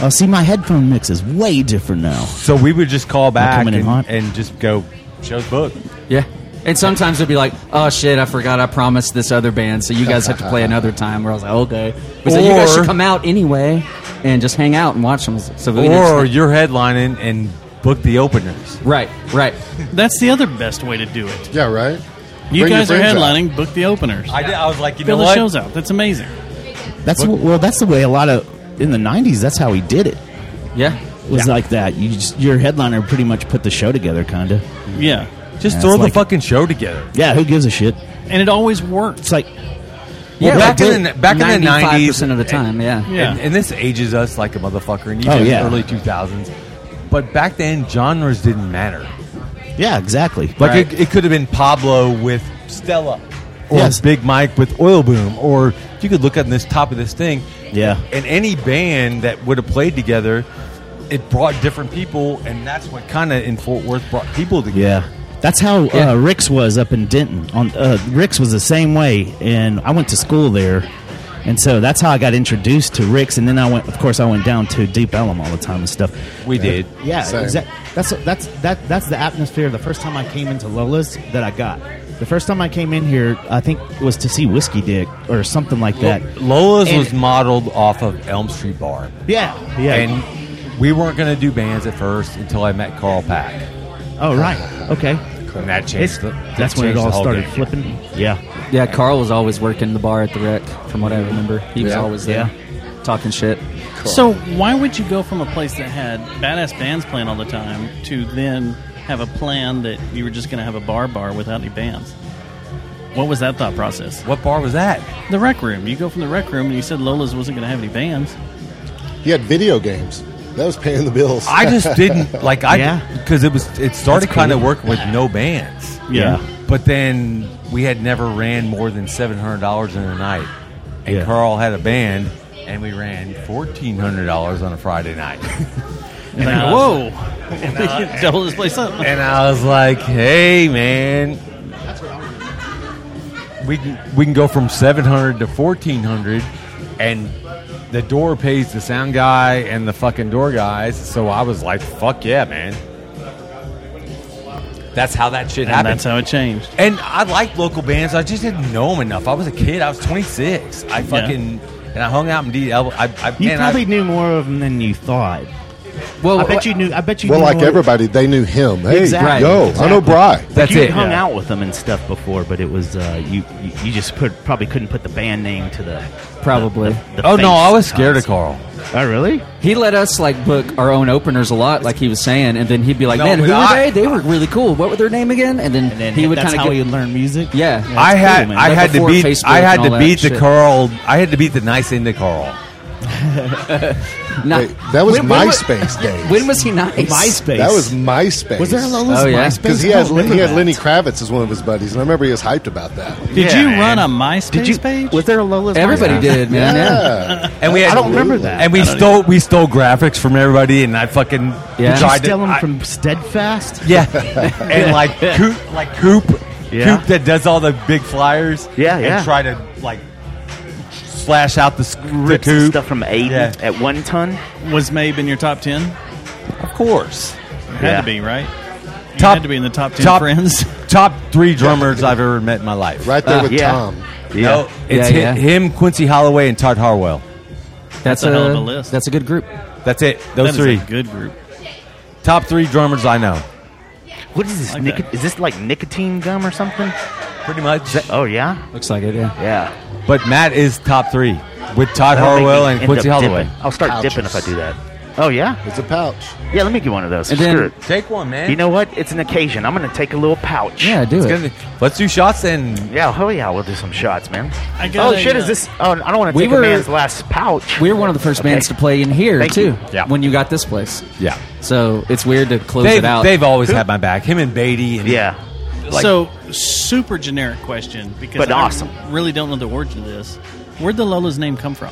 [SPEAKER 9] Oh, see, my headphone mix is way different now.
[SPEAKER 18] So we would just call back
[SPEAKER 9] coming in hot.
[SPEAKER 18] and, and just go show's booked.
[SPEAKER 16] phone. Yeah. And sometimes it'd be like, oh shit, I forgot I promised this other band, so you guys have to play another time. Where I was like, okay. But so you guys
[SPEAKER 18] Or-
[SPEAKER 16] should come out anyway and just hang out and watch them. So we
[SPEAKER 18] or
[SPEAKER 16] just-
[SPEAKER 18] you're headlining and book the openers.
[SPEAKER 16] Right, right.
[SPEAKER 1] That's the other best way to do it.
[SPEAKER 17] Yeah, right.
[SPEAKER 1] You
[SPEAKER 18] Bring your
[SPEAKER 1] guys are
[SPEAKER 18] friends out.
[SPEAKER 1] headlining. Book the openers.
[SPEAKER 18] I, did, I was like, you
[SPEAKER 1] Fill
[SPEAKER 18] know
[SPEAKER 1] the
[SPEAKER 18] what?
[SPEAKER 1] shows out. That's amazing.
[SPEAKER 9] That's w- well. That's the way a lot of in the '90s. That's how we did it.
[SPEAKER 16] Yeah,
[SPEAKER 9] was like that. You just, your headliner pretty much put the show together, kinda.
[SPEAKER 1] Yeah.
[SPEAKER 18] Just
[SPEAKER 9] Yeah,
[SPEAKER 18] throw
[SPEAKER 9] it's
[SPEAKER 18] the
[SPEAKER 9] like-
[SPEAKER 18] fucking show together.
[SPEAKER 9] Yeah, who gives a shit?
[SPEAKER 1] And it always works.
[SPEAKER 9] It's like
[SPEAKER 18] Yeah,
[SPEAKER 9] Well,
[SPEAKER 18] back
[SPEAKER 9] they
[SPEAKER 18] in the,
[SPEAKER 9] did.
[SPEAKER 18] back in the nineties
[SPEAKER 16] 95% of the time, yeah.
[SPEAKER 1] Yeah.
[SPEAKER 18] And, and this ages us like a motherfucker. And you
[SPEAKER 9] Oh,
[SPEAKER 18] oh,
[SPEAKER 9] yeah.
[SPEAKER 18] early two thousands, but back then genres didn't matter.
[SPEAKER 9] Yeah, exactly.
[SPEAKER 18] Like it, it could have been Pablo with Stella, or
[SPEAKER 9] Yes.
[SPEAKER 18] Big Mike with Oil Boom, or you could look at this top of this thing.
[SPEAKER 9] Yeah.
[SPEAKER 18] and any band that would have played together, it brought different people, and that's what kind of in Fort Worth brought people together.
[SPEAKER 9] Yeah. That's how uh, Rick's was up in Denton. On uh, Rick's was the same way, and I went to school there, and so that's how I got introduced to Rick's. And then I went, of course, I went down to Deep Ellum all the time and stuff. Uh,
[SPEAKER 18] We did.
[SPEAKER 9] yeah,
[SPEAKER 18] Same.
[SPEAKER 9] exactly. That's that's that that's the atmosphere. The first time I came into Lola's that I got. The first time I came in here, I think was to see Whiskey Dick or something like that.
[SPEAKER 18] Lola's
[SPEAKER 9] And-
[SPEAKER 18] was modeled off of Elm Street Bar.
[SPEAKER 9] Yeah, yeah.
[SPEAKER 18] And we weren't going to do bands at first until I met Carl Pack.
[SPEAKER 9] Oh right, okay.
[SPEAKER 18] And that changed. The, that
[SPEAKER 9] that's when it
[SPEAKER 18] changed the
[SPEAKER 9] all
[SPEAKER 18] whole
[SPEAKER 9] started
[SPEAKER 18] game.
[SPEAKER 9] flipping. Yeah.
[SPEAKER 16] Yeah, Carl was always working the bar at the rec, from what I remember. He was
[SPEAKER 1] Yeah.
[SPEAKER 16] always there talking shit.
[SPEAKER 1] So why would you go from a place that had badass bands playing all the time to then have a plan that you were just going to have a bar bar without any bands? What was that thought process?
[SPEAKER 18] What bar was that?
[SPEAKER 1] The rec room. You go from the rec room and you said Lola's wasn't going to have any bands.
[SPEAKER 17] He had video games. That was paying the bills.
[SPEAKER 18] I
[SPEAKER 17] [laughs]
[SPEAKER 18] just didn't like
[SPEAKER 17] Yeah.
[SPEAKER 18] I because it was it started
[SPEAKER 17] That's cool.
[SPEAKER 18] kind of working with no bands.
[SPEAKER 17] Yeah. Yeah.
[SPEAKER 18] But then we had never ran more than seven hundred dollars in a night, and
[SPEAKER 9] Yeah.
[SPEAKER 18] Carl had a band, and we ran fourteen hundred dollars on a
[SPEAKER 1] [laughs]
[SPEAKER 18] Friday night.
[SPEAKER 1] And
[SPEAKER 18] I
[SPEAKER 1] like,
[SPEAKER 18] was-
[SPEAKER 1] whoa.
[SPEAKER 18] [laughs]
[SPEAKER 1] [laughs]
[SPEAKER 18] and [laughs] I-
[SPEAKER 1] Double this place up.
[SPEAKER 18] And I was like, hey man, we can we can go from 700 to 1400 and the door pays the sound guy and the fucking door guys so i was like fuck yeah man that's how that shit
[SPEAKER 1] And
[SPEAKER 18] happened
[SPEAKER 1] that's how it changed
[SPEAKER 18] and i liked local bands i just didn't know them enough i was a kid i was 26 i fucking and i hung out in d i, I, I
[SPEAKER 9] You
[SPEAKER 18] man, I-
[SPEAKER 9] probably knew more of them than you thought.
[SPEAKER 16] Well,
[SPEAKER 9] I bet you knew. I bet you.
[SPEAKER 17] well,
[SPEAKER 9] knew
[SPEAKER 17] like
[SPEAKER 9] more-
[SPEAKER 17] everybody, they knew him. Hey,
[SPEAKER 9] exactly.
[SPEAKER 17] yo, I know
[SPEAKER 9] exactly.
[SPEAKER 17] Bry.
[SPEAKER 9] Like, you Hung out with them and stuff before, but it was uh, you, you. You just put probably couldn't put the band name to the
[SPEAKER 16] Probably.
[SPEAKER 9] The, the
[SPEAKER 16] Oh, no,
[SPEAKER 9] face
[SPEAKER 16] I was scared of
[SPEAKER 18] Carl.
[SPEAKER 9] Oh really?
[SPEAKER 16] He let us like book our own openers a lot, like he was saying, and then he'd be like,
[SPEAKER 9] No,
[SPEAKER 16] "Man, who
[SPEAKER 9] but
[SPEAKER 16] were
[SPEAKER 9] I-
[SPEAKER 16] they? They were really cool. What were their name again?" And then, he would
[SPEAKER 9] that's
[SPEAKER 16] kind of
[SPEAKER 9] how he learned music.
[SPEAKER 17] uh,
[SPEAKER 16] Yeah,
[SPEAKER 18] I had I had to beat I had to beat the
[SPEAKER 16] Carl.
[SPEAKER 18] Carl I had to beat the nice into Carl.
[SPEAKER 16] [laughs] Nah.
[SPEAKER 17] Wait, that was
[SPEAKER 16] When- when wa-
[SPEAKER 17] MySpace days.
[SPEAKER 16] When was he nice?
[SPEAKER 17] That was MySpace.
[SPEAKER 16] Was there a Lola's Oh, yeah. MySpace?
[SPEAKER 17] Because he
[SPEAKER 16] I
[SPEAKER 17] had
[SPEAKER 16] don't
[SPEAKER 17] Lin- he
[SPEAKER 16] remember
[SPEAKER 17] had
[SPEAKER 16] that.
[SPEAKER 17] Lenny Kravitz as one of his buddies, and I remember he was hyped about that.
[SPEAKER 1] Did you run a MySpace
[SPEAKER 17] Did you-
[SPEAKER 1] page?
[SPEAKER 9] Was there a Lola's?
[SPEAKER 17] Everybody MySpace? did, man, yeah. Yeah.
[SPEAKER 18] And we had,
[SPEAKER 17] I don't remember that.
[SPEAKER 18] And we
[SPEAKER 17] I don't
[SPEAKER 18] stole we stole graphics from everybody, and I fucking
[SPEAKER 9] Did you
[SPEAKER 18] tried
[SPEAKER 9] steal
[SPEAKER 18] to.
[SPEAKER 9] them
[SPEAKER 18] I-
[SPEAKER 9] from Steadfast?
[SPEAKER 18] [laughs]
[SPEAKER 17] [laughs]
[SPEAKER 18] yeah,
[SPEAKER 9] [laughs]
[SPEAKER 18] and like Coop, like Coop,
[SPEAKER 9] Yeah.
[SPEAKER 18] Coop that does all the big flyers.
[SPEAKER 9] Yeah,
[SPEAKER 18] and
[SPEAKER 9] yeah.
[SPEAKER 18] Try to like slash out the sc-
[SPEAKER 9] Ripped
[SPEAKER 18] the
[SPEAKER 9] some
[SPEAKER 18] Coop
[SPEAKER 9] stuff from Aiden
[SPEAKER 18] Yeah.
[SPEAKER 9] at one ton.
[SPEAKER 1] Was Mabe in your top ten?
[SPEAKER 18] Of course,
[SPEAKER 1] It had
[SPEAKER 18] Yeah.
[SPEAKER 1] to be right. You
[SPEAKER 18] Top-
[SPEAKER 1] had to be in the top ten
[SPEAKER 18] top
[SPEAKER 1] friends.
[SPEAKER 18] top three drummers I've ever met in my life. Uh,
[SPEAKER 17] Right there with Tom.
[SPEAKER 18] No, it's hi- him, Quincy Holloway, and Todd Harwell.
[SPEAKER 1] That's That's a hell of a list.
[SPEAKER 16] That's a good group.
[SPEAKER 18] That's it. Those
[SPEAKER 1] That is
[SPEAKER 18] three.
[SPEAKER 1] a good group.
[SPEAKER 18] Top three drummers I know.
[SPEAKER 9] What is this? Nic- is this like nicotine gum or something?
[SPEAKER 18] Pretty much.
[SPEAKER 9] oh yeah.
[SPEAKER 16] Looks like it. Yeah.
[SPEAKER 9] Yeah.
[SPEAKER 18] But Matt is top three with Todd
[SPEAKER 9] That'll make
[SPEAKER 18] Harwell
[SPEAKER 9] me
[SPEAKER 18] and
[SPEAKER 9] end
[SPEAKER 18] Quincy
[SPEAKER 9] up
[SPEAKER 18] Holloway.
[SPEAKER 9] dipping. I'll start dipping if I do that. Oh yeah,
[SPEAKER 17] it's a pouch.
[SPEAKER 9] Yeah, let me get one of those.
[SPEAKER 18] And then-
[SPEAKER 9] Screw it.
[SPEAKER 18] Take one, man.
[SPEAKER 9] You know what? It's an occasion. I'm gonna take a little pouch. Yeah,
[SPEAKER 18] do It's it. gonna- let's do shots and.
[SPEAKER 9] Yeah, hell yeah, we'll do some shots, man.
[SPEAKER 16] I got
[SPEAKER 9] oh
[SPEAKER 16] a,
[SPEAKER 9] shit,
[SPEAKER 16] uh,
[SPEAKER 9] is this? Oh, I don't want to
[SPEAKER 16] We
[SPEAKER 9] take
[SPEAKER 16] were-
[SPEAKER 9] a man's last pouch.
[SPEAKER 16] We were one of the first bands to play in here
[SPEAKER 9] Thank
[SPEAKER 16] too.
[SPEAKER 9] you.
[SPEAKER 16] Yeah. When you got this place.
[SPEAKER 18] Yeah.
[SPEAKER 16] So it's weird to close
[SPEAKER 18] They've,
[SPEAKER 16] it out.
[SPEAKER 18] they've always had my back. Him and Beatty. And
[SPEAKER 9] yeah.
[SPEAKER 1] so super generic question because
[SPEAKER 18] But
[SPEAKER 1] I
[SPEAKER 18] awesome.
[SPEAKER 1] really don't know the origin of this. Where'd the Lola's name come from?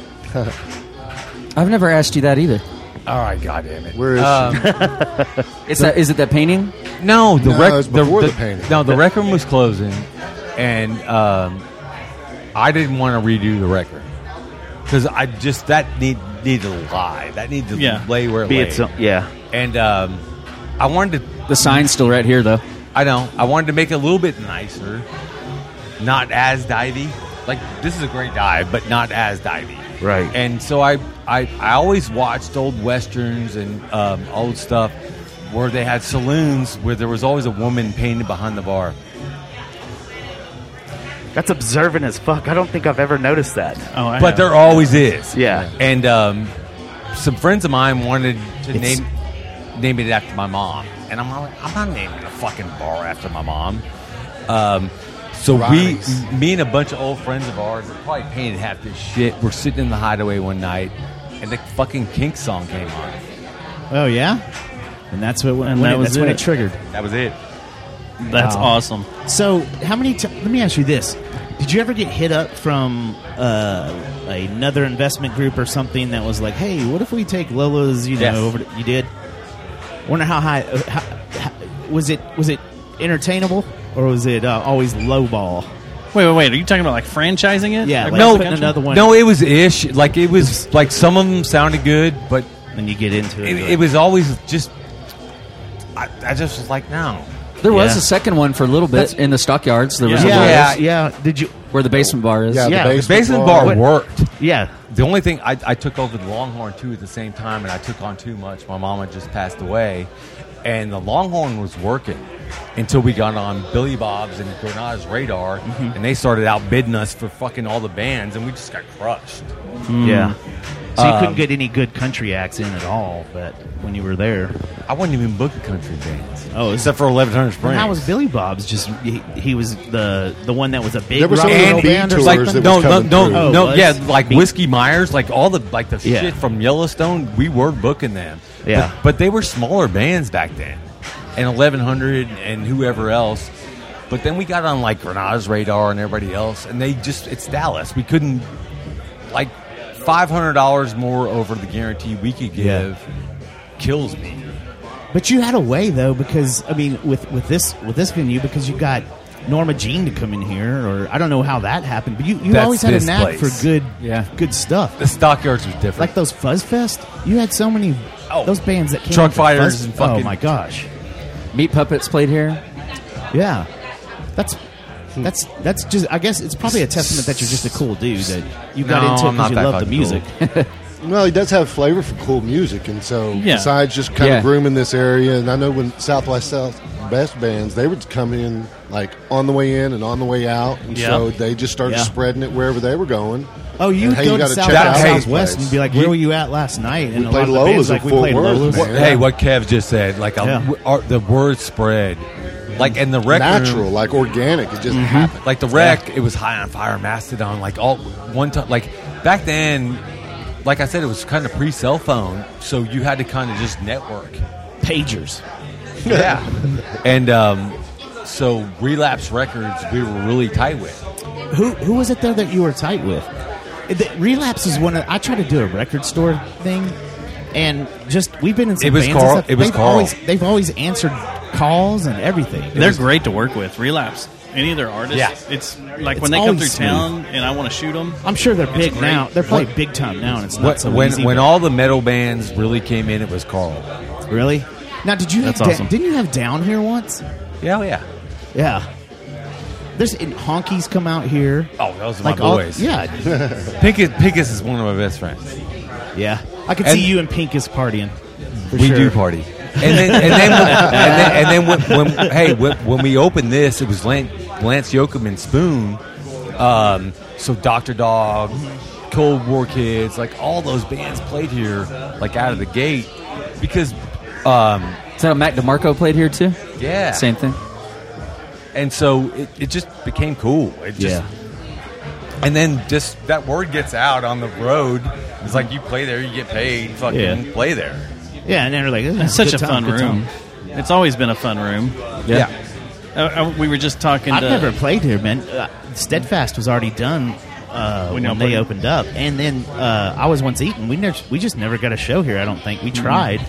[SPEAKER 16] I've never asked you that either.
[SPEAKER 18] All right, goddamn it.
[SPEAKER 17] Where
[SPEAKER 16] is she?
[SPEAKER 1] Um,
[SPEAKER 16] It's that. Is it that painting?
[SPEAKER 18] No, the
[SPEAKER 16] No,
[SPEAKER 18] rec-
[SPEAKER 16] it's before the painting.
[SPEAKER 18] No, the [laughs] record was closing, and um, I didn't want to redo the record because I just that need needed to lie. That needed to
[SPEAKER 16] Yeah.
[SPEAKER 18] lay where it
[SPEAKER 16] Be
[SPEAKER 18] lay.
[SPEAKER 16] it so- yeah.
[SPEAKER 18] and um, I wanted to.
[SPEAKER 16] The sign's still right here, though.
[SPEAKER 18] I know. I wanted to make it a little bit nicer, not as divey. Like this is a great dive, but not as divey.
[SPEAKER 9] Right.
[SPEAKER 18] And so I, I, I always watched old westerns and um, old stuff where they had saloons where there was always a woman painted behind the bar.
[SPEAKER 9] That's observant as fuck. I don't think I've ever noticed that.
[SPEAKER 1] Oh,
[SPEAKER 18] but there always is.
[SPEAKER 9] Yeah.
[SPEAKER 18] And um, some friends of mine wanted to
[SPEAKER 9] It's-
[SPEAKER 18] name name it after my mom, and I'm like, I'm not naming a fucking bar after my mom. Um, so
[SPEAKER 17] Ronnie's.
[SPEAKER 18] we, me and a bunch of old friends of ours, that probably painted half this shit. We're sitting in the hideaway one night, and the fucking Kink song came on.
[SPEAKER 9] Oh yeah, and that's what when,
[SPEAKER 18] And
[SPEAKER 9] when
[SPEAKER 18] that
[SPEAKER 9] it,
[SPEAKER 18] was
[SPEAKER 9] that's when
[SPEAKER 18] it.
[SPEAKER 9] it triggered.
[SPEAKER 18] That was it.
[SPEAKER 1] That's awesome.
[SPEAKER 9] So how many? T- let me ask you this: Did you ever get hit up from uh, another investment group or something that was like, "Hey, what if we take Lola's?" You know,
[SPEAKER 15] Yes.
[SPEAKER 9] over to, you did. Wonder how high uh, how, how, was it? Was it entertainable or was it uh, always low ball?
[SPEAKER 1] [laughs] Wait, wait, wait. Are you talking about like franchising it?
[SPEAKER 9] Yeah,
[SPEAKER 1] Like,
[SPEAKER 9] like
[SPEAKER 1] no,
[SPEAKER 9] putting another one.
[SPEAKER 18] No, it was ish. Like it was like some of them sounded good, but
[SPEAKER 9] when you get into it,
[SPEAKER 18] it,
[SPEAKER 9] you're
[SPEAKER 18] it was always just. I, I just was like, no.
[SPEAKER 16] There was
[SPEAKER 18] Yeah.
[SPEAKER 16] a second one for a little bit
[SPEAKER 18] That's-
[SPEAKER 16] in the stockyards. There was a
[SPEAKER 18] Yeah.
[SPEAKER 16] little-
[SPEAKER 18] Yeah,
[SPEAKER 9] Did you
[SPEAKER 16] where the basement bar is?
[SPEAKER 18] bar worked.
[SPEAKER 9] Yeah.
[SPEAKER 18] The only thing I, I took over the Longhorn too at the same time, and I took on too much. My mama just passed away, and the Longhorn was working until we got on Billy Bob's and Granada's radar,
[SPEAKER 9] Mm-hmm.
[SPEAKER 18] and they started outbidding us for fucking all the bands, and we just got crushed.
[SPEAKER 9] Yeah. Mm. So you
[SPEAKER 18] Um,
[SPEAKER 9] couldn't get any good country acts in at all, but when you were there,
[SPEAKER 18] I wasn't even booking country bands.
[SPEAKER 9] Oh,
[SPEAKER 18] except for Eleven Hundred Springs.
[SPEAKER 9] How was Billy Bob's? Just he, he was the the one that was a big.
[SPEAKER 18] There were some
[SPEAKER 9] rock
[SPEAKER 18] little
[SPEAKER 9] band or
[SPEAKER 18] like,
[SPEAKER 9] something?
[SPEAKER 18] no, no, no,
[SPEAKER 9] Oh,
[SPEAKER 18] no,
[SPEAKER 9] was?
[SPEAKER 18] yeah, like Whiskey Myers, like all the like the
[SPEAKER 9] Yeah.
[SPEAKER 18] shit from Yellowstone. We were booking them,
[SPEAKER 9] Yeah.
[SPEAKER 18] but, but they were smaller bands back then, and eleven hundred and whoever else. But then we got on like Granada's radar and everybody else, and they just it's Dallas. We couldn't like five hundred dollars more over the guarantee we could give
[SPEAKER 9] Yeah.
[SPEAKER 18] kills me.
[SPEAKER 9] But you had a way though, because I mean, with with this with this venue, because you got Norma Jean to come in here, or I don't know how that happened, but you, you
[SPEAKER 18] That's
[SPEAKER 9] always had a
[SPEAKER 18] this
[SPEAKER 9] knack
[SPEAKER 18] place.
[SPEAKER 9] for good good stuff.
[SPEAKER 18] The stockyards was different.
[SPEAKER 9] Like those Fuzz Fest, you had so many those bands that came.
[SPEAKER 16] Truck
[SPEAKER 9] out to
[SPEAKER 16] fighters
[SPEAKER 9] Fuzz-
[SPEAKER 16] and fucking-
[SPEAKER 9] oh my gosh,
[SPEAKER 16] Meat puppets played here.
[SPEAKER 9] yeah, that's. That's that's just I guess it's probably a testament that you're just a cool dude that you got
[SPEAKER 17] No,
[SPEAKER 9] into
[SPEAKER 17] I'm
[SPEAKER 9] because
[SPEAKER 17] not
[SPEAKER 9] you
[SPEAKER 17] that
[SPEAKER 9] love the
[SPEAKER 17] fucking
[SPEAKER 9] music. [laughs]
[SPEAKER 17] Well, he does have flavor for cool music, and so
[SPEAKER 9] Yeah.
[SPEAKER 17] besides just kind
[SPEAKER 9] Yeah.
[SPEAKER 17] of grooming this area, and I know when South by South best bands, they would come in like on the way in and on the way out, and
[SPEAKER 9] Yeah.
[SPEAKER 17] so they just started
[SPEAKER 9] Yeah.
[SPEAKER 17] spreading it wherever they were going.
[SPEAKER 9] Oh, you
[SPEAKER 17] And, hey,
[SPEAKER 9] go to
[SPEAKER 17] gotta
[SPEAKER 9] South
[SPEAKER 17] check
[SPEAKER 9] by
[SPEAKER 17] out this
[SPEAKER 9] Southwest
[SPEAKER 17] place.
[SPEAKER 9] and be like, "Where were you at last night?" And
[SPEAKER 17] We played
[SPEAKER 9] a lot of the bands
[SPEAKER 17] Lola's
[SPEAKER 9] like,
[SPEAKER 17] in
[SPEAKER 9] "We
[SPEAKER 17] Fort
[SPEAKER 9] played
[SPEAKER 17] Worth,
[SPEAKER 9] Lola's."
[SPEAKER 17] man.
[SPEAKER 18] Hey, what Kev just said, like a, our, the word spread, like in the rec room-
[SPEAKER 17] Natural, like organic, it
[SPEAKER 9] Mm-hmm.
[SPEAKER 17] just
[SPEAKER 18] Mhm.
[SPEAKER 17] happened.
[SPEAKER 18] Like the wreck, it was high on fire, Mastodon. Like all one time, like back then, like I said, it was kind of pre cell phone, so you had to kind of just network.
[SPEAKER 9] Pagers.
[SPEAKER 18] [laughs] Yeah. and um, so Relapse Records, we were really tight with.
[SPEAKER 9] Who who was it though that you were tight with? The relapse is one. Of, I tried to do a record store thing, and just we've been in some
[SPEAKER 18] It was
[SPEAKER 9] bands and
[SPEAKER 18] Carl-
[SPEAKER 9] stuff.
[SPEAKER 18] it was
[SPEAKER 9] they've
[SPEAKER 18] Carl.
[SPEAKER 9] Always, they've always answered calls and everything. It
[SPEAKER 1] They're
[SPEAKER 9] was-
[SPEAKER 1] great to work with. Relapse. Any of their artists.
[SPEAKER 9] Yeah.
[SPEAKER 1] It's like
[SPEAKER 9] It's
[SPEAKER 1] when they come
[SPEAKER 9] always
[SPEAKER 1] through
[SPEAKER 9] smooth.
[SPEAKER 1] town and I want to shoot them.
[SPEAKER 9] I'm sure they're big
[SPEAKER 1] great.
[SPEAKER 9] now. They're probably big time now, and it's not
[SPEAKER 18] What,
[SPEAKER 9] so
[SPEAKER 18] when
[SPEAKER 9] easy.
[SPEAKER 18] when
[SPEAKER 9] but-
[SPEAKER 18] all the metal bands really came in, it was Carl.
[SPEAKER 9] Really? now, did you have
[SPEAKER 18] That's
[SPEAKER 9] da-
[SPEAKER 18] awesome.
[SPEAKER 9] didn't you have down here once?
[SPEAKER 18] Yeah, oh, yeah,
[SPEAKER 9] yeah. There's and honkies come out here.
[SPEAKER 18] Oh, those are my
[SPEAKER 9] Like all-
[SPEAKER 18] boys.
[SPEAKER 9] yeah.
[SPEAKER 18] [laughs] Pincus, Pincus is one of my best friends.
[SPEAKER 9] Yeah, I could
[SPEAKER 18] And-
[SPEAKER 9] see you and Pinkus partying. for
[SPEAKER 18] we
[SPEAKER 9] sure. [laughs]
[SPEAKER 18] do party. And then, and then, [laughs] when, and then, and then when, when, hey, when, when we opened this, it was Lance, Lance Yoakum and Spoon. Um, so Dr. Dog, Cold War Kids, like all those bands played here, like out of the gate, because um,
[SPEAKER 16] is that how Mac DeMarco played here too?
[SPEAKER 18] Yeah.
[SPEAKER 16] same thing.
[SPEAKER 18] and so it, it just became cool. It just, And then just that word gets out on the road. It's like you play there, you get paid. Fucking
[SPEAKER 1] Yeah.
[SPEAKER 18] play there.
[SPEAKER 1] Yeah, and they're like,
[SPEAKER 18] "This is
[SPEAKER 1] it's
[SPEAKER 18] a
[SPEAKER 1] such
[SPEAKER 18] good
[SPEAKER 1] a fun
[SPEAKER 18] time, good
[SPEAKER 1] room. It's always been a fun room.
[SPEAKER 18] Yeah.
[SPEAKER 1] Uh, uh, we were just talking.
[SPEAKER 9] I've
[SPEAKER 1] to-
[SPEAKER 9] never played here, man. Uh, Steadfast was already done uh, when,
[SPEAKER 1] When y'all
[SPEAKER 9] they
[SPEAKER 1] played?
[SPEAKER 9] opened up, and then uh, I was once eaten. We never, we just never got a show here. I don't think we tried,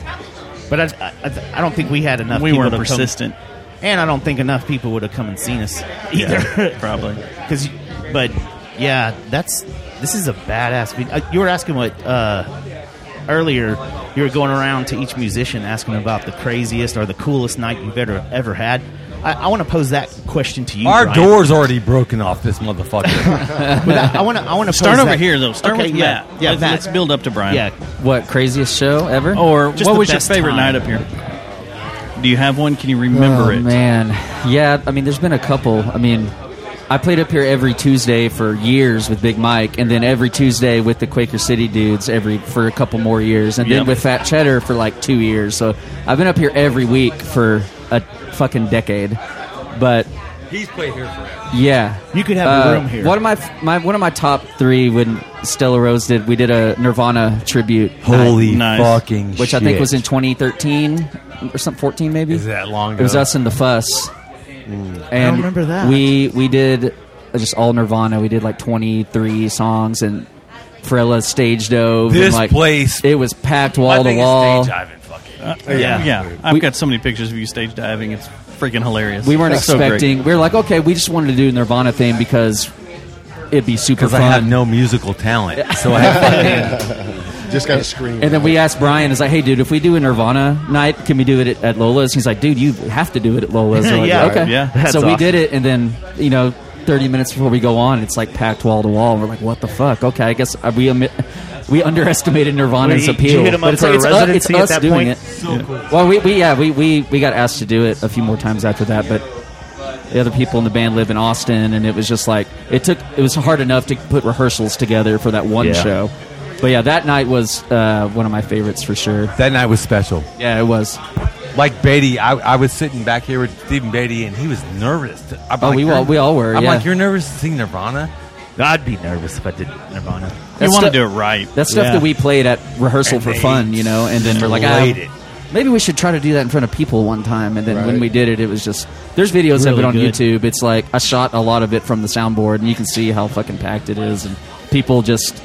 [SPEAKER 9] but I, I, I don't think we had enough.
[SPEAKER 1] Mm-hmm. We
[SPEAKER 9] people
[SPEAKER 1] weren't
[SPEAKER 9] to come-
[SPEAKER 1] persistent.
[SPEAKER 9] and I don't think enough people would have come and seen us either. [laughs]
[SPEAKER 1] probably
[SPEAKER 9] because, but yeah, that's this is a badass. vid- Uh, you were asking what uh, earlier. You were going around to each musician asking about the craziest or the coolest night you've ever ever had. I, I want to pose that question to you.
[SPEAKER 18] Our
[SPEAKER 9] Brian.
[SPEAKER 18] door's already broken off this motherfucker.
[SPEAKER 9] [laughs] But I want to. I want to
[SPEAKER 1] Start over here, though. Start with
[SPEAKER 9] yeah,
[SPEAKER 1] Matt.
[SPEAKER 9] Yeah,
[SPEAKER 1] Let's-
[SPEAKER 9] Matt.
[SPEAKER 1] let's build up to Brian.
[SPEAKER 9] Yeah.
[SPEAKER 16] What craziest show ever?
[SPEAKER 1] Or
[SPEAKER 16] Just
[SPEAKER 1] what
[SPEAKER 16] the
[SPEAKER 1] was your
[SPEAKER 16] best
[SPEAKER 1] favorite
[SPEAKER 16] time.
[SPEAKER 1] night up here? Do you have one? Can you remember
[SPEAKER 16] oh,
[SPEAKER 1] it?
[SPEAKER 16] Man, yeah. I mean, there's been a couple. I mean, I played up here every Tuesday for years with Big Mike, and then every Tuesday with the Quaker City dudes every for a couple more years, and then
[SPEAKER 1] Yep.
[SPEAKER 16] with Fat Cheddar for like two years. So I've been up here every week for a fucking decade. But
[SPEAKER 18] He's played here forever.
[SPEAKER 16] yeah, Uh,
[SPEAKER 9] You could have a room here.
[SPEAKER 16] One of my, my one of my top three when Stella Rose did. We did a Nirvana tribute.
[SPEAKER 18] Holy
[SPEAKER 16] night,
[SPEAKER 18] fucking
[SPEAKER 16] Which I think
[SPEAKER 18] shit.
[SPEAKER 16] was in 2013 or something, 14 maybe.
[SPEAKER 18] Is that long
[SPEAKER 16] It was
[SPEAKER 18] ago? Mm.
[SPEAKER 16] us and the Fuss. And
[SPEAKER 18] I don't remember that.
[SPEAKER 16] We we did just all Nirvana. We did like 23 songs and. Frella stage dove. and
[SPEAKER 1] This
[SPEAKER 16] like,
[SPEAKER 1] place-
[SPEAKER 16] it was packed wall to wall.
[SPEAKER 1] Uh,
[SPEAKER 16] Yeah.
[SPEAKER 1] yeah, yeah. I've got so many pictures of you stage diving. It's freaking hilarious.
[SPEAKER 16] We weren't
[SPEAKER 1] That's so great.
[SPEAKER 16] expecting. we were like, okay, we just wanted to do Nirvana thing because it'd be super
[SPEAKER 18] Because I
[SPEAKER 16] fun.
[SPEAKER 18] have no musical talent,
[SPEAKER 16] [laughs]
[SPEAKER 18] so I have
[SPEAKER 17] [laughs]
[SPEAKER 18] fucking
[SPEAKER 17] Just gotta scream.
[SPEAKER 16] And then we asked Brian, "Is like, hey, dude, if we do a Nirvana night, can we do it at, at Lola's?" He's like, "Dude, you have to do it at
[SPEAKER 9] [laughs]
[SPEAKER 16] Lola's." We're like,
[SPEAKER 1] Yeah.
[SPEAKER 16] okay.
[SPEAKER 1] Yeah, that's
[SPEAKER 16] so we
[SPEAKER 1] awesome.
[SPEAKER 16] did it, and then you know, thirty minutes before we go on, it's like packed wall to wall. and We're like, "What the fuck?" Okay, I guess uh, we omi- [laughs] we underestimated Nirvana's
[SPEAKER 9] Wait, did you
[SPEAKER 16] appeal.
[SPEAKER 9] hit him up
[SPEAKER 16] but it's
[SPEAKER 9] for
[SPEAKER 16] like,
[SPEAKER 9] a
[SPEAKER 16] it's, us-
[SPEAKER 9] residency
[SPEAKER 16] it's
[SPEAKER 9] at
[SPEAKER 16] us
[SPEAKER 9] that
[SPEAKER 16] doing
[SPEAKER 9] point?
[SPEAKER 16] it.
[SPEAKER 9] So
[SPEAKER 16] Yeah.
[SPEAKER 9] cool.
[SPEAKER 16] Well, we, we yeah we, we we got asked to do it a few more times after that, but the other people in the band live in Austin, and it was just like it took it was hard enough to put rehearsals together for that one
[SPEAKER 18] Yeah.
[SPEAKER 16] show. But yeah, that night was uh, one of my favorites for sure.
[SPEAKER 18] That night was special.
[SPEAKER 16] [laughs] Yeah, it was.
[SPEAKER 18] Like Beatty, I, I was sitting back here with Stephen Beatty, and he was nervous. to- I'm
[SPEAKER 16] Oh, we
[SPEAKER 18] "You're-
[SPEAKER 16] all- we all were,
[SPEAKER 18] I'm
[SPEAKER 16] yeah.
[SPEAKER 18] like, you're nervous to sing Nirvana.
[SPEAKER 9] I'd be nervous if I did Nirvana.
[SPEAKER 16] That
[SPEAKER 18] wanna
[SPEAKER 16] stuff- That stuff that we played at rehearsal
[SPEAKER 18] And
[SPEAKER 16] for
[SPEAKER 18] they
[SPEAKER 16] fun, you know, and then we're like, ah,
[SPEAKER 18] slayed it.
[SPEAKER 16] maybe we should try to do that in front of people one time. And then when we
[SPEAKER 18] Right.
[SPEAKER 16] did it, it was just there's videos of
[SPEAKER 18] Really
[SPEAKER 16] it on
[SPEAKER 18] good.
[SPEAKER 16] YouTube. It's like I shot a lot of it from the soundboard, and you can see how fucking packed it is, and people just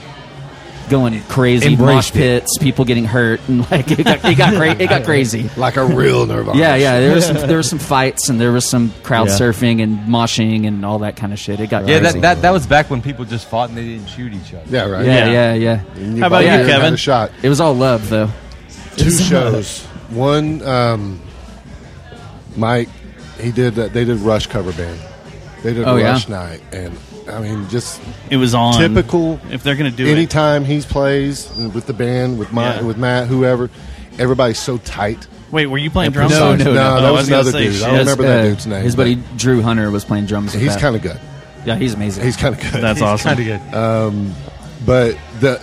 [SPEAKER 16] going crazy, mosh
[SPEAKER 18] Embraced it.
[SPEAKER 16] pits, people getting hurt, and like [laughs] it got
[SPEAKER 18] [laughs]
[SPEAKER 16] it got, cra- it got crazy,
[SPEAKER 17] Like a real Nirvana.
[SPEAKER 16] Yeah, yeah. There
[SPEAKER 10] [laughs]
[SPEAKER 16] was some, there was some fights, and there was some crowd
[SPEAKER 18] Yeah.
[SPEAKER 16] surfing and moshing and all that kind of shit. It got
[SPEAKER 18] Yeah,
[SPEAKER 16] crazy.
[SPEAKER 18] that, that that was back when people just fought and they didn't shoot each other.
[SPEAKER 17] Yeah, right.
[SPEAKER 16] Yeah, yeah, yeah.
[SPEAKER 17] And you How about bought you, another Kevin? shot.
[SPEAKER 16] It was all love, though.
[SPEAKER 17] two shows. One, um, Mike, he did. Uh, they did Rush cover band. They did
[SPEAKER 1] Oh, yeah?
[SPEAKER 17] Rush night, and I mean, just
[SPEAKER 1] It was on.
[SPEAKER 17] typical.
[SPEAKER 1] If they're gonna do it.
[SPEAKER 17] anytime he plays with the band, with my,
[SPEAKER 1] Yeah.
[SPEAKER 17] with Matt, whoever, everybody's so tight.
[SPEAKER 1] Wait, were you playing
[SPEAKER 17] And
[SPEAKER 1] drums?
[SPEAKER 17] No,
[SPEAKER 16] Oh,
[SPEAKER 17] no, no, that
[SPEAKER 1] I
[SPEAKER 17] was,
[SPEAKER 1] was gonna
[SPEAKER 17] another
[SPEAKER 1] say,
[SPEAKER 17] dude. I
[SPEAKER 1] shit.
[SPEAKER 17] don't remember that
[SPEAKER 16] Uh,
[SPEAKER 17] dude's name.
[SPEAKER 16] His
[SPEAKER 17] but-
[SPEAKER 16] buddy Drew Hunter was playing drums. with
[SPEAKER 17] He's
[SPEAKER 16] that.
[SPEAKER 17] kind of good.
[SPEAKER 16] Yeah, he's amazing.
[SPEAKER 17] [laughs] He's kind of good.
[SPEAKER 16] That's He's awesome.
[SPEAKER 18] kinda
[SPEAKER 17] good. Um, but the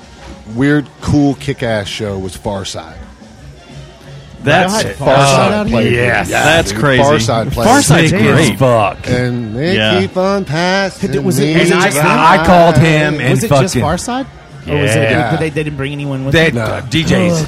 [SPEAKER 17] weird, cool, kick-ass show was Far Side.
[SPEAKER 1] That's
[SPEAKER 17] Right. Far Side
[SPEAKER 1] oh,
[SPEAKER 17] played.
[SPEAKER 1] yes.
[SPEAKER 17] Yeah,
[SPEAKER 1] That's
[SPEAKER 17] dude.
[SPEAKER 1] crazy.
[SPEAKER 17] Far Side played.
[SPEAKER 1] Far Side's Sick great. as fuck.
[SPEAKER 17] And they
[SPEAKER 1] Yeah.
[SPEAKER 17] keep on passing.
[SPEAKER 9] It- was it-
[SPEAKER 17] me
[SPEAKER 9] was it just them?
[SPEAKER 17] by.
[SPEAKER 18] I called him and
[SPEAKER 9] was it just
[SPEAKER 18] fucking-
[SPEAKER 9] Far Side? Or was it,
[SPEAKER 18] Yeah.
[SPEAKER 9] did they, they didn't bring anyone with
[SPEAKER 18] They-
[SPEAKER 9] them?
[SPEAKER 18] uh, DJs.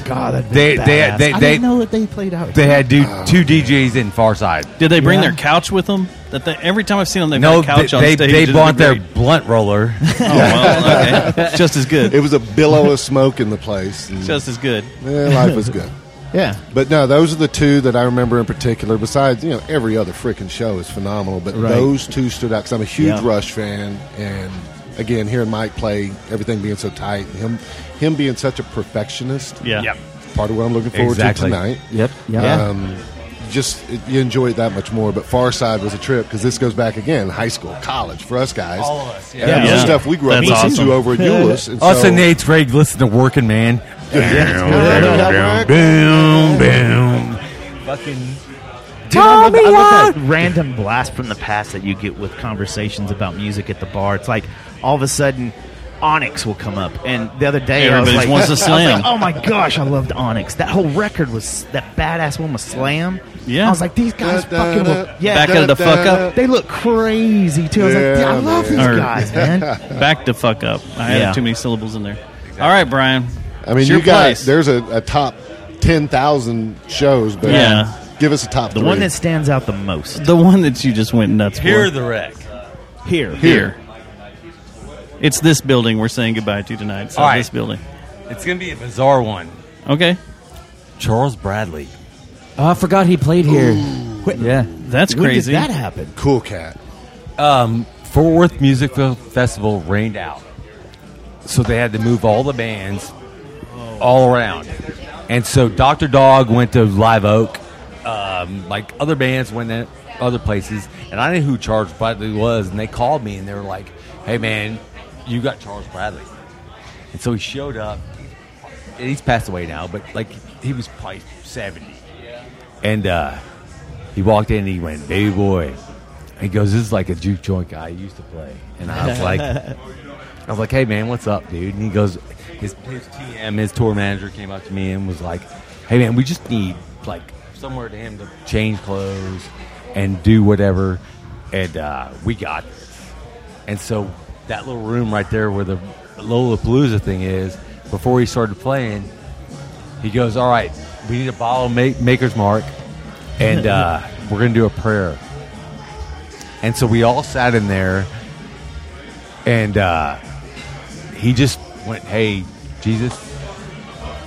[SPEAKER 9] Oh, God, that'd be
[SPEAKER 18] They- they-
[SPEAKER 9] badass. Oh.
[SPEAKER 18] they-
[SPEAKER 9] I
[SPEAKER 18] they-
[SPEAKER 9] didn't know that they played out.
[SPEAKER 18] They had do, two DJs in Farside.
[SPEAKER 1] Did they bring their couch with them? That they, every time I've seen them, they've
[SPEAKER 18] No,
[SPEAKER 1] got a couch
[SPEAKER 18] they,
[SPEAKER 1] on
[SPEAKER 18] they,
[SPEAKER 1] stage.
[SPEAKER 18] they
[SPEAKER 1] Isn't
[SPEAKER 18] bought
[SPEAKER 1] it
[SPEAKER 18] their
[SPEAKER 1] great?
[SPEAKER 18] blunt roller.
[SPEAKER 1] Oh, well,
[SPEAKER 17] [laughs]
[SPEAKER 1] okay. Just as good.
[SPEAKER 17] It was a billow of smoke in the place. and-
[SPEAKER 1] Just as good.
[SPEAKER 17] Yeah, Eh, life was
[SPEAKER 1] [laughs]
[SPEAKER 17] good.
[SPEAKER 9] Yeah.
[SPEAKER 17] But no, those are the two that I remember in particular. Besides, you know, every other freaking show is phenomenal, but
[SPEAKER 9] Right.
[SPEAKER 17] those two stood out because I'm a huge
[SPEAKER 9] Yeah.
[SPEAKER 17] Rush fan, and again, hearing Mike play, everything being so tight, him him being such a perfectionist,
[SPEAKER 1] Yeah. Yep.
[SPEAKER 17] part of what I'm looking forward
[SPEAKER 18] Exactly.
[SPEAKER 17] to tonight.
[SPEAKER 16] Yep, yeah.
[SPEAKER 17] Um, just it, you enjoy it that much more. But Far Side was a trip because this goes back again, high school, college for us guys. All of us,
[SPEAKER 18] yeah.
[SPEAKER 17] That was
[SPEAKER 18] Yeah.
[SPEAKER 17] stuff we grew up
[SPEAKER 18] That's
[SPEAKER 17] listening
[SPEAKER 18] awesome.
[SPEAKER 17] to over at Euless. and
[SPEAKER 18] Us
[SPEAKER 17] so-
[SPEAKER 18] and Nate's Ray listen to Working Man.
[SPEAKER 17] Yeah.
[SPEAKER 18] Boom, boom, boom. Fucking.
[SPEAKER 9] Dude, I love, I love that random blast from the past that you get with conversations about music at the bar. It's like all of a sudden,
[SPEAKER 15] Onyx will come up, and the other day I was
[SPEAKER 1] Everybody
[SPEAKER 15] like,
[SPEAKER 1] wants
[SPEAKER 15] [laughs]
[SPEAKER 1] to
[SPEAKER 15] I was like,
[SPEAKER 1] slam.
[SPEAKER 15] oh my gosh, I loved Onyx. That whole record was that badass one was Slam.
[SPEAKER 1] Yeah.
[SPEAKER 15] I was like, these guys
[SPEAKER 1] Da, da,
[SPEAKER 15] fucking
[SPEAKER 1] da.
[SPEAKER 15] look, yeah,
[SPEAKER 1] Back
[SPEAKER 15] da,
[SPEAKER 1] of the
[SPEAKER 15] da,
[SPEAKER 1] fuck
[SPEAKER 15] da,
[SPEAKER 1] up.
[SPEAKER 15] They look crazy too. I was like, yeah, I love these
[SPEAKER 1] Or-
[SPEAKER 15] guys, man. [laughs]
[SPEAKER 17] [laughs]
[SPEAKER 1] Back to fuck up. I
[SPEAKER 15] Yeah.
[SPEAKER 1] had too many syllables in there. All right, Brian.
[SPEAKER 17] I mean,
[SPEAKER 1] It's
[SPEAKER 17] you
[SPEAKER 1] your
[SPEAKER 17] got
[SPEAKER 1] place.
[SPEAKER 17] there's a, a top ten thousand shows, but
[SPEAKER 1] Yeah.
[SPEAKER 17] give us a top three.
[SPEAKER 15] stands out the most.
[SPEAKER 1] The one that you just went nuts
[SPEAKER 17] Here
[SPEAKER 1] for.
[SPEAKER 17] the wreck.
[SPEAKER 15] Here.
[SPEAKER 1] Here. It's this building we're saying goodbye to tonight. So
[SPEAKER 18] All right.
[SPEAKER 1] this building.
[SPEAKER 18] It's gonna be a bizarre one.
[SPEAKER 1] Okay.
[SPEAKER 18] [laughs] Charles Bradley.
[SPEAKER 16] Oh, I forgot he played here. Yeah,
[SPEAKER 1] that's
[SPEAKER 18] crazy.
[SPEAKER 15] happen?
[SPEAKER 17] Cool cat.
[SPEAKER 18] Um, Fort Worth Music Fe- Festival rained out, so they had to move all the bands all around, and so Doctor Dog went to Live Oak, um, like other bands went to other places, and I knew who Charles Bradley was, and they called me and they were like, "Hey man, you got Charles Bradley," and so he showed up. and He's passed away now, but like he was probably seventy. And uh, he walked in and he went, baby boy. He goes, this is like a juke joint guy I used to play. And I was like, I was like, hey man, what's up, dude? And he goes, his, his TM, his tour manager came up to me and was like, hey man, we just need like somewhere to him to change clothes and do whatever. And uh, we got this. And so that little room right there where the Lollapalooza thing is, before he started playing, he goes, all right, we need a bottle of ma- Maker's Mark and uh, we're going to do a prayer. And so we all sat in there, and uh, he just went, "Hey, Jesus,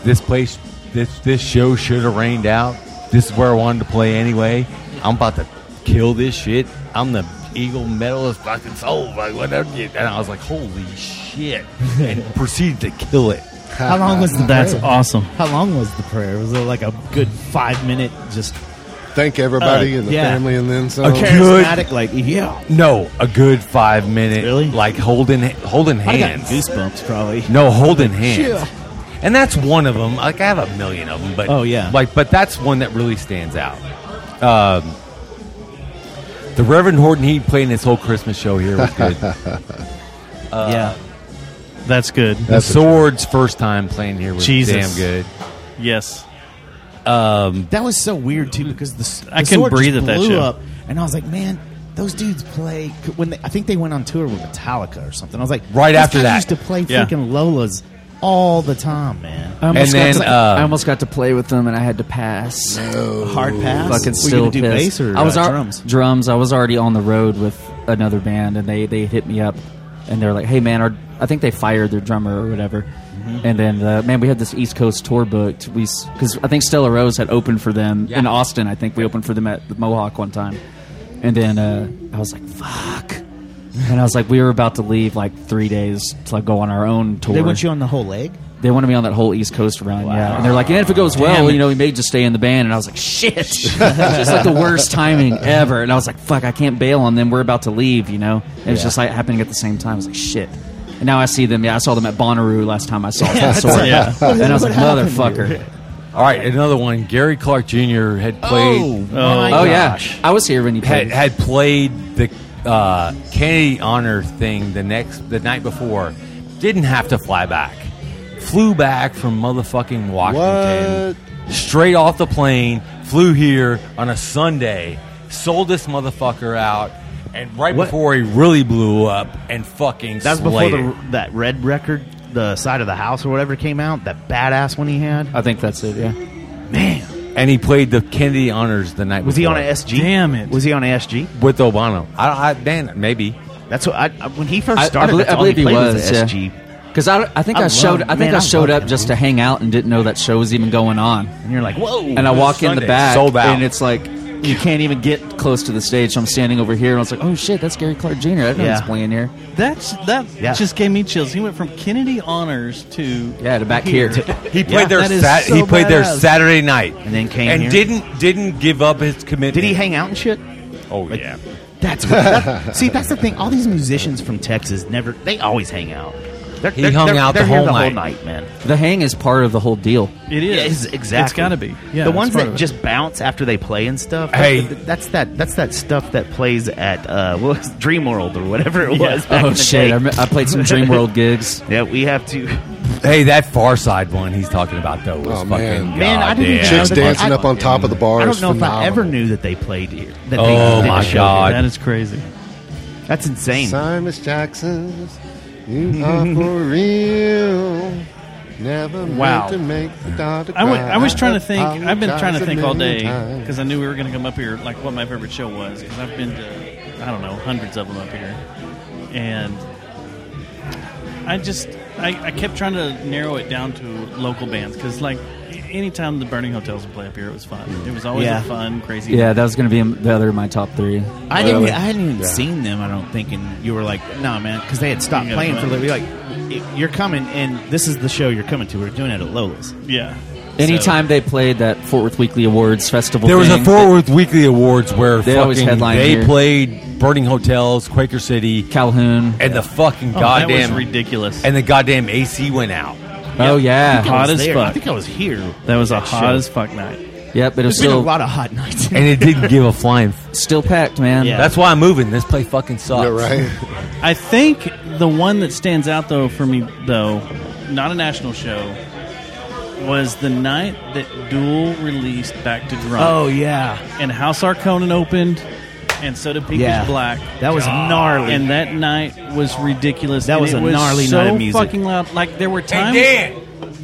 [SPEAKER 18] this place, this this show should have rained out. This is where I wanted to play anyway. I'm about to kill this shit. I'm the Eagle medalist, fucking soul, like whatever." And I was like, "Holy shit!"
[SPEAKER 9] [laughs]
[SPEAKER 18] and proceeded to kill it.
[SPEAKER 9] How long was the
[SPEAKER 1] That's
[SPEAKER 9] prayer?
[SPEAKER 1] awesome.
[SPEAKER 9] How long was the prayer? Was it like a good five minute just uh,
[SPEAKER 17] thank everybody and the family and then some?
[SPEAKER 9] A charismatic like yeah.
[SPEAKER 18] No, a good five minute, really, like holding holding
[SPEAKER 9] I got
[SPEAKER 18] hands,
[SPEAKER 9] goosebumps probably.
[SPEAKER 18] No, holding hands,
[SPEAKER 9] Chill.
[SPEAKER 18] and that's one of them. Like I have a million of them, but
[SPEAKER 9] Oh, yeah.
[SPEAKER 18] like but that's one that really stands out. Um, the Reverend Horton Heat playing his whole Christmas show here
[SPEAKER 1] [laughs]
[SPEAKER 18] was good. uh,
[SPEAKER 1] Yeah. That's good.
[SPEAKER 18] The Swords first time playing here was
[SPEAKER 1] Jesus.
[SPEAKER 18] damn good.
[SPEAKER 1] Yes.
[SPEAKER 18] Um,
[SPEAKER 9] That was so weird too because the, s- the
[SPEAKER 1] I couldn't
[SPEAKER 9] sword just
[SPEAKER 1] breathe at that
[SPEAKER 9] blew
[SPEAKER 1] show.
[SPEAKER 9] up, and I was like, man, those dudes play when they, I think they went on tour with Metallica or something. I was like,
[SPEAKER 18] Right
[SPEAKER 9] these
[SPEAKER 18] after
[SPEAKER 9] guys
[SPEAKER 18] that.
[SPEAKER 9] used to play
[SPEAKER 18] Yeah.
[SPEAKER 9] freaking Lolas all the time, man.
[SPEAKER 16] I almost,
[SPEAKER 9] And
[SPEAKER 16] got
[SPEAKER 9] then,
[SPEAKER 16] to,
[SPEAKER 9] uh,
[SPEAKER 16] I almost got to play with them, and I had to pass.
[SPEAKER 9] Hard pass? Were you
[SPEAKER 16] Fucking
[SPEAKER 9] gonna
[SPEAKER 16] still
[SPEAKER 9] do
[SPEAKER 16] pissed.
[SPEAKER 9] bass or,
[SPEAKER 16] I was
[SPEAKER 9] uh,
[SPEAKER 16] al-
[SPEAKER 9] drums?
[SPEAKER 16] Drums. I was already on the road with another band, and they, they hit me up, and they're like, "Hey man, our, I think they fired their drummer or whatever."
[SPEAKER 9] Mm-hmm.
[SPEAKER 16] And then, uh, man, we had this East Coast tour booked. We because I think Stella Rose had opened for them in Austin. I think we opened for them at the Mohawk one time, and then uh, I was like, "Fuck." And I was like, we were about to leave like three days to like, go on our own tour.
[SPEAKER 9] They want you on the whole leg.
[SPEAKER 16] They wanted me on that whole East Coast run, yeah. And they're like, yeah, if it goes well,
[SPEAKER 9] Damn it.
[SPEAKER 16] you know, we may just stay in the band. And I was like, shit, just like the worst timing ever. And I was like, fuck, I can't bail on them. We're about to leave, you know. And it was
[SPEAKER 9] Yeah.
[SPEAKER 16] just like happening at the same time. I was like, shit. And now I see them. Yeah, I saw them at Bonnaroo last time I saw them.
[SPEAKER 18] That's
[SPEAKER 16] Sorry.
[SPEAKER 18] right.
[SPEAKER 16] [laughs] And I was like,
[SPEAKER 18] What happened
[SPEAKER 16] motherfucker.
[SPEAKER 18] All right, another one. Gary Clark Jr. had played.
[SPEAKER 16] Oh, my Oh, yeah. gosh. I was here when you played.
[SPEAKER 18] had, had played the uh, Kennedy Honor thing the next the night before. Didn't have to fly back. Flew back from motherfucking Washington, straight off the plane. Flew here on a Sunday. Sold this motherfucker out, and right
[SPEAKER 9] What?
[SPEAKER 18] before he really blew up and fucking
[SPEAKER 9] That was before
[SPEAKER 18] slayed it.
[SPEAKER 9] the, that red record, the side of the house or whatever came out. That badass one he had.
[SPEAKER 16] I think that's it. Yeah,
[SPEAKER 9] man.
[SPEAKER 18] and he played the Kennedy Honors the night.
[SPEAKER 9] Was he
[SPEAKER 18] before.
[SPEAKER 9] on a SG? Damn it. Was he on a SG
[SPEAKER 18] with Obama? I, I man, maybe.
[SPEAKER 9] That's what I, I- when he first
[SPEAKER 16] I- I
[SPEAKER 9] started.
[SPEAKER 16] belie-
[SPEAKER 9] that's
[SPEAKER 16] I
[SPEAKER 9] all
[SPEAKER 16] believe he
[SPEAKER 9] played
[SPEAKER 16] was,
[SPEAKER 9] the
[SPEAKER 16] yeah.
[SPEAKER 9] SG.
[SPEAKER 16] Because I, I think I,
[SPEAKER 9] I
[SPEAKER 16] showed
[SPEAKER 9] love-
[SPEAKER 16] I think
[SPEAKER 9] man,
[SPEAKER 16] I
[SPEAKER 9] I
[SPEAKER 16] showed
[SPEAKER 9] love
[SPEAKER 16] up just to hang out and didn't know that show was even going on. And
[SPEAKER 9] you're like, whoa!
[SPEAKER 16] And I walk in the
[SPEAKER 9] Sunday,
[SPEAKER 16] back,
[SPEAKER 9] sold out.
[SPEAKER 16] and it's like you can't even get close to the stage. So I'm standing over here, and I was like, oh shit, that's Gary Clark Jr. I didn't know he was
[SPEAKER 1] Yeah.
[SPEAKER 16] playing here.
[SPEAKER 1] That's that
[SPEAKER 16] Yeah.
[SPEAKER 1] just gave me chills. He went from Kennedy Honors to
[SPEAKER 16] yeah to back
[SPEAKER 9] [laughs]
[SPEAKER 1] [laughs]
[SPEAKER 18] He played their sat- he played their Saturday night, and
[SPEAKER 9] then came
[SPEAKER 18] and
[SPEAKER 9] here.
[SPEAKER 18] didn't didn't give up his commitment. Did he
[SPEAKER 9] hang out and shit?
[SPEAKER 18] Oh yeah,
[SPEAKER 9] That's what, that, see, that's the thing. All these musicians from Texas never. They always hang out.
[SPEAKER 16] He
[SPEAKER 15] they're-
[SPEAKER 16] hung
[SPEAKER 15] they're-
[SPEAKER 16] out
[SPEAKER 15] they're
[SPEAKER 16] the
[SPEAKER 15] here
[SPEAKER 16] whole
[SPEAKER 15] the whole
[SPEAKER 16] night.
[SPEAKER 15] night, man.
[SPEAKER 16] The hang is part of the whole deal.
[SPEAKER 1] It
[SPEAKER 15] Yes,
[SPEAKER 1] is.
[SPEAKER 15] exactly.
[SPEAKER 1] It's gotta be. Yeah,
[SPEAKER 15] the
[SPEAKER 1] it's
[SPEAKER 15] ones
[SPEAKER 1] part of
[SPEAKER 15] that
[SPEAKER 1] it.
[SPEAKER 15] just bounce after they play and stuff.
[SPEAKER 1] Hey.
[SPEAKER 15] that's, that's that. That's that stuff that plays at uh, [laughs] what was it, Dream World or whatever
[SPEAKER 9] [laughs]
[SPEAKER 15] it
[SPEAKER 16] Yeah.
[SPEAKER 15] was. Back
[SPEAKER 16] Oh,
[SPEAKER 15] in the
[SPEAKER 16] shit.
[SPEAKER 15] day.
[SPEAKER 16] I me- I played some Dream World gigs.
[SPEAKER 15] Yeah, we have to.
[SPEAKER 18] Hey, that Far Side one he's talking about though was fucking
[SPEAKER 15] man, I didn't even
[SPEAKER 18] goddamn
[SPEAKER 15] know that
[SPEAKER 18] fucking-
[SPEAKER 15] they, I- [laughs] I don't know if I
[SPEAKER 18] phenomenal.
[SPEAKER 15] ever knew that they played here. That
[SPEAKER 18] Oh,
[SPEAKER 15] they,
[SPEAKER 18] my
[SPEAKER 15] that
[SPEAKER 18] God.
[SPEAKER 1] That is crazy.
[SPEAKER 15] That's insane.
[SPEAKER 17] Simus Jackson, you are
[SPEAKER 1] [laughs]
[SPEAKER 17] for real. Never
[SPEAKER 1] Wow.
[SPEAKER 17] meant to make the daughter
[SPEAKER 1] I wa-
[SPEAKER 17] cry.
[SPEAKER 1] I was trying to think. I've been trying to
[SPEAKER 17] apologize
[SPEAKER 1] think
[SPEAKER 17] a
[SPEAKER 1] all day
[SPEAKER 17] million times.
[SPEAKER 1] because I knew we were going to come up here. Like what my favorite show was because I've been to I don't know hundreds of them up here, and I just I, I kept trying to narrow it down to local bands because like a- anytime the Burning Hotels would play up here, it was fun. It was always
[SPEAKER 9] Yeah.
[SPEAKER 1] a fun, crazy. e,
[SPEAKER 16] Yeah, that was going to be in- the other of my top three.
[SPEAKER 9] I didn't. e,
[SPEAKER 16] Really?
[SPEAKER 9] I hadn't even
[SPEAKER 16] Yeah.
[SPEAKER 9] seen them. I don't think. And you were like, "No, nah, man," because they had stopped
[SPEAKER 15] You gotta
[SPEAKER 9] playing for a
[SPEAKER 15] come
[SPEAKER 9] little. Like, "If you're coming, and this is the show you're coming to. We're doing it at Lola's.
[SPEAKER 1] Yeah.
[SPEAKER 16] Anytime they played that Fort Worth Weekly Awards festival,
[SPEAKER 18] There was a
[SPEAKER 16] thing,
[SPEAKER 18] Fort Worth Weekly Awards where
[SPEAKER 16] They always
[SPEAKER 18] fucking
[SPEAKER 16] headline
[SPEAKER 18] they
[SPEAKER 16] here.
[SPEAKER 18] played Burning Hotels, Quaker City,
[SPEAKER 16] Calhoun,
[SPEAKER 18] and the fucking
[SPEAKER 1] Oh, that was
[SPEAKER 18] goddamn
[SPEAKER 1] ridiculous.
[SPEAKER 18] And the goddamn AC went out.
[SPEAKER 16] Oh, yeah.
[SPEAKER 1] hot as fuck.
[SPEAKER 15] here.
[SPEAKER 1] That was a
[SPEAKER 16] That
[SPEAKER 1] hot
[SPEAKER 16] show.
[SPEAKER 1] as fuck night.
[SPEAKER 16] Yep, but it was
[SPEAKER 1] There's been
[SPEAKER 16] still
[SPEAKER 1] a lot of
[SPEAKER 9] hot nights,
[SPEAKER 18] and it
[SPEAKER 1] [laughs]
[SPEAKER 18] didn't give a flying.
[SPEAKER 16] Still packed, man.
[SPEAKER 1] Yeah.
[SPEAKER 18] That's why I'm moving. This play fucking sucks.
[SPEAKER 1] I think the one that stands out though for me though, not a national show, was the night that Duel released Back to Drunk.
[SPEAKER 9] Oh, yeah.
[SPEAKER 1] and House Arconan opened. And so did Pinkish
[SPEAKER 9] Yeah.
[SPEAKER 1] Black.
[SPEAKER 9] That was gnarly.
[SPEAKER 1] And that night was ridiculous.
[SPEAKER 9] That
[SPEAKER 1] And
[SPEAKER 9] was
[SPEAKER 1] it
[SPEAKER 9] a gnarly
[SPEAKER 1] so
[SPEAKER 9] night of music.
[SPEAKER 1] fucking loud. Like there were times.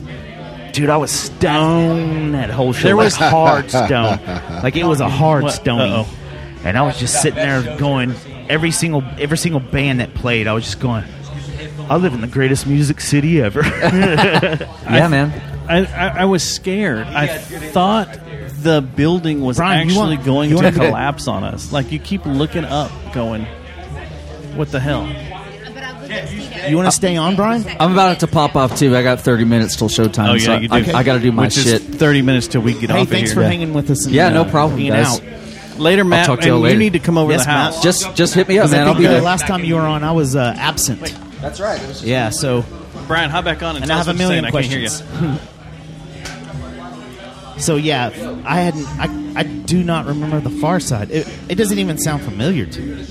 [SPEAKER 1] [laughs]
[SPEAKER 9] Dude, I was stoned that whole show.
[SPEAKER 1] There
[SPEAKER 9] There
[SPEAKER 1] was-
[SPEAKER 9] was hard stone. [laughs] Like it was a hard
[SPEAKER 1] What?
[SPEAKER 9] stone.
[SPEAKER 1] Uh-oh.
[SPEAKER 9] And I was just sitting there going every single every single band that played, I was just going I live in the greatest music city
[SPEAKER 1] [laughs]
[SPEAKER 9] ever.
[SPEAKER 1] I th- I, I, I was scared. I thought the building was
[SPEAKER 9] Brian, you
[SPEAKER 1] actually
[SPEAKER 9] want-
[SPEAKER 1] going
[SPEAKER 9] you
[SPEAKER 1] to
[SPEAKER 9] wanna-
[SPEAKER 1] collapse on us. Like you keep looking up, going, "What the hell?"
[SPEAKER 9] You want to stay on, Brian?
[SPEAKER 16] I'm about to pop off too. I got 30 minutes till showtime.
[SPEAKER 1] Oh, yeah,
[SPEAKER 16] so
[SPEAKER 1] you do.
[SPEAKER 16] I, I got to do my
[SPEAKER 1] Which is
[SPEAKER 16] shit.
[SPEAKER 1] 30 minutes till we get
[SPEAKER 9] Hey, off of thanks here. for hanging with us and,
[SPEAKER 16] yeah, no
[SPEAKER 9] uh,
[SPEAKER 16] problem,
[SPEAKER 9] hanging
[SPEAKER 16] guys.
[SPEAKER 1] out. Later, Matt,
[SPEAKER 16] I'll talk to y'all
[SPEAKER 1] and you
[SPEAKER 16] later.
[SPEAKER 1] need to come over to Yes, the house. Matt.
[SPEAKER 16] Just, just hit me up,
[SPEAKER 9] 'Cause I
[SPEAKER 16] man. I'll
[SPEAKER 9] think,
[SPEAKER 16] be
[SPEAKER 9] uh,
[SPEAKER 16] there.
[SPEAKER 9] last time you were on, I was uh, absent.
[SPEAKER 16] That's right.
[SPEAKER 9] yeah, so
[SPEAKER 1] Brian, hop back on and,
[SPEAKER 9] and I
[SPEAKER 1] tell
[SPEAKER 9] have a
[SPEAKER 1] us what you're
[SPEAKER 9] million
[SPEAKER 1] saying.
[SPEAKER 9] questions.
[SPEAKER 1] I can't hear
[SPEAKER 9] [laughs]
[SPEAKER 1] you.
[SPEAKER 9] so yeah, I hadn't. I, I do not remember the Far Side. It, it doesn't even sound familiar to me.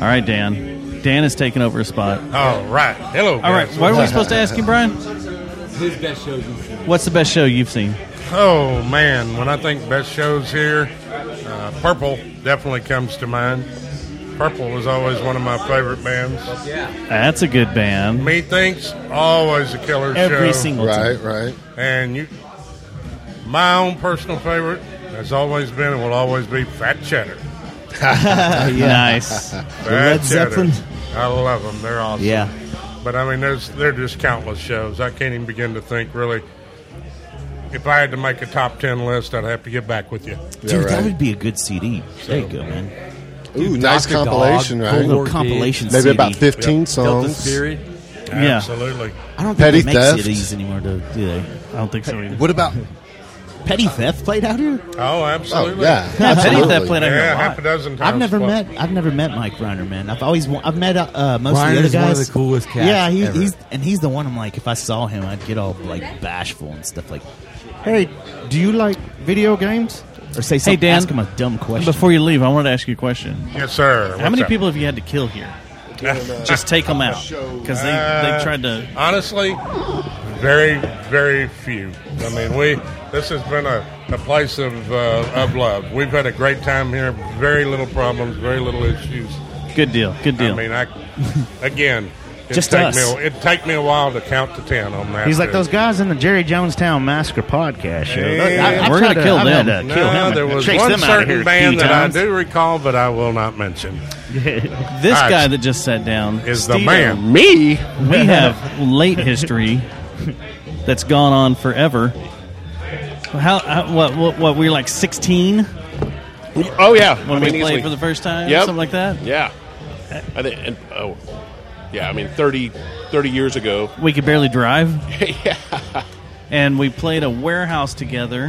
[SPEAKER 1] All right, Dan. Dan is taking over a spot.
[SPEAKER 14] All right. Hello.
[SPEAKER 1] All right.
[SPEAKER 14] guys.
[SPEAKER 1] What were we supposed to ask you, Brian?
[SPEAKER 14] His best shows you've seen.
[SPEAKER 1] What's the best show you've seen?
[SPEAKER 19] Oh man, when I think best shows here, uh, Purple definitely comes to mind. Purple was always one of my favorite bands. Yeah.
[SPEAKER 1] That's a good band.
[SPEAKER 19] Methinks always a killer show.
[SPEAKER 1] Every single time.
[SPEAKER 19] right. And you, my own personal favorite has always been and will always be
[SPEAKER 1] [laughs]
[SPEAKER 19] Fat Cheddar.
[SPEAKER 1] Nice. The
[SPEAKER 19] Fat
[SPEAKER 1] Led
[SPEAKER 19] Cheddar.
[SPEAKER 1] Zeppelin?
[SPEAKER 19] I love them. They're awesome.
[SPEAKER 1] Yeah.
[SPEAKER 19] But I mean, there's they're just countless shows. I can't even begin to think really. If I had to make a top ten list, I'd have to get back with you.
[SPEAKER 9] Dude, that would be a good CD. There you go, man.
[SPEAKER 17] Ooh, nice
[SPEAKER 19] Dr. Dog,
[SPEAKER 17] compilation,
[SPEAKER 9] Cool
[SPEAKER 17] right?
[SPEAKER 9] little compilation
[SPEAKER 17] Maybe
[SPEAKER 9] CD.
[SPEAKER 17] about 15
[SPEAKER 9] Yep. Delta
[SPEAKER 17] songs.
[SPEAKER 9] Spirit.
[SPEAKER 1] Yeah.
[SPEAKER 19] Absolutely.
[SPEAKER 9] I don't think
[SPEAKER 17] Petty
[SPEAKER 9] they make
[SPEAKER 17] Theft.
[SPEAKER 9] CDs anymore, do, do they?
[SPEAKER 1] I don't think so either.
[SPEAKER 17] What about
[SPEAKER 9] Petty Theft played out here?
[SPEAKER 19] Oh, absolutely.
[SPEAKER 9] yeah, Yeah, Petty Absolutely. Theft played out here a
[SPEAKER 19] Yeah,
[SPEAKER 9] lot.
[SPEAKER 19] half a dozen times.
[SPEAKER 9] I've never
[SPEAKER 19] plus.
[SPEAKER 9] met. I've never met Mike Reiner, man. I've always. wa- I've met uh, uh, most
[SPEAKER 19] Reiner
[SPEAKER 9] of
[SPEAKER 19] is
[SPEAKER 9] the
[SPEAKER 19] one
[SPEAKER 9] other
[SPEAKER 19] of
[SPEAKER 9] guys.
[SPEAKER 19] the coolest cats
[SPEAKER 9] Yeah, he,
[SPEAKER 19] ever.
[SPEAKER 9] he's and he's the one. I'm like, if I saw him, I'd get all like bashful and stuff. Like, hey, do you like video games? Or say something.
[SPEAKER 1] Hey, Dan.
[SPEAKER 9] Ask him a dumb question.
[SPEAKER 1] Before you leave, I wanted to ask you a question.
[SPEAKER 19] Yes, sir.
[SPEAKER 1] How
[SPEAKER 19] What's
[SPEAKER 1] many
[SPEAKER 19] up?
[SPEAKER 1] people have you had to kill here? Just take them out because they,
[SPEAKER 19] Uh,
[SPEAKER 1] they tried to.
[SPEAKER 19] Honestly, very, very few. I mean, we this has been a, a place of uh, of love. We've had a great time here. Very little problems. Very little issues.
[SPEAKER 1] Good deal. Good deal.
[SPEAKER 19] I mean, I again, it
[SPEAKER 9] Just
[SPEAKER 19] take
[SPEAKER 9] us.
[SPEAKER 19] me a- it take me a while to count to ten on that.
[SPEAKER 9] He's like those guys in the Jerry Jonestown Massacre podcast show. I- I've
[SPEAKER 19] We're
[SPEAKER 9] tried
[SPEAKER 19] gonna
[SPEAKER 9] to-
[SPEAKER 19] kill
[SPEAKER 9] I've
[SPEAKER 19] them.
[SPEAKER 9] had to
[SPEAKER 19] no,
[SPEAKER 9] kill him and
[SPEAKER 19] there was
[SPEAKER 9] chase
[SPEAKER 19] one
[SPEAKER 9] them out of here
[SPEAKER 19] certain
[SPEAKER 9] a
[SPEAKER 19] band
[SPEAKER 9] few
[SPEAKER 19] that I
[SPEAKER 9] times.
[SPEAKER 19] do recall, but I will not mention.
[SPEAKER 1] This
[SPEAKER 19] All right.
[SPEAKER 1] guy that just sat down
[SPEAKER 19] Is the
[SPEAKER 1] Steve-O,
[SPEAKER 19] man. Me?
[SPEAKER 9] [laughs]
[SPEAKER 1] We have late history that's gone on forever. How,
[SPEAKER 9] Uh,
[SPEAKER 1] how what, what what we were like sixteen?
[SPEAKER 20] Oh yeah,
[SPEAKER 1] when
[SPEAKER 20] I
[SPEAKER 1] we
[SPEAKER 20] mean,
[SPEAKER 1] played
[SPEAKER 20] easily.
[SPEAKER 1] for the first time,
[SPEAKER 20] Yep.
[SPEAKER 1] something like that.
[SPEAKER 20] Yeah, I think. And, oh, yeah. I mean, 30, 30 years ago.
[SPEAKER 1] We could barely
[SPEAKER 20] [laughs]
[SPEAKER 1] drive. yeah. And we played a warehouse together.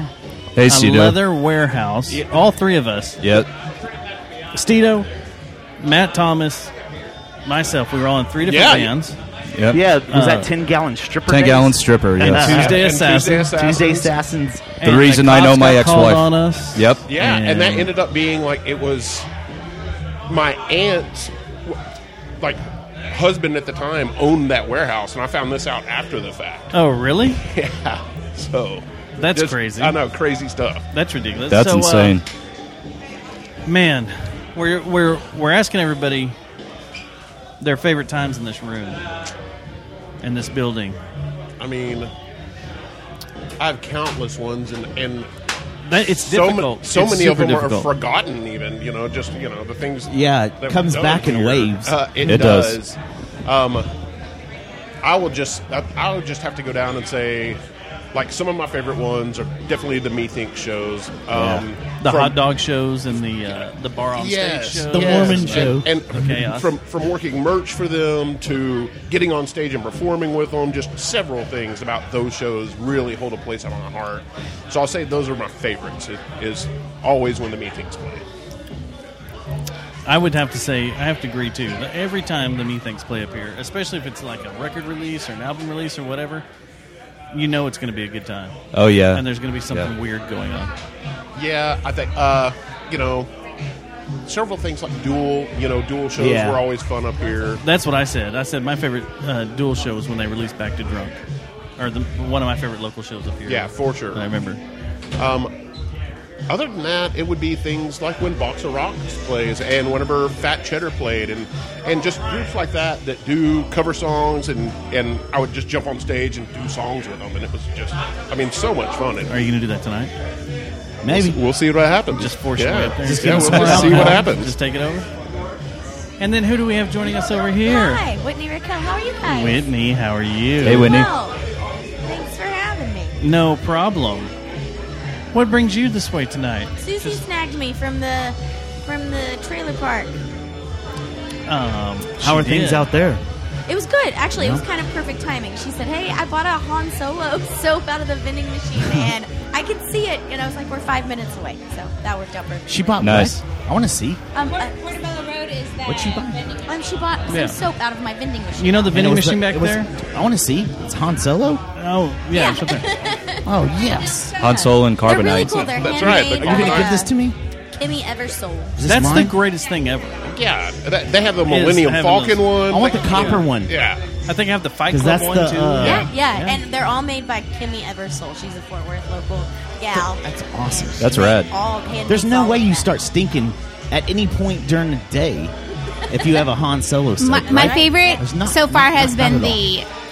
[SPEAKER 10] Hey,
[SPEAKER 1] a
[SPEAKER 10] Stedo.
[SPEAKER 1] leather warehouse. All three of us.
[SPEAKER 10] Yep.
[SPEAKER 1] Stedo, Matt Thomas, myself. We were all in three different
[SPEAKER 20] Yeah,
[SPEAKER 1] bands.
[SPEAKER 10] Yep.
[SPEAKER 15] Yeah, was
[SPEAKER 10] Uh,
[SPEAKER 15] that ten gallon stripper?
[SPEAKER 10] 10
[SPEAKER 15] days?
[SPEAKER 10] gallon stripper,
[SPEAKER 15] And
[SPEAKER 10] yes. And Tuesday
[SPEAKER 15] Assassins.
[SPEAKER 20] Assassins.
[SPEAKER 15] Tuesday Assassins.
[SPEAKER 10] The reason I know my ex-wife. Yep.
[SPEAKER 20] Yeah, and, that ended up being like it was my aunt's w- like husband at the time owned that warehouse, and I found this out after the fact.
[SPEAKER 1] Oh, really?
[SPEAKER 20] Yeah. So
[SPEAKER 1] That's
[SPEAKER 20] just-
[SPEAKER 1] crazy.
[SPEAKER 20] I know, crazy stuff.
[SPEAKER 1] That's ridiculous.
[SPEAKER 10] That's
[SPEAKER 1] So, uh,
[SPEAKER 10] insane.
[SPEAKER 1] man, we're we're we're asking everybody their favorite times in this room, in this building.
[SPEAKER 20] I mean, I have countless ones, and and
[SPEAKER 1] That- it's
[SPEAKER 20] so ma-
[SPEAKER 1] difficult.
[SPEAKER 20] so
[SPEAKER 1] It's
[SPEAKER 20] many of
[SPEAKER 1] super
[SPEAKER 20] them
[SPEAKER 1] difficult.
[SPEAKER 20] are forgotten, even you know, just you know the things.
[SPEAKER 9] Yeah, it
[SPEAKER 20] that were
[SPEAKER 9] comes
[SPEAKER 20] done
[SPEAKER 9] back in
[SPEAKER 20] here.
[SPEAKER 9] waves.
[SPEAKER 20] Uh, it,
[SPEAKER 9] It does.
[SPEAKER 20] does. Um, I will just I, I will just have to go down and say, like some of my favorite ones are definitely the Methink shows. Um,
[SPEAKER 1] Yeah. the
[SPEAKER 20] from-
[SPEAKER 1] hot dog shows and the uh, the bar on stage shows.
[SPEAKER 20] and- And,
[SPEAKER 1] okay, awesome.
[SPEAKER 20] from from working merch for them to getting on stage and performing with them, just several things about those shows really hold a place in my heart. So I'll say those are my favorites. It is always when the meetings play.
[SPEAKER 1] I would have to say, I have to agree too. that Every time the Me Things play up here, especially if it's like a record release or an album release or whatever, you know it's going to be a good time.
[SPEAKER 10] Oh, yeah.
[SPEAKER 1] and there's going to be something
[SPEAKER 10] Yeah.
[SPEAKER 1] weird going on.
[SPEAKER 20] Yeah, I think uh, you know several things like dual. You know, dual shows
[SPEAKER 1] Yeah.
[SPEAKER 20] were always fun up here.
[SPEAKER 1] That's what I said. I said my favorite uh, dual show was when they released Back to Drunk, or the, one of my favorite local shows up here.
[SPEAKER 20] Yeah, for sure.
[SPEAKER 1] I remember.
[SPEAKER 20] Um, other than that, it would be things like when Boxer Rocks plays and whenever Fat Cheddar played, and and just groups like that that do cover songs, and and I would just jump on stage and do songs with them, and it was just, I mean, so much fun.
[SPEAKER 1] Are you going to do that tonight?
[SPEAKER 20] Maybe we'll see what happens. Just
[SPEAKER 1] force your way up there. Just
[SPEAKER 20] yeah,
[SPEAKER 1] get
[SPEAKER 20] we'll
[SPEAKER 1] some more
[SPEAKER 20] just see what
[SPEAKER 1] alcohol. [laughs]
[SPEAKER 20] happens.
[SPEAKER 1] Just take it over. And then who do we have joining us over here?
[SPEAKER 5] Hi, Whitney Raquel. How are you guys?
[SPEAKER 1] Whitney, how are you?
[SPEAKER 10] Hey, Whitney.
[SPEAKER 5] Well, thanks for having me.
[SPEAKER 1] No problem. What brings you this way tonight?
[SPEAKER 5] Susie snagged me from the from the trailer park.
[SPEAKER 1] Um,
[SPEAKER 9] How are
[SPEAKER 1] she
[SPEAKER 9] things
[SPEAKER 1] did.
[SPEAKER 9] out there?
[SPEAKER 5] It was good, actually. It was
[SPEAKER 9] Yeah.
[SPEAKER 5] kind of perfect timing. She said, "Hey, I bought a Han Solo [laughs] soap out of the vending machine, and I could see it." And I was like, "We're five minutes away," so that worked out perfect.
[SPEAKER 15] She bought
[SPEAKER 10] Nice.
[SPEAKER 15] what? I want to see.
[SPEAKER 5] Um, Port, Portobello Road is that.
[SPEAKER 15] What'd she buy?
[SPEAKER 5] Um, she bought some
[SPEAKER 15] Yeah.
[SPEAKER 5] soap out of my vending machine.
[SPEAKER 1] You know the
[SPEAKER 15] And it
[SPEAKER 1] vending
[SPEAKER 15] was
[SPEAKER 1] machine back
[SPEAKER 15] it was-
[SPEAKER 1] there?
[SPEAKER 15] I want to see. It's Han Solo.
[SPEAKER 1] Oh yeah. it's up
[SPEAKER 5] [laughs]
[SPEAKER 1] there.
[SPEAKER 15] Oh yes.
[SPEAKER 10] Han Solo and
[SPEAKER 5] They're really
[SPEAKER 10] Carbonite.
[SPEAKER 5] cool. They're
[SPEAKER 20] That's right,
[SPEAKER 5] handmade.
[SPEAKER 20] but you're gonna
[SPEAKER 5] by,
[SPEAKER 20] give this
[SPEAKER 5] uh,
[SPEAKER 20] to
[SPEAKER 15] me?
[SPEAKER 5] Emmy Eversole.
[SPEAKER 1] That's the greatest thing ever.
[SPEAKER 20] Yeah, that, Uh, they have the
[SPEAKER 1] Is
[SPEAKER 20] Millennium
[SPEAKER 1] having
[SPEAKER 20] Falcon
[SPEAKER 1] those.
[SPEAKER 20] one.
[SPEAKER 1] I want
[SPEAKER 20] They-
[SPEAKER 1] the copper
[SPEAKER 20] yeah.
[SPEAKER 1] one.
[SPEAKER 20] Yeah,
[SPEAKER 1] I think I have the Fight
[SPEAKER 20] 'Cause
[SPEAKER 1] Club
[SPEAKER 20] that's
[SPEAKER 1] one
[SPEAKER 20] the,
[SPEAKER 1] too.
[SPEAKER 20] uh,
[SPEAKER 5] yeah, yeah, and they're all made by Kimmy Eversole. She's a Fort Worth local gal.
[SPEAKER 15] That's awesome.
[SPEAKER 9] That's rad.
[SPEAKER 5] All handmade
[SPEAKER 15] There's no way you start stinking at any point during the day if you have a Han Solo. Soap,
[SPEAKER 2] My, my
[SPEAKER 15] right?
[SPEAKER 2] favorite
[SPEAKER 15] There's not-
[SPEAKER 2] so far
[SPEAKER 15] not-
[SPEAKER 2] has
[SPEAKER 15] not
[SPEAKER 2] been
[SPEAKER 15] at all.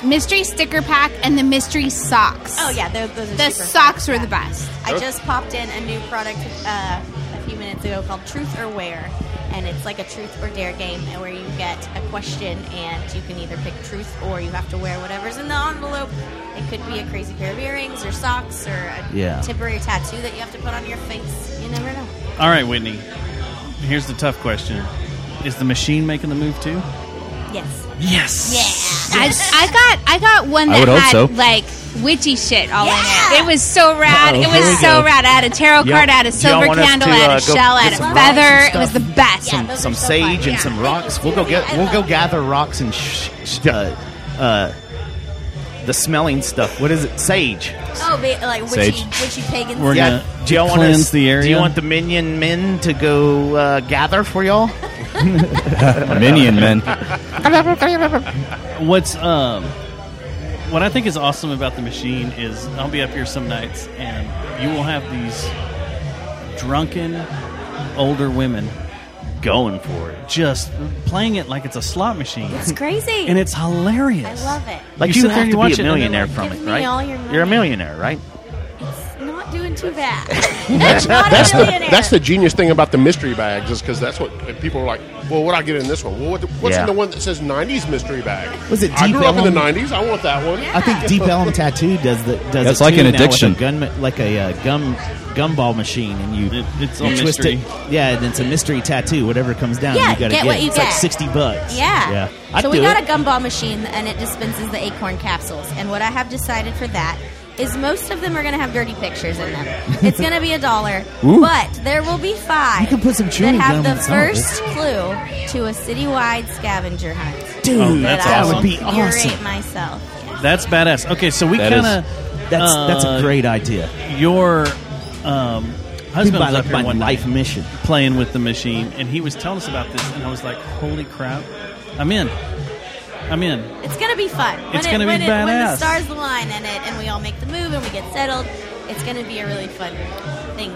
[SPEAKER 2] the mystery sticker pack and the mystery socks.
[SPEAKER 5] Oh yeah, they're, those are
[SPEAKER 2] the
[SPEAKER 5] super
[SPEAKER 2] socks were the best.
[SPEAKER 5] I just popped in a new product uh, a few minutes ago called Truth or Wear, and it's like a truth or dare game and where you get a question and you can either pick truth or you have to wear whatever's in the envelope. It could be a crazy pair of earrings or socks or a
[SPEAKER 1] Yeah.
[SPEAKER 5] temporary tattoo that you have to put on your face. You never know.
[SPEAKER 1] All right, Whitney. Here's the tough question: Is the machine making the move too?
[SPEAKER 5] Yes.
[SPEAKER 1] Yes.
[SPEAKER 2] I, I got I got one
[SPEAKER 1] I
[SPEAKER 2] that
[SPEAKER 1] would hope
[SPEAKER 2] had
[SPEAKER 1] so.
[SPEAKER 2] like witchy shit all in it. It was so rad.
[SPEAKER 1] Uh-oh,
[SPEAKER 2] it
[SPEAKER 1] here we
[SPEAKER 2] was so
[SPEAKER 1] go.
[SPEAKER 2] rad. I had a tarot
[SPEAKER 15] Yeah.
[SPEAKER 2] card, I had a
[SPEAKER 15] Do y'all
[SPEAKER 2] silver
[SPEAKER 15] want us
[SPEAKER 2] candle,
[SPEAKER 15] to,
[SPEAKER 2] I had
[SPEAKER 15] uh,
[SPEAKER 2] a
[SPEAKER 15] go
[SPEAKER 2] shell,
[SPEAKER 15] get
[SPEAKER 2] I had a
[SPEAKER 15] some rocks
[SPEAKER 2] feather.
[SPEAKER 15] and
[SPEAKER 2] It was the
[SPEAKER 15] stuff?
[SPEAKER 2] best.
[SPEAKER 15] some some sage and some rocks. We'll go get we'll go gather rocks and sh- sh- uh, uh, the smelling stuff. What is it? Sage.
[SPEAKER 5] Oh, ba- like witchy,
[SPEAKER 15] Sage.
[SPEAKER 5] witchy pagan.
[SPEAKER 1] gonna
[SPEAKER 15] do y'all want
[SPEAKER 1] cleanse
[SPEAKER 15] us-
[SPEAKER 1] the
[SPEAKER 15] Do you
[SPEAKER 1] area.
[SPEAKER 15] want the minion men to go uh, gather for [laughs] y'all?
[SPEAKER 10] Minion men.
[SPEAKER 1] What's um, what I think is awesome about the machine is I'll be up here some nights and you will have these drunken older women
[SPEAKER 15] going for it,
[SPEAKER 1] just playing it like it's a slot machine.
[SPEAKER 5] It's crazy.
[SPEAKER 1] and it's hilarious.
[SPEAKER 5] I love it.
[SPEAKER 15] Like
[SPEAKER 1] You
[SPEAKER 15] you,
[SPEAKER 1] sit there
[SPEAKER 15] have
[SPEAKER 1] and
[SPEAKER 15] to
[SPEAKER 1] you
[SPEAKER 15] be
[SPEAKER 1] watch it
[SPEAKER 15] a
[SPEAKER 1] and they're
[SPEAKER 15] millionaire
[SPEAKER 1] like,
[SPEAKER 15] from
[SPEAKER 5] "Give
[SPEAKER 15] it,
[SPEAKER 5] me
[SPEAKER 15] right?
[SPEAKER 5] all your money."
[SPEAKER 15] You're a millionaire, right?
[SPEAKER 5] Not doing too bad. [laughs]
[SPEAKER 20] That's, [laughs]
[SPEAKER 5] It's not a
[SPEAKER 20] that's the
[SPEAKER 5] millionaire.
[SPEAKER 20] that's the genius thing about the mystery bags is because that's what and people are like. Well, what I get in this one? Well, what, what's
[SPEAKER 15] Yeah.
[SPEAKER 20] in the one that says '90s mystery bag?
[SPEAKER 15] Was it
[SPEAKER 20] I
[SPEAKER 15] Deep
[SPEAKER 20] grew up in the
[SPEAKER 15] Elm?
[SPEAKER 20] '90s. I want that one.
[SPEAKER 15] I think
[SPEAKER 20] [laughs]
[SPEAKER 15] Deep Elm Tattoo does the does.
[SPEAKER 10] That's
[SPEAKER 15] it
[SPEAKER 10] like
[SPEAKER 15] too
[SPEAKER 10] an
[SPEAKER 15] now with a
[SPEAKER 10] addiction.
[SPEAKER 15] gun, like a uh, gum gumball machine, and you
[SPEAKER 1] it's
[SPEAKER 15] you
[SPEAKER 1] all
[SPEAKER 15] twist
[SPEAKER 1] mystery.
[SPEAKER 15] it. Yeah, and it's a mystery tattoo. Whatever comes down,
[SPEAKER 5] Yeah,
[SPEAKER 15] you gotta
[SPEAKER 5] get
[SPEAKER 15] get.
[SPEAKER 5] what you
[SPEAKER 15] it's like
[SPEAKER 5] get.
[SPEAKER 15] sixty bucks.
[SPEAKER 5] Yeah.
[SPEAKER 15] yeah. I'd
[SPEAKER 5] so
[SPEAKER 15] do
[SPEAKER 5] we got
[SPEAKER 15] it.
[SPEAKER 5] a gumball machine and it dispenses the acorn capsules. And what I have decided for that is most of them are going to have dirty pictures in
[SPEAKER 9] [laughs]
[SPEAKER 5] them. It's going to be a dollar,
[SPEAKER 9] Ooh.
[SPEAKER 5] but there will be five
[SPEAKER 9] You can put some
[SPEAKER 5] that
[SPEAKER 9] chewing
[SPEAKER 5] have
[SPEAKER 9] gum
[SPEAKER 5] the
[SPEAKER 9] on some of it.
[SPEAKER 5] first clue to a citywide scavenger hunt.
[SPEAKER 9] Dude, Oh,
[SPEAKER 5] that
[SPEAKER 9] that's
[SPEAKER 5] I
[SPEAKER 9] awesome.
[SPEAKER 5] will
[SPEAKER 9] that would be
[SPEAKER 5] curate
[SPEAKER 9] awesome.
[SPEAKER 5] myself.
[SPEAKER 1] That's badass. Okay, so we
[SPEAKER 9] That
[SPEAKER 1] kind
[SPEAKER 9] is-
[SPEAKER 1] of
[SPEAKER 9] that's- that's a great idea.
[SPEAKER 1] Your um, husband
[SPEAKER 9] by,
[SPEAKER 1] was up
[SPEAKER 9] like,
[SPEAKER 1] here
[SPEAKER 9] my
[SPEAKER 1] one
[SPEAKER 9] life
[SPEAKER 1] night
[SPEAKER 9] mission
[SPEAKER 1] playing with the machine, and he was telling us about this, and I was like, "Holy crap, I'm in, I'm in."
[SPEAKER 5] It's going to be fun. When
[SPEAKER 1] It's
[SPEAKER 5] it-
[SPEAKER 1] gonna be
[SPEAKER 5] when it- When the
[SPEAKER 1] badass.
[SPEAKER 5] stars align and it, and we all make the move and we get settled, it's going to be a really fun thing.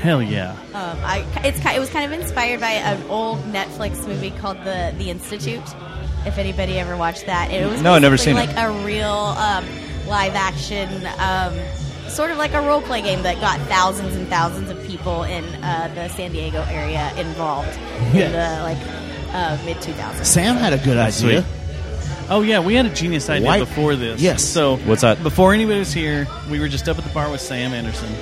[SPEAKER 1] Hell yeah!
[SPEAKER 5] Um, I, it's, ki- it was kind of inspired by an old Netflix movie called The The Institute. If anybody ever watched that, it was
[SPEAKER 21] No, I've never
[SPEAKER 5] basically
[SPEAKER 21] seen it.
[SPEAKER 5] like a real um, live action, um, sort of like a role play game that got thousands and thousands of people in uh, the San Diego area involved in the like uh, mid 2000s.
[SPEAKER 9] Sam had a good
[SPEAKER 1] That's
[SPEAKER 9] idea.
[SPEAKER 1] sweet. Oh yeah, we had a genius idea
[SPEAKER 9] White-
[SPEAKER 1] before this.
[SPEAKER 9] Yes.
[SPEAKER 1] So
[SPEAKER 9] What's that?
[SPEAKER 1] Before anybody was here, we were just up at the bar with Sam Anderson,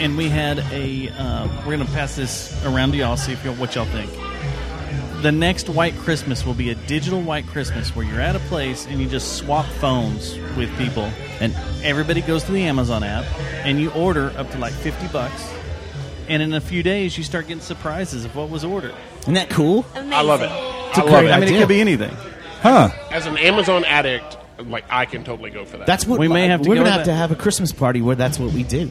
[SPEAKER 1] and we had a. Um, we're gonna pass this around to y'all, see if y'all what y'all think. The next White Christmas will be a digital White Christmas where you're at a place and you just swap phones with people, and everybody goes to the Amazon app and you order up to like fifty bucks, and in a few days you start getting surprises of what was ordered.
[SPEAKER 9] Isn't that cool?
[SPEAKER 5] I
[SPEAKER 20] love it.
[SPEAKER 1] It's a
[SPEAKER 20] I love
[SPEAKER 1] great
[SPEAKER 20] it.
[SPEAKER 1] I mean, it could be anything.
[SPEAKER 9] Huh?
[SPEAKER 20] As an Amazon addict, like I can totally go for that.
[SPEAKER 9] That's what We're gonna have to have a Christmas party where that's what we do.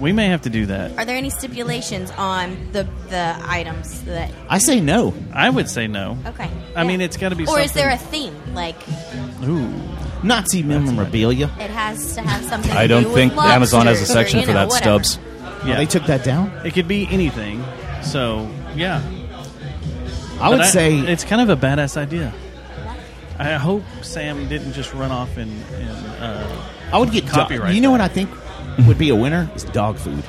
[SPEAKER 1] We may have to do that.
[SPEAKER 5] Are there any stipulations on the the items that?
[SPEAKER 9] I say no.
[SPEAKER 1] I would say no.
[SPEAKER 5] Okay.
[SPEAKER 1] I mean, it's got to be.
[SPEAKER 5] Or is there a theme? Like
[SPEAKER 1] Ooh.
[SPEAKER 9] Nazi memorabilia.
[SPEAKER 5] it has to have something.
[SPEAKER 9] I
[SPEAKER 5] to
[SPEAKER 9] don't
[SPEAKER 5] do with
[SPEAKER 9] think Amazon has a
[SPEAKER 5] lobsters or,
[SPEAKER 9] section
[SPEAKER 5] you
[SPEAKER 9] for
[SPEAKER 5] know,
[SPEAKER 9] that,
[SPEAKER 5] whatever.
[SPEAKER 9] Stubbs.
[SPEAKER 15] Oh,
[SPEAKER 9] Yeah. they took that down.
[SPEAKER 1] It could be anything. So yeah,
[SPEAKER 9] I
[SPEAKER 1] But
[SPEAKER 9] would say-
[SPEAKER 1] it's kind of a badass idea. I hope Sam didn't just run off and. and uh,
[SPEAKER 9] I would get
[SPEAKER 1] copyright.
[SPEAKER 9] copyright. You know what I think would be a winner is dog food.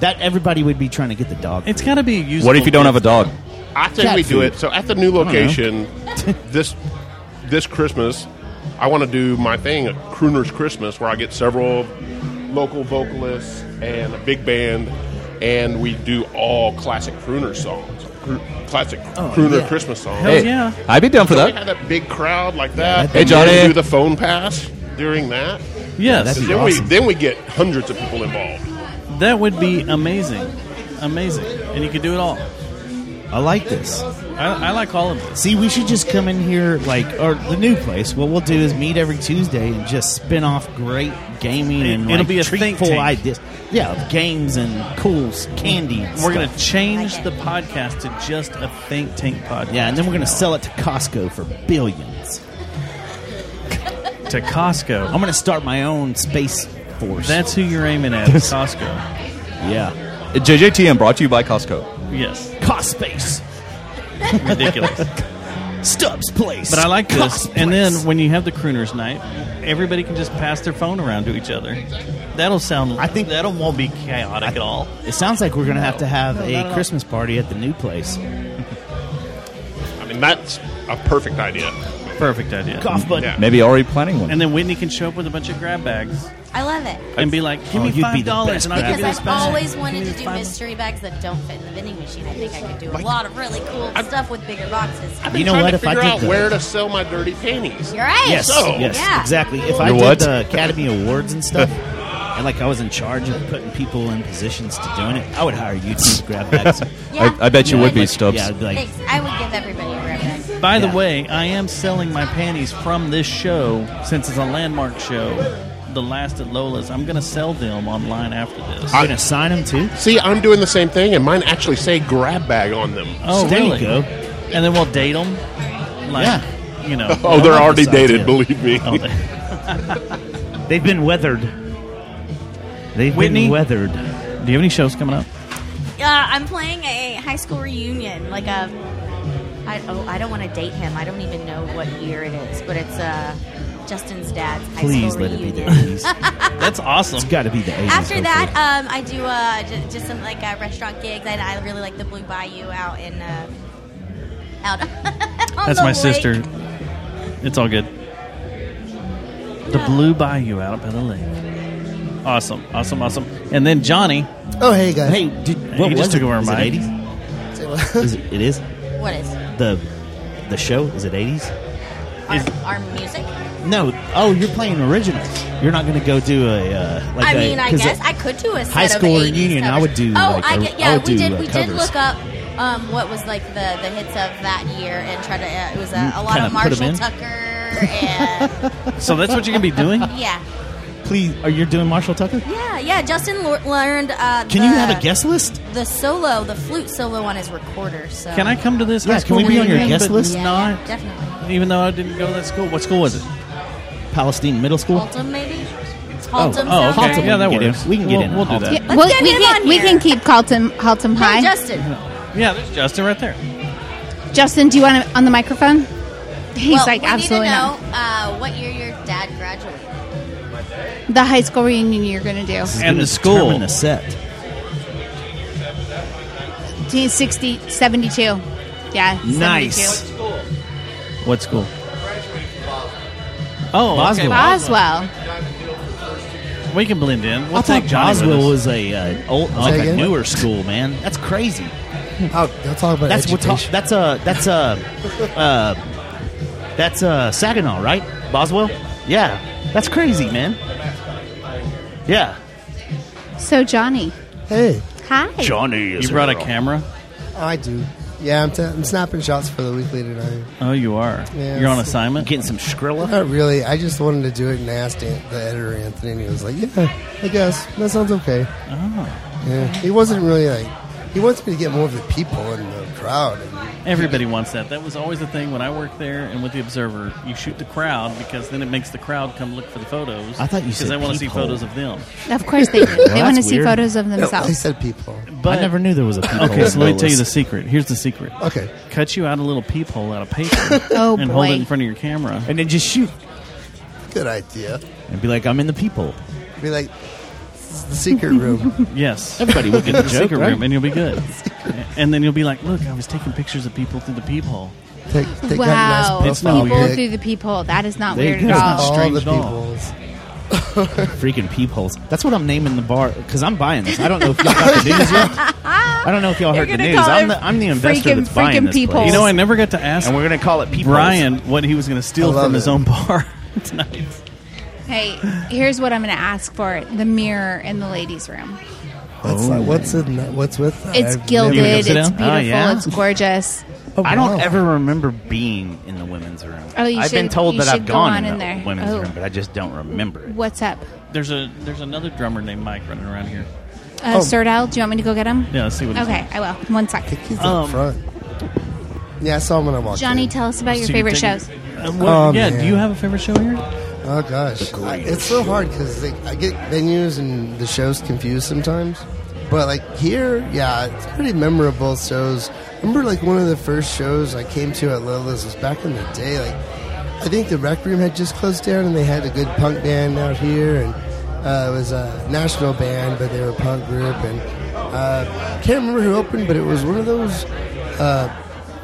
[SPEAKER 9] That everybody would be trying to get the dog.
[SPEAKER 1] It's got to be useful.
[SPEAKER 10] What if you don't have a dog?
[SPEAKER 20] I think
[SPEAKER 9] Cat
[SPEAKER 20] we do
[SPEAKER 9] food.
[SPEAKER 20] it. So at the new
[SPEAKER 9] I don't know.
[SPEAKER 20] location, [laughs] this this Christmas, I want to do my thing at Crooner's Christmas, where I get several local vocalists and a big band, and we do all classic crooner songs, cr- classic
[SPEAKER 10] Oh,
[SPEAKER 20] crooner
[SPEAKER 10] yeah.
[SPEAKER 20] Christmas songs.
[SPEAKER 10] Hell Hey, yeah. I'd be down for
[SPEAKER 20] Don't
[SPEAKER 10] that.
[SPEAKER 20] We have that big crowd like that.
[SPEAKER 10] Hey,
[SPEAKER 20] and then
[SPEAKER 10] Johnny.
[SPEAKER 20] do the phone pass during that.
[SPEAKER 1] Yes. That'd be
[SPEAKER 20] then
[SPEAKER 1] awesome.
[SPEAKER 20] we then we get hundreds of people involved.
[SPEAKER 1] That would be amazing, amazing, and you could do it all.
[SPEAKER 9] I like this.
[SPEAKER 1] I, I like all of it.
[SPEAKER 9] See, we should just come in here like or the new place. What we'll do is meet every Tuesday and just spin off great gaming and
[SPEAKER 1] It'll
[SPEAKER 9] like,
[SPEAKER 1] be a
[SPEAKER 9] treatful
[SPEAKER 1] think tank.
[SPEAKER 9] ideas. Yeah, games and cools, candy. and
[SPEAKER 1] We're gonna
[SPEAKER 9] stuff.
[SPEAKER 1] change the podcast to just a think tank podcast.
[SPEAKER 9] Yeah, and then we're gonna sell it to Costco for billions.
[SPEAKER 1] to Costco.
[SPEAKER 9] I'm gonna start my own space force.
[SPEAKER 1] That's who you're
[SPEAKER 9] [laughs]
[SPEAKER 1] aiming at, is Costco.
[SPEAKER 9] Yeah.
[SPEAKER 10] JJTM brought to you by Costco.
[SPEAKER 1] Yes.
[SPEAKER 9] Cost space. [laughs]
[SPEAKER 1] Ridiculous.
[SPEAKER 9] Stubbs place.
[SPEAKER 1] But I like this.
[SPEAKER 9] Cost
[SPEAKER 1] And then
[SPEAKER 9] place.
[SPEAKER 1] when you have the crooners night, everybody can just pass their phone around to each other. That'll sound. I think that'll won't be chaotic at all.
[SPEAKER 9] it sounds like we're gonna have to have
[SPEAKER 1] No, not at
[SPEAKER 9] a
[SPEAKER 1] all.
[SPEAKER 9] Christmas party at the new place.
[SPEAKER 20] I mean, that's a perfect idea.
[SPEAKER 1] Perfect idea. Mm-hmm.
[SPEAKER 9] Cough button.
[SPEAKER 20] Yeah.
[SPEAKER 10] Maybe already planning one.
[SPEAKER 1] And then Whitney can show up with a bunch of grab bags
[SPEAKER 5] I love it.
[SPEAKER 1] and be like, "Give
[SPEAKER 10] Oh,
[SPEAKER 1] me
[SPEAKER 10] you'd be the
[SPEAKER 1] five dollars,
[SPEAKER 10] best
[SPEAKER 1] and I'll give
[SPEAKER 5] Because
[SPEAKER 1] you this
[SPEAKER 5] I've
[SPEAKER 1] bag."
[SPEAKER 5] always wanted to do mystery bags that don't fit in the vending machine. I think I could do a lot of really cool stuff with bigger boxes.
[SPEAKER 20] I've been trying to figure out where to sell my dirty panties.
[SPEAKER 5] You're right.
[SPEAKER 9] Yes,
[SPEAKER 20] So-
[SPEAKER 9] yes, exactly. If I
[SPEAKER 10] You're
[SPEAKER 9] did
[SPEAKER 10] what?
[SPEAKER 9] the Academy Awards and stuff, and like I was in charge of putting people in positions to doing it, I would hire you to grab bags.
[SPEAKER 5] Yeah. I- I bet you
[SPEAKER 9] Yeah,
[SPEAKER 10] would be,
[SPEAKER 9] like-
[SPEAKER 10] Stubbs.
[SPEAKER 9] Yeah, I'd be like,
[SPEAKER 5] Thanks. I would give everybody a grab bag.
[SPEAKER 1] By the way, I am selling my panties from this show since it's a landmark show. The last at Lola's. I'm going to sell them online after this.
[SPEAKER 20] I'm
[SPEAKER 9] gonna sign them too.
[SPEAKER 20] See, I'm doing the same thing, and mine actually say grab bag on them.
[SPEAKER 1] Oh, really? And then we'll date them. Like, You know.
[SPEAKER 20] [laughs] Oh, they're already dated. Believe me.
[SPEAKER 1] Oh, they-
[SPEAKER 9] [laughs] they've been weathered. They've
[SPEAKER 1] Whitney?
[SPEAKER 9] been weathered.
[SPEAKER 1] Do you have any shows coming up?
[SPEAKER 5] Uh, I'm playing a high school reunion, like a. I, oh, I don't want to date him. I don't even know what year it is, but it's uh, Justin's dad's high
[SPEAKER 9] Please
[SPEAKER 5] school
[SPEAKER 9] let it be
[SPEAKER 5] reunion.
[SPEAKER 9] the
[SPEAKER 5] [laughs]
[SPEAKER 9] eighties.
[SPEAKER 1] That's awesome.
[SPEAKER 9] It's got to be the eighties.
[SPEAKER 5] After that, um, I do uh, j- just some like uh, restaurant gigs. I, I really like the Blue Bayou out in uh, out. [laughs] on
[SPEAKER 1] That's
[SPEAKER 5] the
[SPEAKER 1] my
[SPEAKER 5] lake.
[SPEAKER 1] sister. It's all good. The Blue Bayou out by the lake. Awesome, awesome, awesome. And then Johnny.
[SPEAKER 22] Oh, hey, guys.
[SPEAKER 9] Hey, dude, what
[SPEAKER 1] he
[SPEAKER 9] was
[SPEAKER 1] just took
[SPEAKER 9] it?
[SPEAKER 1] over
[SPEAKER 9] Is
[SPEAKER 1] my
[SPEAKER 22] [laughs]
[SPEAKER 9] it 80s? is it, it is
[SPEAKER 5] What is
[SPEAKER 9] the the show. Is it eighties?
[SPEAKER 5] our, our music?
[SPEAKER 9] No. Oh, you're playing originals. You're not going to go do a uh, like
[SPEAKER 5] I
[SPEAKER 9] a-
[SPEAKER 5] mean, I
[SPEAKER 9] 'cause a-
[SPEAKER 5] guess I could do a set
[SPEAKER 9] high school
[SPEAKER 5] of 80s
[SPEAKER 9] reunion,
[SPEAKER 5] covers.
[SPEAKER 9] I would do,
[SPEAKER 5] Oh,
[SPEAKER 9] like,
[SPEAKER 5] I
[SPEAKER 9] a-
[SPEAKER 5] get,
[SPEAKER 9] I
[SPEAKER 5] yeah,
[SPEAKER 9] would
[SPEAKER 5] we
[SPEAKER 9] do,
[SPEAKER 5] did.
[SPEAKER 9] uh,
[SPEAKER 5] we did
[SPEAKER 9] covers.
[SPEAKER 5] look up um, what was like the the hits of that year and try to. Uh, it was a, a lot
[SPEAKER 1] kinda
[SPEAKER 5] of
[SPEAKER 1] put 'em
[SPEAKER 5] Marshall
[SPEAKER 1] in?
[SPEAKER 5] Tucker
[SPEAKER 9] [laughs]
[SPEAKER 5] and
[SPEAKER 1] So that's what you're going to be doing?
[SPEAKER 5] [laughs] yeah,
[SPEAKER 9] Please, are you doing Marshall Tucker?
[SPEAKER 5] yeah, yeah. Justin lo- learned. Uh,
[SPEAKER 9] Can
[SPEAKER 5] the,
[SPEAKER 9] you have a guest list?
[SPEAKER 5] The solo, the flute solo on his recorder. So
[SPEAKER 1] Can I come to this?
[SPEAKER 9] Yeah,
[SPEAKER 1] high
[SPEAKER 9] can we
[SPEAKER 1] school
[SPEAKER 9] be on your
[SPEAKER 1] reunion,
[SPEAKER 9] guest
[SPEAKER 1] but
[SPEAKER 9] list?
[SPEAKER 5] Yeah,
[SPEAKER 1] Not,
[SPEAKER 5] yeah, definitely.
[SPEAKER 1] even though I didn't go to that school. What school was it?
[SPEAKER 9] Palestine Middle School.
[SPEAKER 5] Haltom maybe.
[SPEAKER 1] Oh,
[SPEAKER 5] Haltom.
[SPEAKER 1] oh, okay.
[SPEAKER 5] sound right?
[SPEAKER 1] Yeah, that
[SPEAKER 9] We can get
[SPEAKER 1] works.
[SPEAKER 9] in. We can get
[SPEAKER 1] We'll-
[SPEAKER 9] in on
[SPEAKER 1] We'll do
[SPEAKER 9] Haltom.
[SPEAKER 1] that.
[SPEAKER 5] Let's
[SPEAKER 2] Well,
[SPEAKER 5] get
[SPEAKER 2] we
[SPEAKER 5] him
[SPEAKER 2] can
[SPEAKER 5] on
[SPEAKER 2] we
[SPEAKER 5] here.
[SPEAKER 2] can keep Haltom Haltom High.
[SPEAKER 5] Hey, Justin.
[SPEAKER 1] Yeah, there's Justin right there.
[SPEAKER 2] Justin, do you want to on the microphone? He's
[SPEAKER 5] well,
[SPEAKER 2] like
[SPEAKER 5] we
[SPEAKER 2] absolutely
[SPEAKER 5] need to
[SPEAKER 2] not.
[SPEAKER 5] know uh, what year your dad graduated.
[SPEAKER 2] The high school reunion you're going to do.
[SPEAKER 9] This is
[SPEAKER 1] And
[SPEAKER 9] gonna
[SPEAKER 1] the school.
[SPEAKER 9] determine the set.
[SPEAKER 2] He's 60, 72. Yeah. 72.
[SPEAKER 1] Nice. What school? Oh, okay.
[SPEAKER 2] Boswell. Boswell.
[SPEAKER 1] We can blend in. We'll
[SPEAKER 9] I
[SPEAKER 1] take
[SPEAKER 9] thought
[SPEAKER 1] Johnny with us.
[SPEAKER 9] Boswell was a uh, old, like
[SPEAKER 1] Say
[SPEAKER 9] a
[SPEAKER 1] again?
[SPEAKER 9] newer school, man. That's
[SPEAKER 15] [laughs]
[SPEAKER 9] crazy.
[SPEAKER 15] I'll, Oh, talk about
[SPEAKER 9] that's what.
[SPEAKER 15] education.
[SPEAKER 9] That's a. That's a. Uh, that's uh Saginaw, right? Boswell. Yeah, that's crazy, man. Yeah,
[SPEAKER 2] So Johnny.
[SPEAKER 23] Hey.
[SPEAKER 2] Hi.
[SPEAKER 1] You brought a camera?
[SPEAKER 23] I do. Yeah, I'm, t- I'm snapping shots for the weekly tonight.
[SPEAKER 1] Oh, you are.
[SPEAKER 23] Yeah,
[SPEAKER 1] You're on
[SPEAKER 23] it's-
[SPEAKER 1] assignment.
[SPEAKER 9] Getting some Skrilla.
[SPEAKER 23] Not really. I just wanted to do it and asked An- the editor, Anthony, and he was like, yeah, I guess. That sounds okay.
[SPEAKER 1] Oh.
[SPEAKER 23] Yeah. He wasn't really like, he wants me to get more of the people in the crowd. And
[SPEAKER 1] Everybody wants that. That was always the thing when I worked there and with the Observer. You shoot the crowd because then it makes the crowd come look for the photos.
[SPEAKER 9] I thought you
[SPEAKER 1] because
[SPEAKER 9] said
[SPEAKER 1] they want to see
[SPEAKER 9] peephole.
[SPEAKER 1] photos of them.
[SPEAKER 2] Of course they do. they want to see photos of
[SPEAKER 23] No, he
[SPEAKER 2] themselves.
[SPEAKER 23] said people.
[SPEAKER 1] But-
[SPEAKER 9] I never knew there was a. peephole
[SPEAKER 1] Okay, so let me
[SPEAKER 9] in
[SPEAKER 1] tell you the
[SPEAKER 9] Dulles.
[SPEAKER 1] secret. Here's the secret.
[SPEAKER 23] Okay.
[SPEAKER 1] Cut you out a little peephole out of paper
[SPEAKER 2] [laughs] Oh,
[SPEAKER 1] and hold it
[SPEAKER 2] boy.
[SPEAKER 1] in front of your camera.
[SPEAKER 9] And then just shoot.
[SPEAKER 23] Good idea.
[SPEAKER 9] And be like, I'm in the people.
[SPEAKER 23] Be like, this is the secret room.
[SPEAKER 1] [laughs] Yes.
[SPEAKER 9] Everybody will get the joke,
[SPEAKER 1] secret
[SPEAKER 9] right?
[SPEAKER 1] room and you'll be
[SPEAKER 2] [laughs]
[SPEAKER 1] good. and then you'll be like, look, I was taking pictures of people through the peephole.
[SPEAKER 23] Take,
[SPEAKER 2] Wow.
[SPEAKER 1] It's not
[SPEAKER 2] people
[SPEAKER 1] weird.
[SPEAKER 2] through the peephole. That is not
[SPEAKER 9] There you
[SPEAKER 2] weird
[SPEAKER 9] go.
[SPEAKER 2] at
[SPEAKER 9] It's not
[SPEAKER 2] all.
[SPEAKER 9] strange at all.
[SPEAKER 23] peoples.
[SPEAKER 9] [laughs] Freaking peepholes. That's what I'm naming the bar because I'm buying this. I don't know if y'all [laughs] heard the news yet. I don't know if y'all heard the
[SPEAKER 1] gonna
[SPEAKER 9] news.
[SPEAKER 1] call
[SPEAKER 9] I'm
[SPEAKER 1] it
[SPEAKER 9] the, I'm the investor
[SPEAKER 1] freaking-
[SPEAKER 9] that's buying
[SPEAKER 1] freaking
[SPEAKER 9] this place.
[SPEAKER 1] peepholes. You know, I never got to ask
[SPEAKER 9] And we're going to call it peepholes.
[SPEAKER 1] Brian, what he was going to steal
[SPEAKER 9] I love
[SPEAKER 1] from his
[SPEAKER 9] it.
[SPEAKER 1] own bar [laughs] tonight.
[SPEAKER 2] Hey, here's what I'm going to ask for the mirror in the ladies' room.
[SPEAKER 23] That's like, what's in that? What's with that?
[SPEAKER 2] It's
[SPEAKER 23] I've never-
[SPEAKER 2] gilded. It's
[SPEAKER 9] sit down?
[SPEAKER 2] beautiful.
[SPEAKER 9] Oh, yeah?
[SPEAKER 2] It's gorgeous.
[SPEAKER 23] Oh,
[SPEAKER 9] I don't ever remember being in the women's room.
[SPEAKER 2] Oh, you
[SPEAKER 9] I've been
[SPEAKER 2] should-
[SPEAKER 9] told
[SPEAKER 2] you
[SPEAKER 9] that I've
[SPEAKER 2] should go
[SPEAKER 9] gone
[SPEAKER 2] on
[SPEAKER 9] in,
[SPEAKER 2] in
[SPEAKER 9] the
[SPEAKER 2] there.
[SPEAKER 9] women's
[SPEAKER 2] Oh.
[SPEAKER 9] room, but I just don't remember it.
[SPEAKER 2] What's up?
[SPEAKER 1] There's a there's another drummer named Mike running around here.
[SPEAKER 23] Oh.
[SPEAKER 2] Uh, Serdal, do you want me to go get him?
[SPEAKER 1] Yeah, let's see what Um, he's
[SPEAKER 2] Okay, I will. One sec.
[SPEAKER 23] He's up front. Yeah, I saw him when I walked
[SPEAKER 2] Um, Johnny,
[SPEAKER 23] in.
[SPEAKER 2] tell us about your
[SPEAKER 23] So you
[SPEAKER 2] favorite
[SPEAKER 23] take it-
[SPEAKER 2] shows.
[SPEAKER 1] Uh, what-
[SPEAKER 23] Oh,
[SPEAKER 1] yeah, do
[SPEAKER 23] man.
[SPEAKER 1] you have a favorite show here?
[SPEAKER 23] Oh gosh, I, it's so hard because I get venues and the shows confused sometimes. But like here, yeah, it's pretty memorable shows. Remember, like one of the first shows I came to at Lila's was back in the day. Like, I think the Rec Room had just closed down, and they had a good punk band out here, and uh, it was a national band, but they were a punk group, and uh, can't remember who opened, but it was one of those. Uh,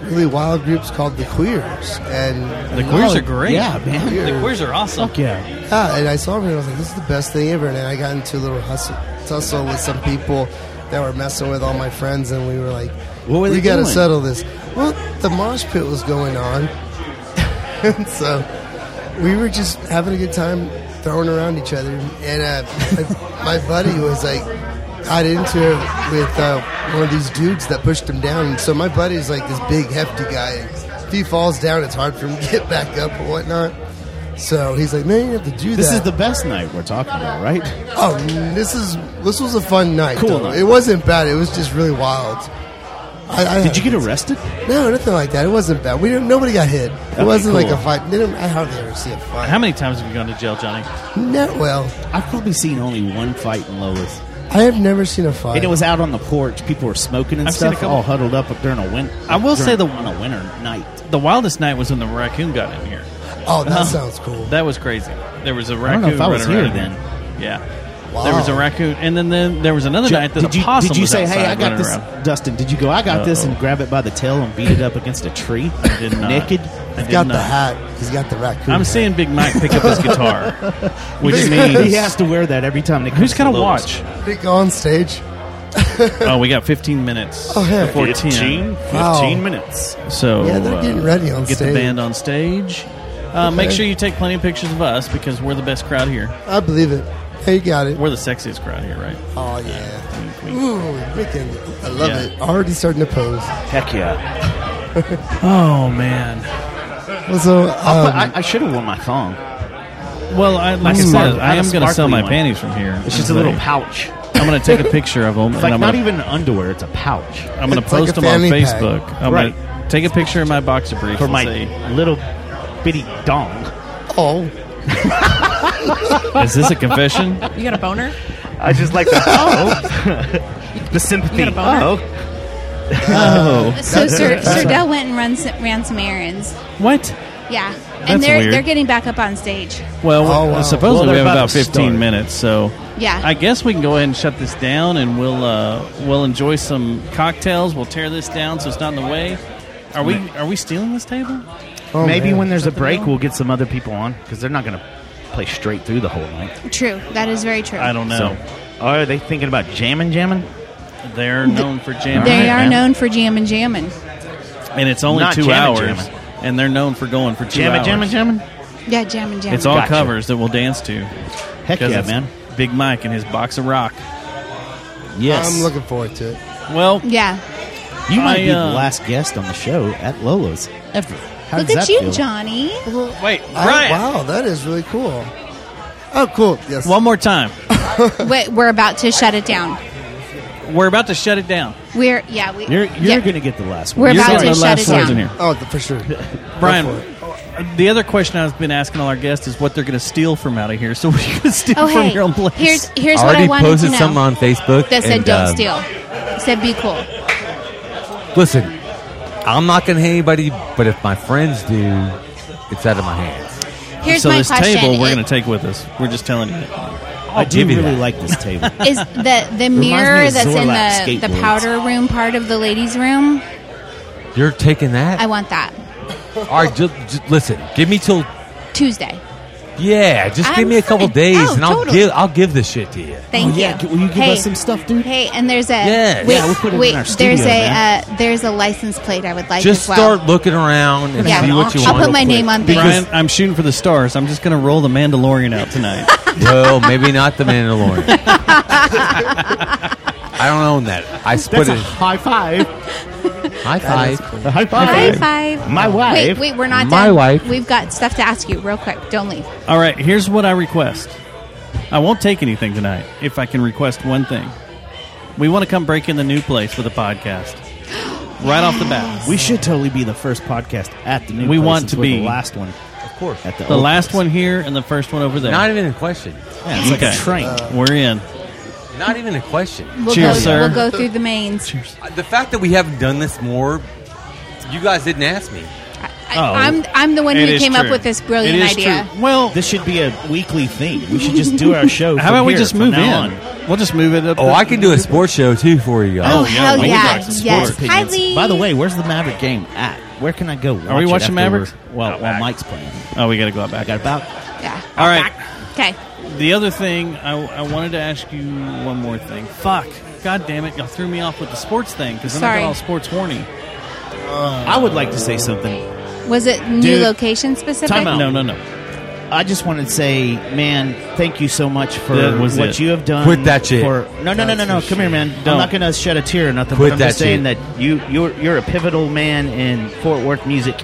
[SPEAKER 23] Really wild groups called the Queers, and Oh,
[SPEAKER 1] The Queers
[SPEAKER 9] Oh,
[SPEAKER 1] are great.
[SPEAKER 23] Yeah, man.
[SPEAKER 1] The Queers are awesome.
[SPEAKER 9] Fuck yeah.
[SPEAKER 23] Yeah, and I saw him and I was like, this is the best thing ever. And then I got into a little hustle, tussle with some people that were messing with all my friends, and we were like,
[SPEAKER 9] What were
[SPEAKER 23] we
[SPEAKER 9] they
[SPEAKER 23] gotta
[SPEAKER 9] doing?"
[SPEAKER 23] settle this. Well, the mosh pit was going on. [laughs] and so we were just having a good time throwing around each other. And uh, my, my buddy was like, got into it with uh, one of these dudes that pushed him down. And so my buddy's like this big, hefty guy. If he falls down, it's hard for him to [laughs] get back up or whatnot. So he's like, man, you have to do
[SPEAKER 9] This
[SPEAKER 23] that.
[SPEAKER 9] is the best night we're talking about, right?
[SPEAKER 23] Oh, this is this was a fun night.
[SPEAKER 9] Cool
[SPEAKER 23] though.
[SPEAKER 9] night.
[SPEAKER 23] It wasn't bad. It was just really wild. I, I,
[SPEAKER 9] Did you get arrested?
[SPEAKER 23] No, nothing like that. It wasn't bad. We didn't. Nobody got hit. It
[SPEAKER 1] Okay,
[SPEAKER 23] wasn't like
[SPEAKER 1] cool.
[SPEAKER 23] a fight. Didn't, I hardly ever see a fight.
[SPEAKER 1] How many times have you gone to jail, Johnny?
[SPEAKER 23] Not well.
[SPEAKER 9] I've probably seen only one fight in Lois.
[SPEAKER 23] I have never seen a fight.
[SPEAKER 9] And it was out on the porch. People were smoking and
[SPEAKER 1] I've seen a
[SPEAKER 9] stuff,
[SPEAKER 1] couple-
[SPEAKER 9] all huddled up during a winter.
[SPEAKER 1] I will say the
[SPEAKER 9] on a winter night.
[SPEAKER 1] The wildest night was when the raccoon got in here. Uh-huh.
[SPEAKER 23] Oh, that sounds cool.
[SPEAKER 1] That was crazy. There was a
[SPEAKER 9] I don't
[SPEAKER 1] raccoon.
[SPEAKER 9] know if I was
[SPEAKER 1] running
[SPEAKER 9] here
[SPEAKER 1] around
[SPEAKER 9] then.
[SPEAKER 1] Yeah.
[SPEAKER 9] Wow.
[SPEAKER 1] There was a raccoon, and then, then there was another
[SPEAKER 9] Ju-
[SPEAKER 1] night that
[SPEAKER 9] did
[SPEAKER 1] a
[SPEAKER 9] you,
[SPEAKER 1] possum
[SPEAKER 9] did you
[SPEAKER 1] was
[SPEAKER 9] say,
[SPEAKER 1] outside
[SPEAKER 9] "Hey, I got
[SPEAKER 1] running
[SPEAKER 9] this,
[SPEAKER 1] around.
[SPEAKER 9] Dustin"? Did you go, "I got this," and
[SPEAKER 1] Uh-oh.
[SPEAKER 9] grab it by the tail and beat it up against a tree,
[SPEAKER 1] did not.
[SPEAKER 9] naked?
[SPEAKER 1] I did Got the not.
[SPEAKER 23] hat. He's got the raccoon.
[SPEAKER 1] I'm seeing Big Mike pick up
[SPEAKER 9] [laughs]
[SPEAKER 1] his guitar, which
[SPEAKER 9] He-
[SPEAKER 1] means
[SPEAKER 9] he has to wear that every time. They
[SPEAKER 1] Who's
[SPEAKER 9] gonna
[SPEAKER 1] gonna watch?
[SPEAKER 23] They go on stage.
[SPEAKER 1] oh, we got 15 minutes
[SPEAKER 23] Oh, heck.
[SPEAKER 1] before 10.
[SPEAKER 23] 15? Wow. 15 minutes.
[SPEAKER 1] So uh,
[SPEAKER 23] Yeah, they're getting ready on
[SPEAKER 1] get the
[SPEAKER 23] stage.
[SPEAKER 1] band on stage. Uh, Make
[SPEAKER 23] Okay.
[SPEAKER 1] sure you take plenty of pictures of us because we're the best crowd here.
[SPEAKER 23] I believe it. Hey, got it.
[SPEAKER 1] We're the sexiest crowd here, right? Uh,
[SPEAKER 23] Oh yeah. Ooh, Rickon. I love
[SPEAKER 1] Yeah.
[SPEAKER 23] it. Already starting to pose. [laughs]
[SPEAKER 9] Heck yeah.
[SPEAKER 1] Oh man.
[SPEAKER 23] Well, so
[SPEAKER 9] I'll put- I,
[SPEAKER 23] um,
[SPEAKER 9] I should have worn my thong.
[SPEAKER 1] Well, I, like I
[SPEAKER 9] Ooh.
[SPEAKER 1] said, I
[SPEAKER 9] Not a
[SPEAKER 1] am going to sell
[SPEAKER 9] sparkly
[SPEAKER 1] my
[SPEAKER 9] one.
[SPEAKER 1] panties from here.
[SPEAKER 9] It's just a little pouch.
[SPEAKER 1] I'm going
[SPEAKER 9] [laughs]
[SPEAKER 1] to take a picture of them.
[SPEAKER 9] It's like
[SPEAKER 1] and I'm
[SPEAKER 9] not
[SPEAKER 1] gonna,
[SPEAKER 9] even underwear; it's a pouch.
[SPEAKER 1] I'm going to post them on Facebook. I'm
[SPEAKER 9] right?
[SPEAKER 1] going to take a picture of my boxer briefs
[SPEAKER 9] For
[SPEAKER 1] and
[SPEAKER 9] my [laughs]
[SPEAKER 1] say,
[SPEAKER 9] little bitty dong.
[SPEAKER 23] Oh.
[SPEAKER 1] Is this a confession?
[SPEAKER 11] You got a boner?
[SPEAKER 9] I just like the
[SPEAKER 23] [laughs]
[SPEAKER 9] oh, the [laughs] sympathy.
[SPEAKER 11] You got a boner?
[SPEAKER 9] [laughs] Oh, oh.
[SPEAKER 2] [laughs] So Sir, Sir Dell went and run some, ran some errands.
[SPEAKER 1] What?
[SPEAKER 2] Yeah,
[SPEAKER 1] That's
[SPEAKER 2] and they're
[SPEAKER 1] weird.
[SPEAKER 2] they're getting back up on stage.
[SPEAKER 1] Well,
[SPEAKER 9] Oh, wow.
[SPEAKER 1] supposedly
[SPEAKER 9] Well,
[SPEAKER 1] we
[SPEAKER 9] they're
[SPEAKER 1] have
[SPEAKER 9] about
[SPEAKER 1] about
[SPEAKER 9] to
[SPEAKER 1] 15
[SPEAKER 9] start.
[SPEAKER 1] minutes, so
[SPEAKER 2] Yeah.
[SPEAKER 1] I guess we can go ahead and shut this down, and we'll uh, we'll enjoy some cocktails. We'll tear this down so it's not in the way. Are we
[SPEAKER 9] Mm.
[SPEAKER 1] are we stealing this table?
[SPEAKER 23] oh,
[SPEAKER 9] Maybe when there's a
[SPEAKER 1] Something
[SPEAKER 9] break,
[SPEAKER 1] wrong?
[SPEAKER 9] we'll get some other people on because they're not going to play straight through the whole night.
[SPEAKER 2] True, that is very true.
[SPEAKER 9] So, are they thinking about jamming, jamming?
[SPEAKER 1] They're known for jamming.
[SPEAKER 2] They are known for jamming, jamming.
[SPEAKER 1] and it's only
[SPEAKER 9] Not
[SPEAKER 1] two
[SPEAKER 9] jamming,
[SPEAKER 1] hours,
[SPEAKER 9] jamming.
[SPEAKER 1] and they're known for going for two
[SPEAKER 9] Jamming,
[SPEAKER 1] hours.
[SPEAKER 9] jamming, jamming.
[SPEAKER 2] Yeah, jamming, jamming.
[SPEAKER 1] It's all
[SPEAKER 9] Gotcha.
[SPEAKER 1] covers that we'll dance to. Heck
[SPEAKER 9] yeah, man.
[SPEAKER 1] Big Mike and his box of rock.
[SPEAKER 23] I'm looking forward to it.
[SPEAKER 1] Well,
[SPEAKER 2] Yeah.
[SPEAKER 9] You might
[SPEAKER 1] I,
[SPEAKER 9] be
[SPEAKER 1] uh,
[SPEAKER 9] the last guest on the show at Lolo's ever. How
[SPEAKER 2] Look
[SPEAKER 9] does
[SPEAKER 2] at
[SPEAKER 9] that
[SPEAKER 2] you,
[SPEAKER 9] feel?
[SPEAKER 2] Johnny.
[SPEAKER 1] Wait,
[SPEAKER 23] I, wow, that is really cool. Oh, cool. Yes.
[SPEAKER 1] One more time.
[SPEAKER 2] [laughs] Wait, we're about to shut it down.
[SPEAKER 1] We're about to shut it down.
[SPEAKER 2] We're yeah. We,
[SPEAKER 9] You're, you're
[SPEAKER 2] yeah.
[SPEAKER 9] going to get the last
[SPEAKER 2] We're
[SPEAKER 9] one.
[SPEAKER 2] about
[SPEAKER 1] to
[SPEAKER 9] the
[SPEAKER 1] shut
[SPEAKER 9] last
[SPEAKER 1] it
[SPEAKER 9] one
[SPEAKER 1] down.
[SPEAKER 9] in here.
[SPEAKER 23] Oh, th-
[SPEAKER 1] [laughs]
[SPEAKER 23] for sure. Go for
[SPEAKER 1] Brian, the other question I've been asking all our guests is what they're going to steal from out of here. So [laughs] what are you going to steal
[SPEAKER 2] Oh
[SPEAKER 1] from
[SPEAKER 2] hey,
[SPEAKER 1] your own place?
[SPEAKER 2] here's here's
[SPEAKER 18] I
[SPEAKER 2] what I
[SPEAKER 18] already
[SPEAKER 2] wanted
[SPEAKER 18] posted
[SPEAKER 2] to know.
[SPEAKER 18] something on Facebook
[SPEAKER 2] that said
[SPEAKER 18] and,
[SPEAKER 2] don't
[SPEAKER 18] um,
[SPEAKER 2] steal. It said be cool.
[SPEAKER 18] Listen, I'm not going to hate anybody, but if my friends do, it's out of my hands.
[SPEAKER 2] Here's
[SPEAKER 1] so
[SPEAKER 2] my
[SPEAKER 1] this
[SPEAKER 2] question.
[SPEAKER 1] table we're
[SPEAKER 2] It-
[SPEAKER 1] going to take with us. We're just telling you.
[SPEAKER 9] I do really like this table.
[SPEAKER 2] [laughs] Is the the
[SPEAKER 9] me
[SPEAKER 2] mirror
[SPEAKER 9] of
[SPEAKER 2] that's
[SPEAKER 9] Zorlak
[SPEAKER 2] in the, the
[SPEAKER 9] skateboards.
[SPEAKER 2] powder room part of the ladies' room?
[SPEAKER 18] [laughs] You're taking that?
[SPEAKER 2] I want that
[SPEAKER 18] All right, just, listen. Give me till
[SPEAKER 2] Tuesday.
[SPEAKER 18] yeah. Just give
[SPEAKER 2] I'm
[SPEAKER 18] me a couple
[SPEAKER 2] fine.
[SPEAKER 18] days,
[SPEAKER 2] Oh,
[SPEAKER 18] and I'll
[SPEAKER 2] totally.
[SPEAKER 18] give I'll give this shit to you.
[SPEAKER 2] Thank you.
[SPEAKER 9] yeah, will you give
[SPEAKER 2] hey,
[SPEAKER 9] us some stuff, dude?
[SPEAKER 2] Hey, and there's a
[SPEAKER 18] Yes.
[SPEAKER 2] wait,
[SPEAKER 18] Yeah, we'll put it in
[SPEAKER 2] wait,
[SPEAKER 18] our studio,
[SPEAKER 2] there's a
[SPEAKER 18] man.
[SPEAKER 2] uh, there's a license plate I would like
[SPEAKER 18] just
[SPEAKER 2] as well.
[SPEAKER 18] start looking around and
[SPEAKER 2] Yeah.
[SPEAKER 18] see what you
[SPEAKER 2] I'll
[SPEAKER 18] want.
[SPEAKER 2] put my name on things.
[SPEAKER 1] Brian, I'm shooting for the stars. I'm just going to roll the Mandalorian out
[SPEAKER 2] [laughs]
[SPEAKER 1] tonight.
[SPEAKER 18] well, maybe not the Mandalorian. I don't own that. I split
[SPEAKER 9] That's a
[SPEAKER 18] it.
[SPEAKER 9] high five.
[SPEAKER 18] High five.
[SPEAKER 9] High five.
[SPEAKER 2] High five.
[SPEAKER 9] My
[SPEAKER 2] Wait,
[SPEAKER 9] wife.
[SPEAKER 2] wait, we're not
[SPEAKER 1] My
[SPEAKER 2] done.
[SPEAKER 1] wife.
[SPEAKER 2] We've got stuff to ask you real quick. Don't leave.
[SPEAKER 1] All right, here's what I request. I won't take anything tonight if I can request one thing. We want to come break in the new place with a podcast. Right off the bat.
[SPEAKER 9] We should totally be the first podcast at the new.
[SPEAKER 1] We
[SPEAKER 9] place
[SPEAKER 1] want
[SPEAKER 9] since
[SPEAKER 1] to
[SPEAKER 9] we're
[SPEAKER 1] be.
[SPEAKER 9] the last one, of
[SPEAKER 18] course.
[SPEAKER 9] At the,
[SPEAKER 1] The
[SPEAKER 9] old
[SPEAKER 1] last one here and the first one over there. Uh,
[SPEAKER 18] Not even a question.
[SPEAKER 9] Yeah, it's like a train.
[SPEAKER 1] We're in.
[SPEAKER 18] Not even a question.
[SPEAKER 2] We'll
[SPEAKER 1] Cheers,
[SPEAKER 2] go,
[SPEAKER 1] sir.
[SPEAKER 2] We'll go through the mains. Cheers.
[SPEAKER 18] The fact that we haven't done this more, you guys didn't ask me. Oh.
[SPEAKER 2] I, I'm I'm the one
[SPEAKER 9] It
[SPEAKER 2] who
[SPEAKER 9] is
[SPEAKER 2] came up
[SPEAKER 9] true.
[SPEAKER 2] with this brilliant
[SPEAKER 9] It is
[SPEAKER 2] idea.
[SPEAKER 9] true. Well, this should be a weekly thing. We should just do our show.
[SPEAKER 1] [laughs] How
[SPEAKER 9] from
[SPEAKER 1] about we
[SPEAKER 9] here,
[SPEAKER 1] just
[SPEAKER 9] from
[SPEAKER 1] move in?
[SPEAKER 9] now on.
[SPEAKER 1] We'll just move it up.
[SPEAKER 18] Oh, I can do a sports show too for you guys.
[SPEAKER 2] Oh, hell
[SPEAKER 9] we
[SPEAKER 2] yeah.
[SPEAKER 9] got some
[SPEAKER 2] Yes.
[SPEAKER 9] sports opinions.
[SPEAKER 2] Hi, Lee.
[SPEAKER 9] By the way, where's the Maverick game at? Where can I go? Watch
[SPEAKER 1] we
[SPEAKER 9] it
[SPEAKER 1] watching
[SPEAKER 9] after
[SPEAKER 1] Mavericks?
[SPEAKER 9] we're- Well, while Mike's playing.
[SPEAKER 1] Oh, we got to go out back.
[SPEAKER 9] I got about.
[SPEAKER 2] Yeah.
[SPEAKER 1] All right.
[SPEAKER 2] Okay.
[SPEAKER 1] The other thing, I, I wanted to ask you one more thing. Fuck. God damn it. Y'all threw me off with the sports thing because then I
[SPEAKER 2] Sorry.
[SPEAKER 1] got all sports horny.
[SPEAKER 9] I would like to say something.
[SPEAKER 2] Was it new
[SPEAKER 9] Dude.
[SPEAKER 2] location specific?
[SPEAKER 9] Time out.
[SPEAKER 1] No, no, no.
[SPEAKER 9] I just wanted to say, man, thank you so much for
[SPEAKER 1] That was
[SPEAKER 9] what
[SPEAKER 1] it.
[SPEAKER 9] you have done.
[SPEAKER 1] Quit that shit.
[SPEAKER 9] For, no, no, no, no, no. Come here, man.
[SPEAKER 1] Don't.
[SPEAKER 9] I'm not going to shed a tear or nothing.
[SPEAKER 1] Quit
[SPEAKER 9] but I'm
[SPEAKER 1] that
[SPEAKER 9] just saying
[SPEAKER 1] shit.
[SPEAKER 9] that you you're you're a pivotal man in Fort Worth music,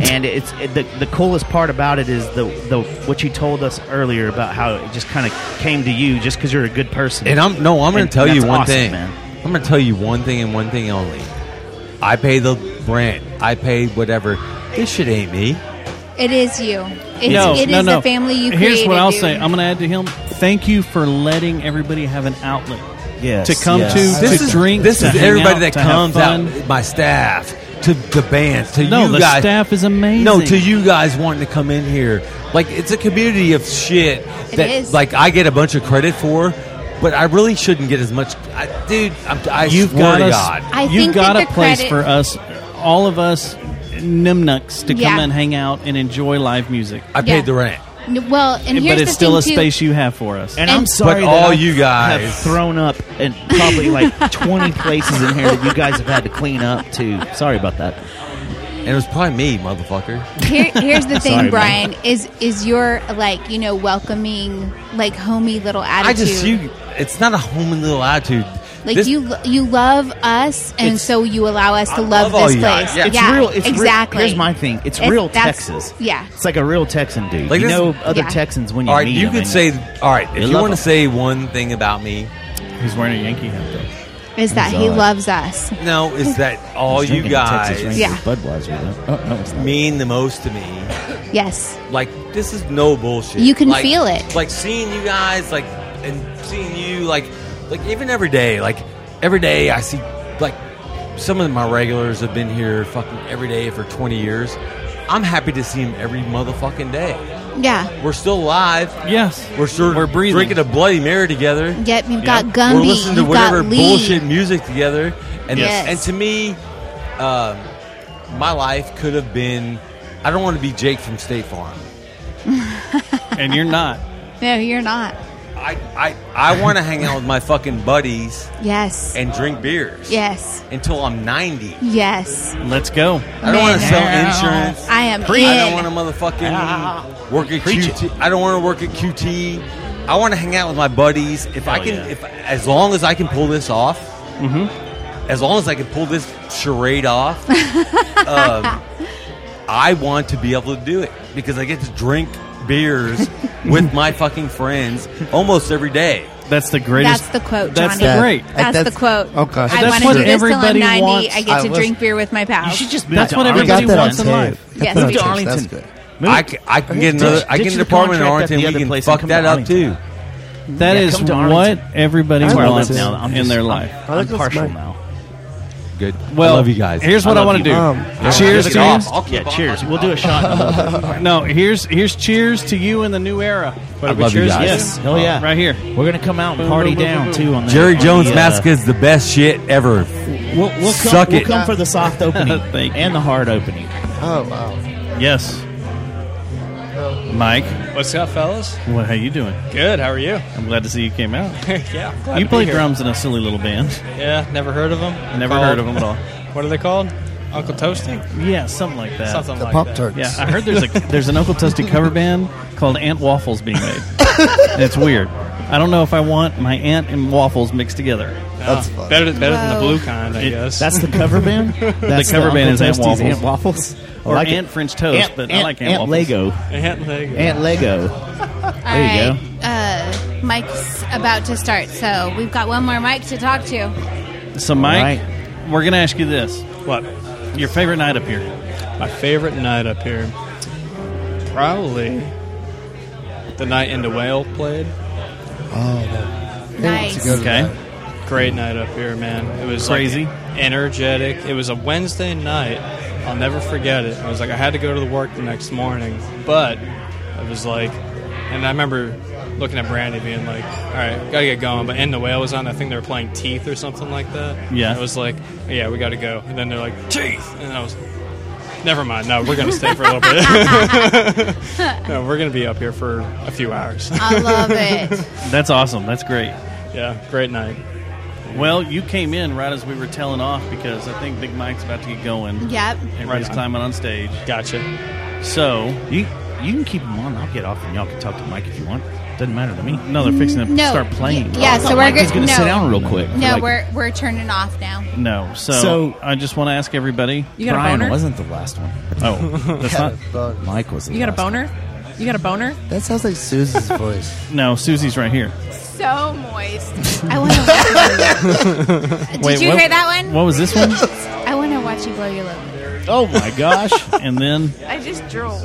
[SPEAKER 9] and it's it, the the coolest part about it is the the what you told us earlier about how it just kind of came to you just because you're a good person.
[SPEAKER 18] And I'm no, I'm going
[SPEAKER 9] And
[SPEAKER 18] to tell you
[SPEAKER 9] that's
[SPEAKER 18] one
[SPEAKER 9] awesome,
[SPEAKER 18] thing.
[SPEAKER 9] man.
[SPEAKER 18] I'm going to tell you one thing and one thing only. I pay the rent. I pay whatever. This shit ain't me.
[SPEAKER 2] It is you. It's,
[SPEAKER 9] Oh,
[SPEAKER 1] no,
[SPEAKER 2] it
[SPEAKER 1] no,
[SPEAKER 2] is
[SPEAKER 1] no.
[SPEAKER 2] the family you created.
[SPEAKER 1] Here's what I'll
[SPEAKER 2] dude.
[SPEAKER 1] say. I'm going to add to him. Thank you for letting everybody have an outlet.
[SPEAKER 9] Yes,
[SPEAKER 1] to come
[SPEAKER 9] yes.
[SPEAKER 1] to
[SPEAKER 18] This
[SPEAKER 1] to
[SPEAKER 18] is
[SPEAKER 1] drink.
[SPEAKER 18] This
[SPEAKER 1] to
[SPEAKER 18] is
[SPEAKER 1] hang
[SPEAKER 18] everybody
[SPEAKER 1] out,
[SPEAKER 18] that
[SPEAKER 1] to have
[SPEAKER 18] comes
[SPEAKER 1] fun.
[SPEAKER 18] out. My staff to the bands to
[SPEAKER 1] No,
[SPEAKER 18] you
[SPEAKER 1] the
[SPEAKER 18] guys.
[SPEAKER 1] staff is amazing.
[SPEAKER 18] No, to you guys wanting to come in here. Like it's a community of shit
[SPEAKER 2] It
[SPEAKER 18] that
[SPEAKER 2] is.
[SPEAKER 18] like I get a bunch of credit for, but I really shouldn't get as much. I, dude, I'm, I
[SPEAKER 1] You've got
[SPEAKER 18] swear to
[SPEAKER 1] us.
[SPEAKER 18] God.
[SPEAKER 2] I
[SPEAKER 1] you've
[SPEAKER 2] think
[SPEAKER 1] got
[SPEAKER 2] that
[SPEAKER 1] a
[SPEAKER 2] the
[SPEAKER 1] place
[SPEAKER 2] credit-
[SPEAKER 1] for us, all of us, nimnucks, to come
[SPEAKER 2] Yeah.
[SPEAKER 1] and hang out and enjoy live music.
[SPEAKER 18] I
[SPEAKER 2] paid Yeah. the
[SPEAKER 18] rent,
[SPEAKER 2] N- Well, and here's
[SPEAKER 1] but it's
[SPEAKER 2] the
[SPEAKER 1] still a
[SPEAKER 2] thing, too.
[SPEAKER 1] space you have for us.
[SPEAKER 9] And, I'm
[SPEAKER 2] And-
[SPEAKER 9] sorry
[SPEAKER 18] But
[SPEAKER 9] that
[SPEAKER 18] all
[SPEAKER 9] I
[SPEAKER 18] you guys-
[SPEAKER 9] have thrown up and [laughs] probably like 20 places in here that you guys have had to clean up too. Sorry about that.
[SPEAKER 18] And it was probably me, motherfucker.
[SPEAKER 2] Here, here's
[SPEAKER 18] [laughs]
[SPEAKER 2] the thing, Brian, is is your like, you know, welcoming, like homey little attitude.
[SPEAKER 18] I just you. It's not a homing little attitude.
[SPEAKER 2] like
[SPEAKER 18] This-
[SPEAKER 2] you you love us and
[SPEAKER 18] It's-
[SPEAKER 2] so you allow us to
[SPEAKER 18] love
[SPEAKER 2] love,
[SPEAKER 18] all
[SPEAKER 2] this
[SPEAKER 18] you guys.
[SPEAKER 2] place.
[SPEAKER 18] Yeah. It's
[SPEAKER 2] yeah
[SPEAKER 18] real- it's real-
[SPEAKER 2] exactly.
[SPEAKER 9] Here's my thing. It's
[SPEAKER 2] It-
[SPEAKER 9] real
[SPEAKER 2] that's-
[SPEAKER 9] Texas.
[SPEAKER 2] Yeah.
[SPEAKER 9] It's like a real Texan dude.
[SPEAKER 18] Like
[SPEAKER 9] you
[SPEAKER 18] this-
[SPEAKER 9] know other
[SPEAKER 2] Yeah.
[SPEAKER 9] Texans when you
[SPEAKER 18] all right,
[SPEAKER 9] meet
[SPEAKER 18] you
[SPEAKER 9] them
[SPEAKER 18] could
[SPEAKER 9] and
[SPEAKER 18] [laughs] say, all right,
[SPEAKER 9] you
[SPEAKER 18] if you
[SPEAKER 9] love
[SPEAKER 18] want to
[SPEAKER 9] them.
[SPEAKER 18] say one thing about me,
[SPEAKER 1] he's wearing a Yankee hat.
[SPEAKER 2] Is that he
[SPEAKER 18] Bizarre.
[SPEAKER 2] loves us.
[SPEAKER 18] No, [laughs] is that all
[SPEAKER 9] He's
[SPEAKER 18] you
[SPEAKER 9] drinking a Texas
[SPEAKER 18] guys
[SPEAKER 9] Rangers Yeah. Budweiser, though. Oh, no, it's not.
[SPEAKER 18] mean the most to me?
[SPEAKER 2] Yes.
[SPEAKER 18] Like this is no bullshit.
[SPEAKER 2] You can
[SPEAKER 18] Like-
[SPEAKER 2] feel it.
[SPEAKER 18] Like seeing you guys, like and seeing you, like like even every day, like every day I see like some of my regulars have been here fucking every day for twenty years. I'm happy to see them every motherfucking day.
[SPEAKER 2] Yeah.
[SPEAKER 18] We're still alive.
[SPEAKER 1] Yes,
[SPEAKER 18] we're still we're
[SPEAKER 1] breathing.
[SPEAKER 18] drinking a Bloody Mary together.
[SPEAKER 2] Yep, you've got
[SPEAKER 18] We're
[SPEAKER 2] Gumby,
[SPEAKER 18] listening to
[SPEAKER 2] you've
[SPEAKER 18] whatever
[SPEAKER 2] got Lee.
[SPEAKER 18] bullshit music together, and
[SPEAKER 2] Yes.
[SPEAKER 18] and to me, um, my life could have been. I don't want to be Jake from State Farm.
[SPEAKER 1] [laughs] and you're not.
[SPEAKER 2] No, you're not.
[SPEAKER 18] I I, I want to hang out with my fucking buddies
[SPEAKER 2] Yes.
[SPEAKER 18] and drink beers
[SPEAKER 2] Yes.
[SPEAKER 18] until I'm 90.
[SPEAKER 2] Yes.
[SPEAKER 1] Let's go.
[SPEAKER 18] I don't want to sell insurance.
[SPEAKER 2] I am
[SPEAKER 18] I don't
[SPEAKER 2] in.
[SPEAKER 18] want to
[SPEAKER 1] Ah.
[SPEAKER 18] motherfucking work at QT. I don't want to work at QT. I want to hang out with my buddies. If I
[SPEAKER 1] Hell
[SPEAKER 18] can,
[SPEAKER 1] yeah. Mm-hmm.
[SPEAKER 18] if as long as I can pull this off, as long as I can pull this
[SPEAKER 2] [laughs]
[SPEAKER 18] charade off, um, I want to be able to do it because I get to drink [laughs] beers with my fucking friends almost every day.
[SPEAKER 1] That's the
[SPEAKER 2] That's the quote,
[SPEAKER 18] That's
[SPEAKER 2] Johnny.
[SPEAKER 18] the great-
[SPEAKER 2] That's,
[SPEAKER 18] That's-
[SPEAKER 2] the quote.
[SPEAKER 18] oh, gosh.
[SPEAKER 2] I want
[SPEAKER 18] That's what
[SPEAKER 2] to do this till I'm
[SPEAKER 18] everybody
[SPEAKER 2] 90.
[SPEAKER 18] wants.
[SPEAKER 2] I get
[SPEAKER 18] I
[SPEAKER 2] to
[SPEAKER 18] was-
[SPEAKER 2] drink beer with my pals.
[SPEAKER 18] should just
[SPEAKER 1] That's what everybody wants in life.
[SPEAKER 2] Yes, we do.
[SPEAKER 18] That's good. I can, I can get another. I get an apartment in Arlington. We can fuck that up too.
[SPEAKER 1] That is what everybody
[SPEAKER 18] That's where I live
[SPEAKER 1] wants
[SPEAKER 18] now. I'm
[SPEAKER 1] in
[SPEAKER 18] just-
[SPEAKER 1] their
[SPEAKER 18] I'm-
[SPEAKER 1] life.
[SPEAKER 18] I like this mic.
[SPEAKER 1] now.
[SPEAKER 18] Good.
[SPEAKER 1] Well,
[SPEAKER 18] I love you guys.
[SPEAKER 1] Here's what I,
[SPEAKER 18] love
[SPEAKER 1] want to
[SPEAKER 18] you.
[SPEAKER 1] do.
[SPEAKER 9] Um,
[SPEAKER 18] Yeah.
[SPEAKER 1] cheers
[SPEAKER 18] Get
[SPEAKER 1] to
[SPEAKER 18] off.
[SPEAKER 1] you.
[SPEAKER 18] I'll keep on.
[SPEAKER 1] We'll do a shot. in a little
[SPEAKER 18] [laughs]
[SPEAKER 1] bit. no, here's here's cheers to you and the new era.
[SPEAKER 9] I love you guys. Yes. Hell yeah.
[SPEAKER 1] Right here.
[SPEAKER 9] We're gonna come out and
[SPEAKER 1] Boom,
[SPEAKER 9] party
[SPEAKER 1] boom, boom,
[SPEAKER 9] down
[SPEAKER 1] boom, boom.
[SPEAKER 9] too on the
[SPEAKER 18] Oh, Jerry
[SPEAKER 9] on
[SPEAKER 18] Jones
[SPEAKER 9] the, uh,
[SPEAKER 18] mask is the best shit ever.
[SPEAKER 9] We'll, we'll come,
[SPEAKER 18] Suck
[SPEAKER 9] we'll
[SPEAKER 18] it.
[SPEAKER 9] come for the soft
[SPEAKER 1] [laughs]
[SPEAKER 9] opening and the hard opening.
[SPEAKER 23] Oh wow.
[SPEAKER 1] Yes. Mike,
[SPEAKER 23] What's up, fellas?
[SPEAKER 1] what? How you doing?
[SPEAKER 23] Good. How are you?
[SPEAKER 1] I'm glad to see you came out. [laughs]
[SPEAKER 23] yeah. I'm glad
[SPEAKER 1] you
[SPEAKER 23] to be
[SPEAKER 1] play
[SPEAKER 23] here.
[SPEAKER 1] drums in a silly little band.
[SPEAKER 23] Yeah. Never heard of them.
[SPEAKER 1] Never heard of 'em at all.
[SPEAKER 23] [laughs] what are they called? Uncle Toasty.
[SPEAKER 1] Yeah, something like that.
[SPEAKER 23] Something The like that. Pop-Tarts.
[SPEAKER 1] Yeah, I heard there's a there's an Uncle Toasty cover band called Ant Waffles being made. and it's weird. I don't know if I want my ant and waffles mixed together. Ah.
[SPEAKER 23] That's Oh, fun. better than- better than the Whoa. blue kind, I guess.
[SPEAKER 9] That's the cover
[SPEAKER 1] [laughs]
[SPEAKER 9] band. That's
[SPEAKER 1] the cover
[SPEAKER 9] Uncle
[SPEAKER 1] band is Ant
[SPEAKER 9] Toasty's
[SPEAKER 1] Waffles.
[SPEAKER 9] Ant Waffles? I
[SPEAKER 1] Or
[SPEAKER 9] like it.
[SPEAKER 1] Ant French Toast,
[SPEAKER 9] Ant-
[SPEAKER 1] but I
[SPEAKER 9] Ant-
[SPEAKER 1] like Ant,
[SPEAKER 9] Ant
[SPEAKER 1] Waffles.
[SPEAKER 9] Lego.
[SPEAKER 23] Ant Lego.
[SPEAKER 9] Ant Lego.
[SPEAKER 2] All
[SPEAKER 9] there you
[SPEAKER 2] right.
[SPEAKER 9] go.
[SPEAKER 2] Uh, Mike's about to start, so we've got one more Mike to talk to.
[SPEAKER 1] So, Mike, we're going to ask you this. What? Your favorite night up here?
[SPEAKER 23] My favorite night up here.
[SPEAKER 1] Probably.
[SPEAKER 23] The night Into Whale played.
[SPEAKER 17] Oh, no.
[SPEAKER 23] Great night up here, man. It was like,
[SPEAKER 1] Crazy.
[SPEAKER 23] energetic. It was a Wednesday night. I'll never forget it. I was like, I had to go to the work the next morning, but it was like, and I remember looking at Brandy being [laughs] like, "All right, gotta get going." But End the Whale was on. I think they were playing Teeth or something like that.
[SPEAKER 1] Yeah.
[SPEAKER 23] I was like, "Yeah, we gotta go." And then they're like, "Teeth," and I was. Never mind. No, we're gonna stay for a little
[SPEAKER 1] [laughs]
[SPEAKER 23] bit. [laughs] no, we're gonna be up here for a few hours.
[SPEAKER 2] I love
[SPEAKER 23] [laughs]
[SPEAKER 2] it.
[SPEAKER 1] That's awesome. That's great.
[SPEAKER 23] Yeah, great night.
[SPEAKER 1] Well, you came in right as we were telling off because I think Big Mike's about to get going.
[SPEAKER 2] Yep.
[SPEAKER 1] And right as climbing on stage.
[SPEAKER 23] Gotcha.
[SPEAKER 1] So
[SPEAKER 9] you you can keep them on. I'll get off, and y'all can talk to Mike if you want. Doesn't matter to me.
[SPEAKER 1] No, they're fixing
[SPEAKER 2] No. Y-
[SPEAKER 9] Oh,
[SPEAKER 2] Yeah, so we're
[SPEAKER 9] Mike was gonna
[SPEAKER 2] no.
[SPEAKER 9] sit down real quick.
[SPEAKER 2] No,
[SPEAKER 9] Like-
[SPEAKER 2] we're we're turning off now.
[SPEAKER 1] No. So,
[SPEAKER 9] So-
[SPEAKER 1] I just want to ask everybody.
[SPEAKER 9] You got a Brian boner? wasn't the last one.
[SPEAKER 1] Oh,
[SPEAKER 9] [laughs]
[SPEAKER 1] that's
[SPEAKER 9] Got
[SPEAKER 1] not.
[SPEAKER 9] a Mike was
[SPEAKER 1] the
[SPEAKER 11] You got a boner? You
[SPEAKER 9] [laughs]
[SPEAKER 11] got a boner? [laughs]
[SPEAKER 1] That sounds like Susie's voice. no, Susie's right here.
[SPEAKER 2] So moist. [laughs] I want to.
[SPEAKER 9] [laughs]
[SPEAKER 2] Did you hear that one?
[SPEAKER 1] What was this one?
[SPEAKER 2] [laughs] I want to watch you blow your load.
[SPEAKER 1] oh my gosh! And then,
[SPEAKER 2] I just drooled.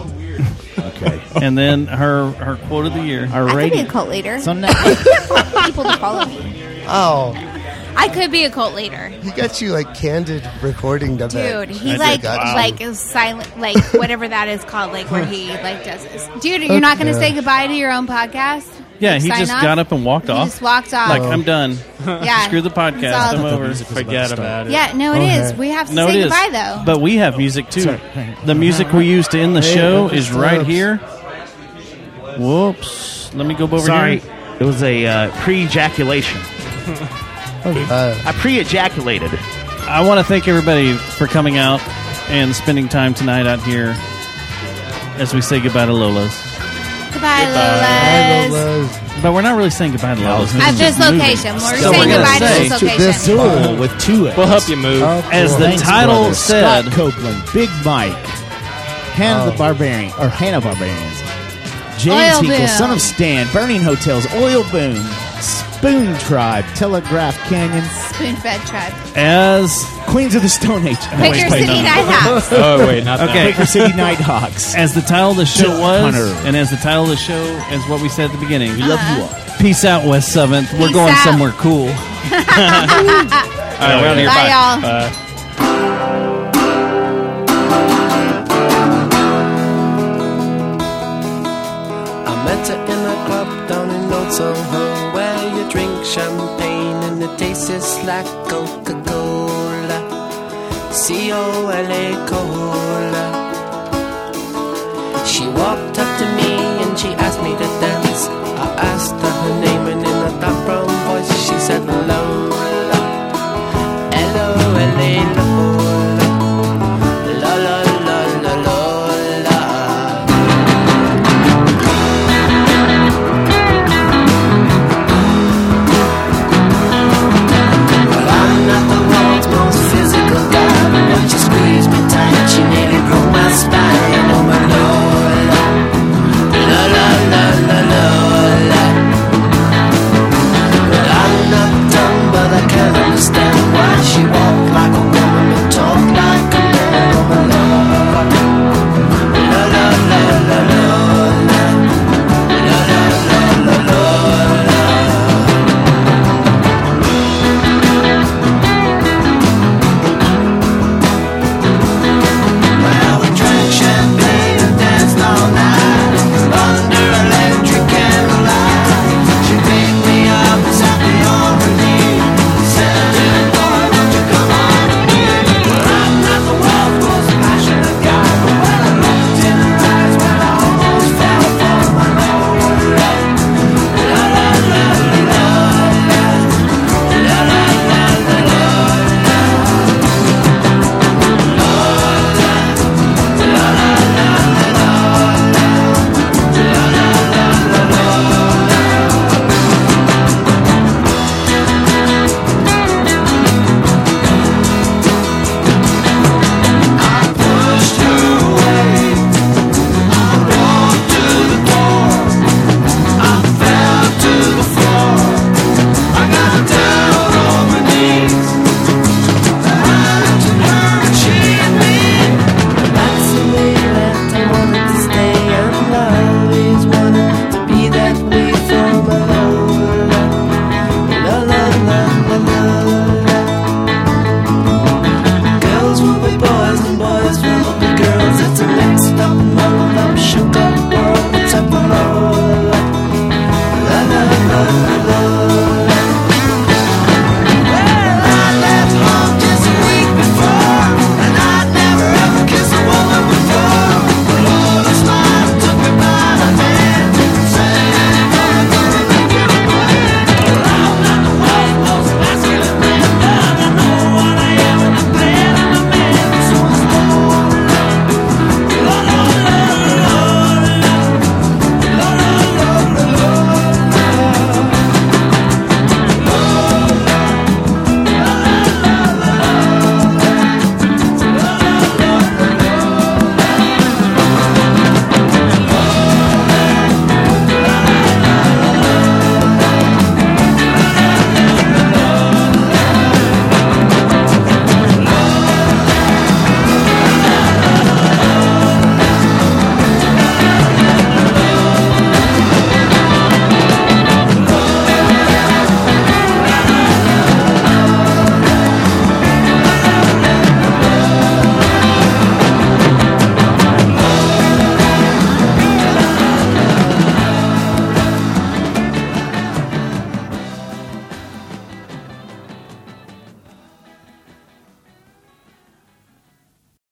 [SPEAKER 1] okay. And then her her quote of the year.
[SPEAKER 2] I
[SPEAKER 1] Our
[SPEAKER 2] could be a cult leader. [laughs]
[SPEAKER 1] So now-
[SPEAKER 2] people to follow me.
[SPEAKER 23] Oh,
[SPEAKER 2] I could be a cult leader.
[SPEAKER 23] he got you like candid recording of
[SPEAKER 2] Dude, he like like is silent, like whatever that is called, like where he like does this. Dude, you're not going to
[SPEAKER 1] Okay.
[SPEAKER 2] say goodbye to your own podcast.
[SPEAKER 1] Yeah,
[SPEAKER 2] Like,
[SPEAKER 1] he
[SPEAKER 2] sign
[SPEAKER 1] just
[SPEAKER 2] off?
[SPEAKER 1] got up and walked
[SPEAKER 2] He
[SPEAKER 1] off.
[SPEAKER 2] just walked off.
[SPEAKER 1] Like I'm done.
[SPEAKER 2] [laughs] Yeah.
[SPEAKER 1] Screw the podcast.
[SPEAKER 2] It's
[SPEAKER 1] I'm
[SPEAKER 2] all-
[SPEAKER 1] over.
[SPEAKER 23] Music was about Forget to start. about it.
[SPEAKER 2] Yeah, no, it
[SPEAKER 1] it is.
[SPEAKER 2] is. We have to say goodbye, though.
[SPEAKER 1] But we have music too. The music we use to end the
[SPEAKER 9] Hey,
[SPEAKER 1] show
[SPEAKER 9] it
[SPEAKER 1] is
[SPEAKER 9] just
[SPEAKER 1] right
[SPEAKER 9] sucks.
[SPEAKER 1] here. Whoops. Let me go over
[SPEAKER 9] Sorry,
[SPEAKER 1] here.
[SPEAKER 9] it was a uh, pre-ejaculation.
[SPEAKER 23] Uh,
[SPEAKER 9] I pre-ejaculated.
[SPEAKER 1] I want to thank everybody for coming out. and spending time tonight out here as we say goodbye to Lola's.
[SPEAKER 2] Goodbye, Lolas.
[SPEAKER 1] But we're not really saying goodbye to Lola's.
[SPEAKER 2] At this location. We're So saying we're gonna goodbye to say- this location.
[SPEAKER 9] This duel with two F's.
[SPEAKER 1] We'll help you move.
[SPEAKER 9] Of
[SPEAKER 1] As the
[SPEAKER 9] course.
[SPEAKER 1] title
[SPEAKER 9] brother.
[SPEAKER 1] said-
[SPEAKER 9] Scott Copeland, Big Mike, Hannah
[SPEAKER 1] Oh.
[SPEAKER 9] the Barbarian, or Hannah Barbarians, James
[SPEAKER 1] Oil
[SPEAKER 9] Hinkle,
[SPEAKER 1] Boom.
[SPEAKER 9] Son of Stan, Burning Hotels, Oil Boom, Spoon Tribe, Telegraph Canyon,
[SPEAKER 2] Spoon fed tribe.
[SPEAKER 1] as
[SPEAKER 9] Queens of the Stone Age.
[SPEAKER 2] [laughs] Quaker City Nighthawks.
[SPEAKER 9] Oh, wait, not that. Quaker City
[SPEAKER 1] Nighthawks. As the title of the show
[SPEAKER 9] Duck
[SPEAKER 1] was,
[SPEAKER 9] Hunter.
[SPEAKER 1] and as the title of the show is what we said at the beginning. We
[SPEAKER 2] love you
[SPEAKER 1] all. Peace out, West Seventh. We're
[SPEAKER 2] Peace
[SPEAKER 1] going
[SPEAKER 2] out.
[SPEAKER 1] somewhere cool. All right, we're out of here.
[SPEAKER 2] Bye, y'all.
[SPEAKER 1] Bye.
[SPEAKER 8] I met her in a club down in Old Soho where you drink champagne and it tastes like Coca Cola. C O L A Cola. She walked up to me and she asked me to dance.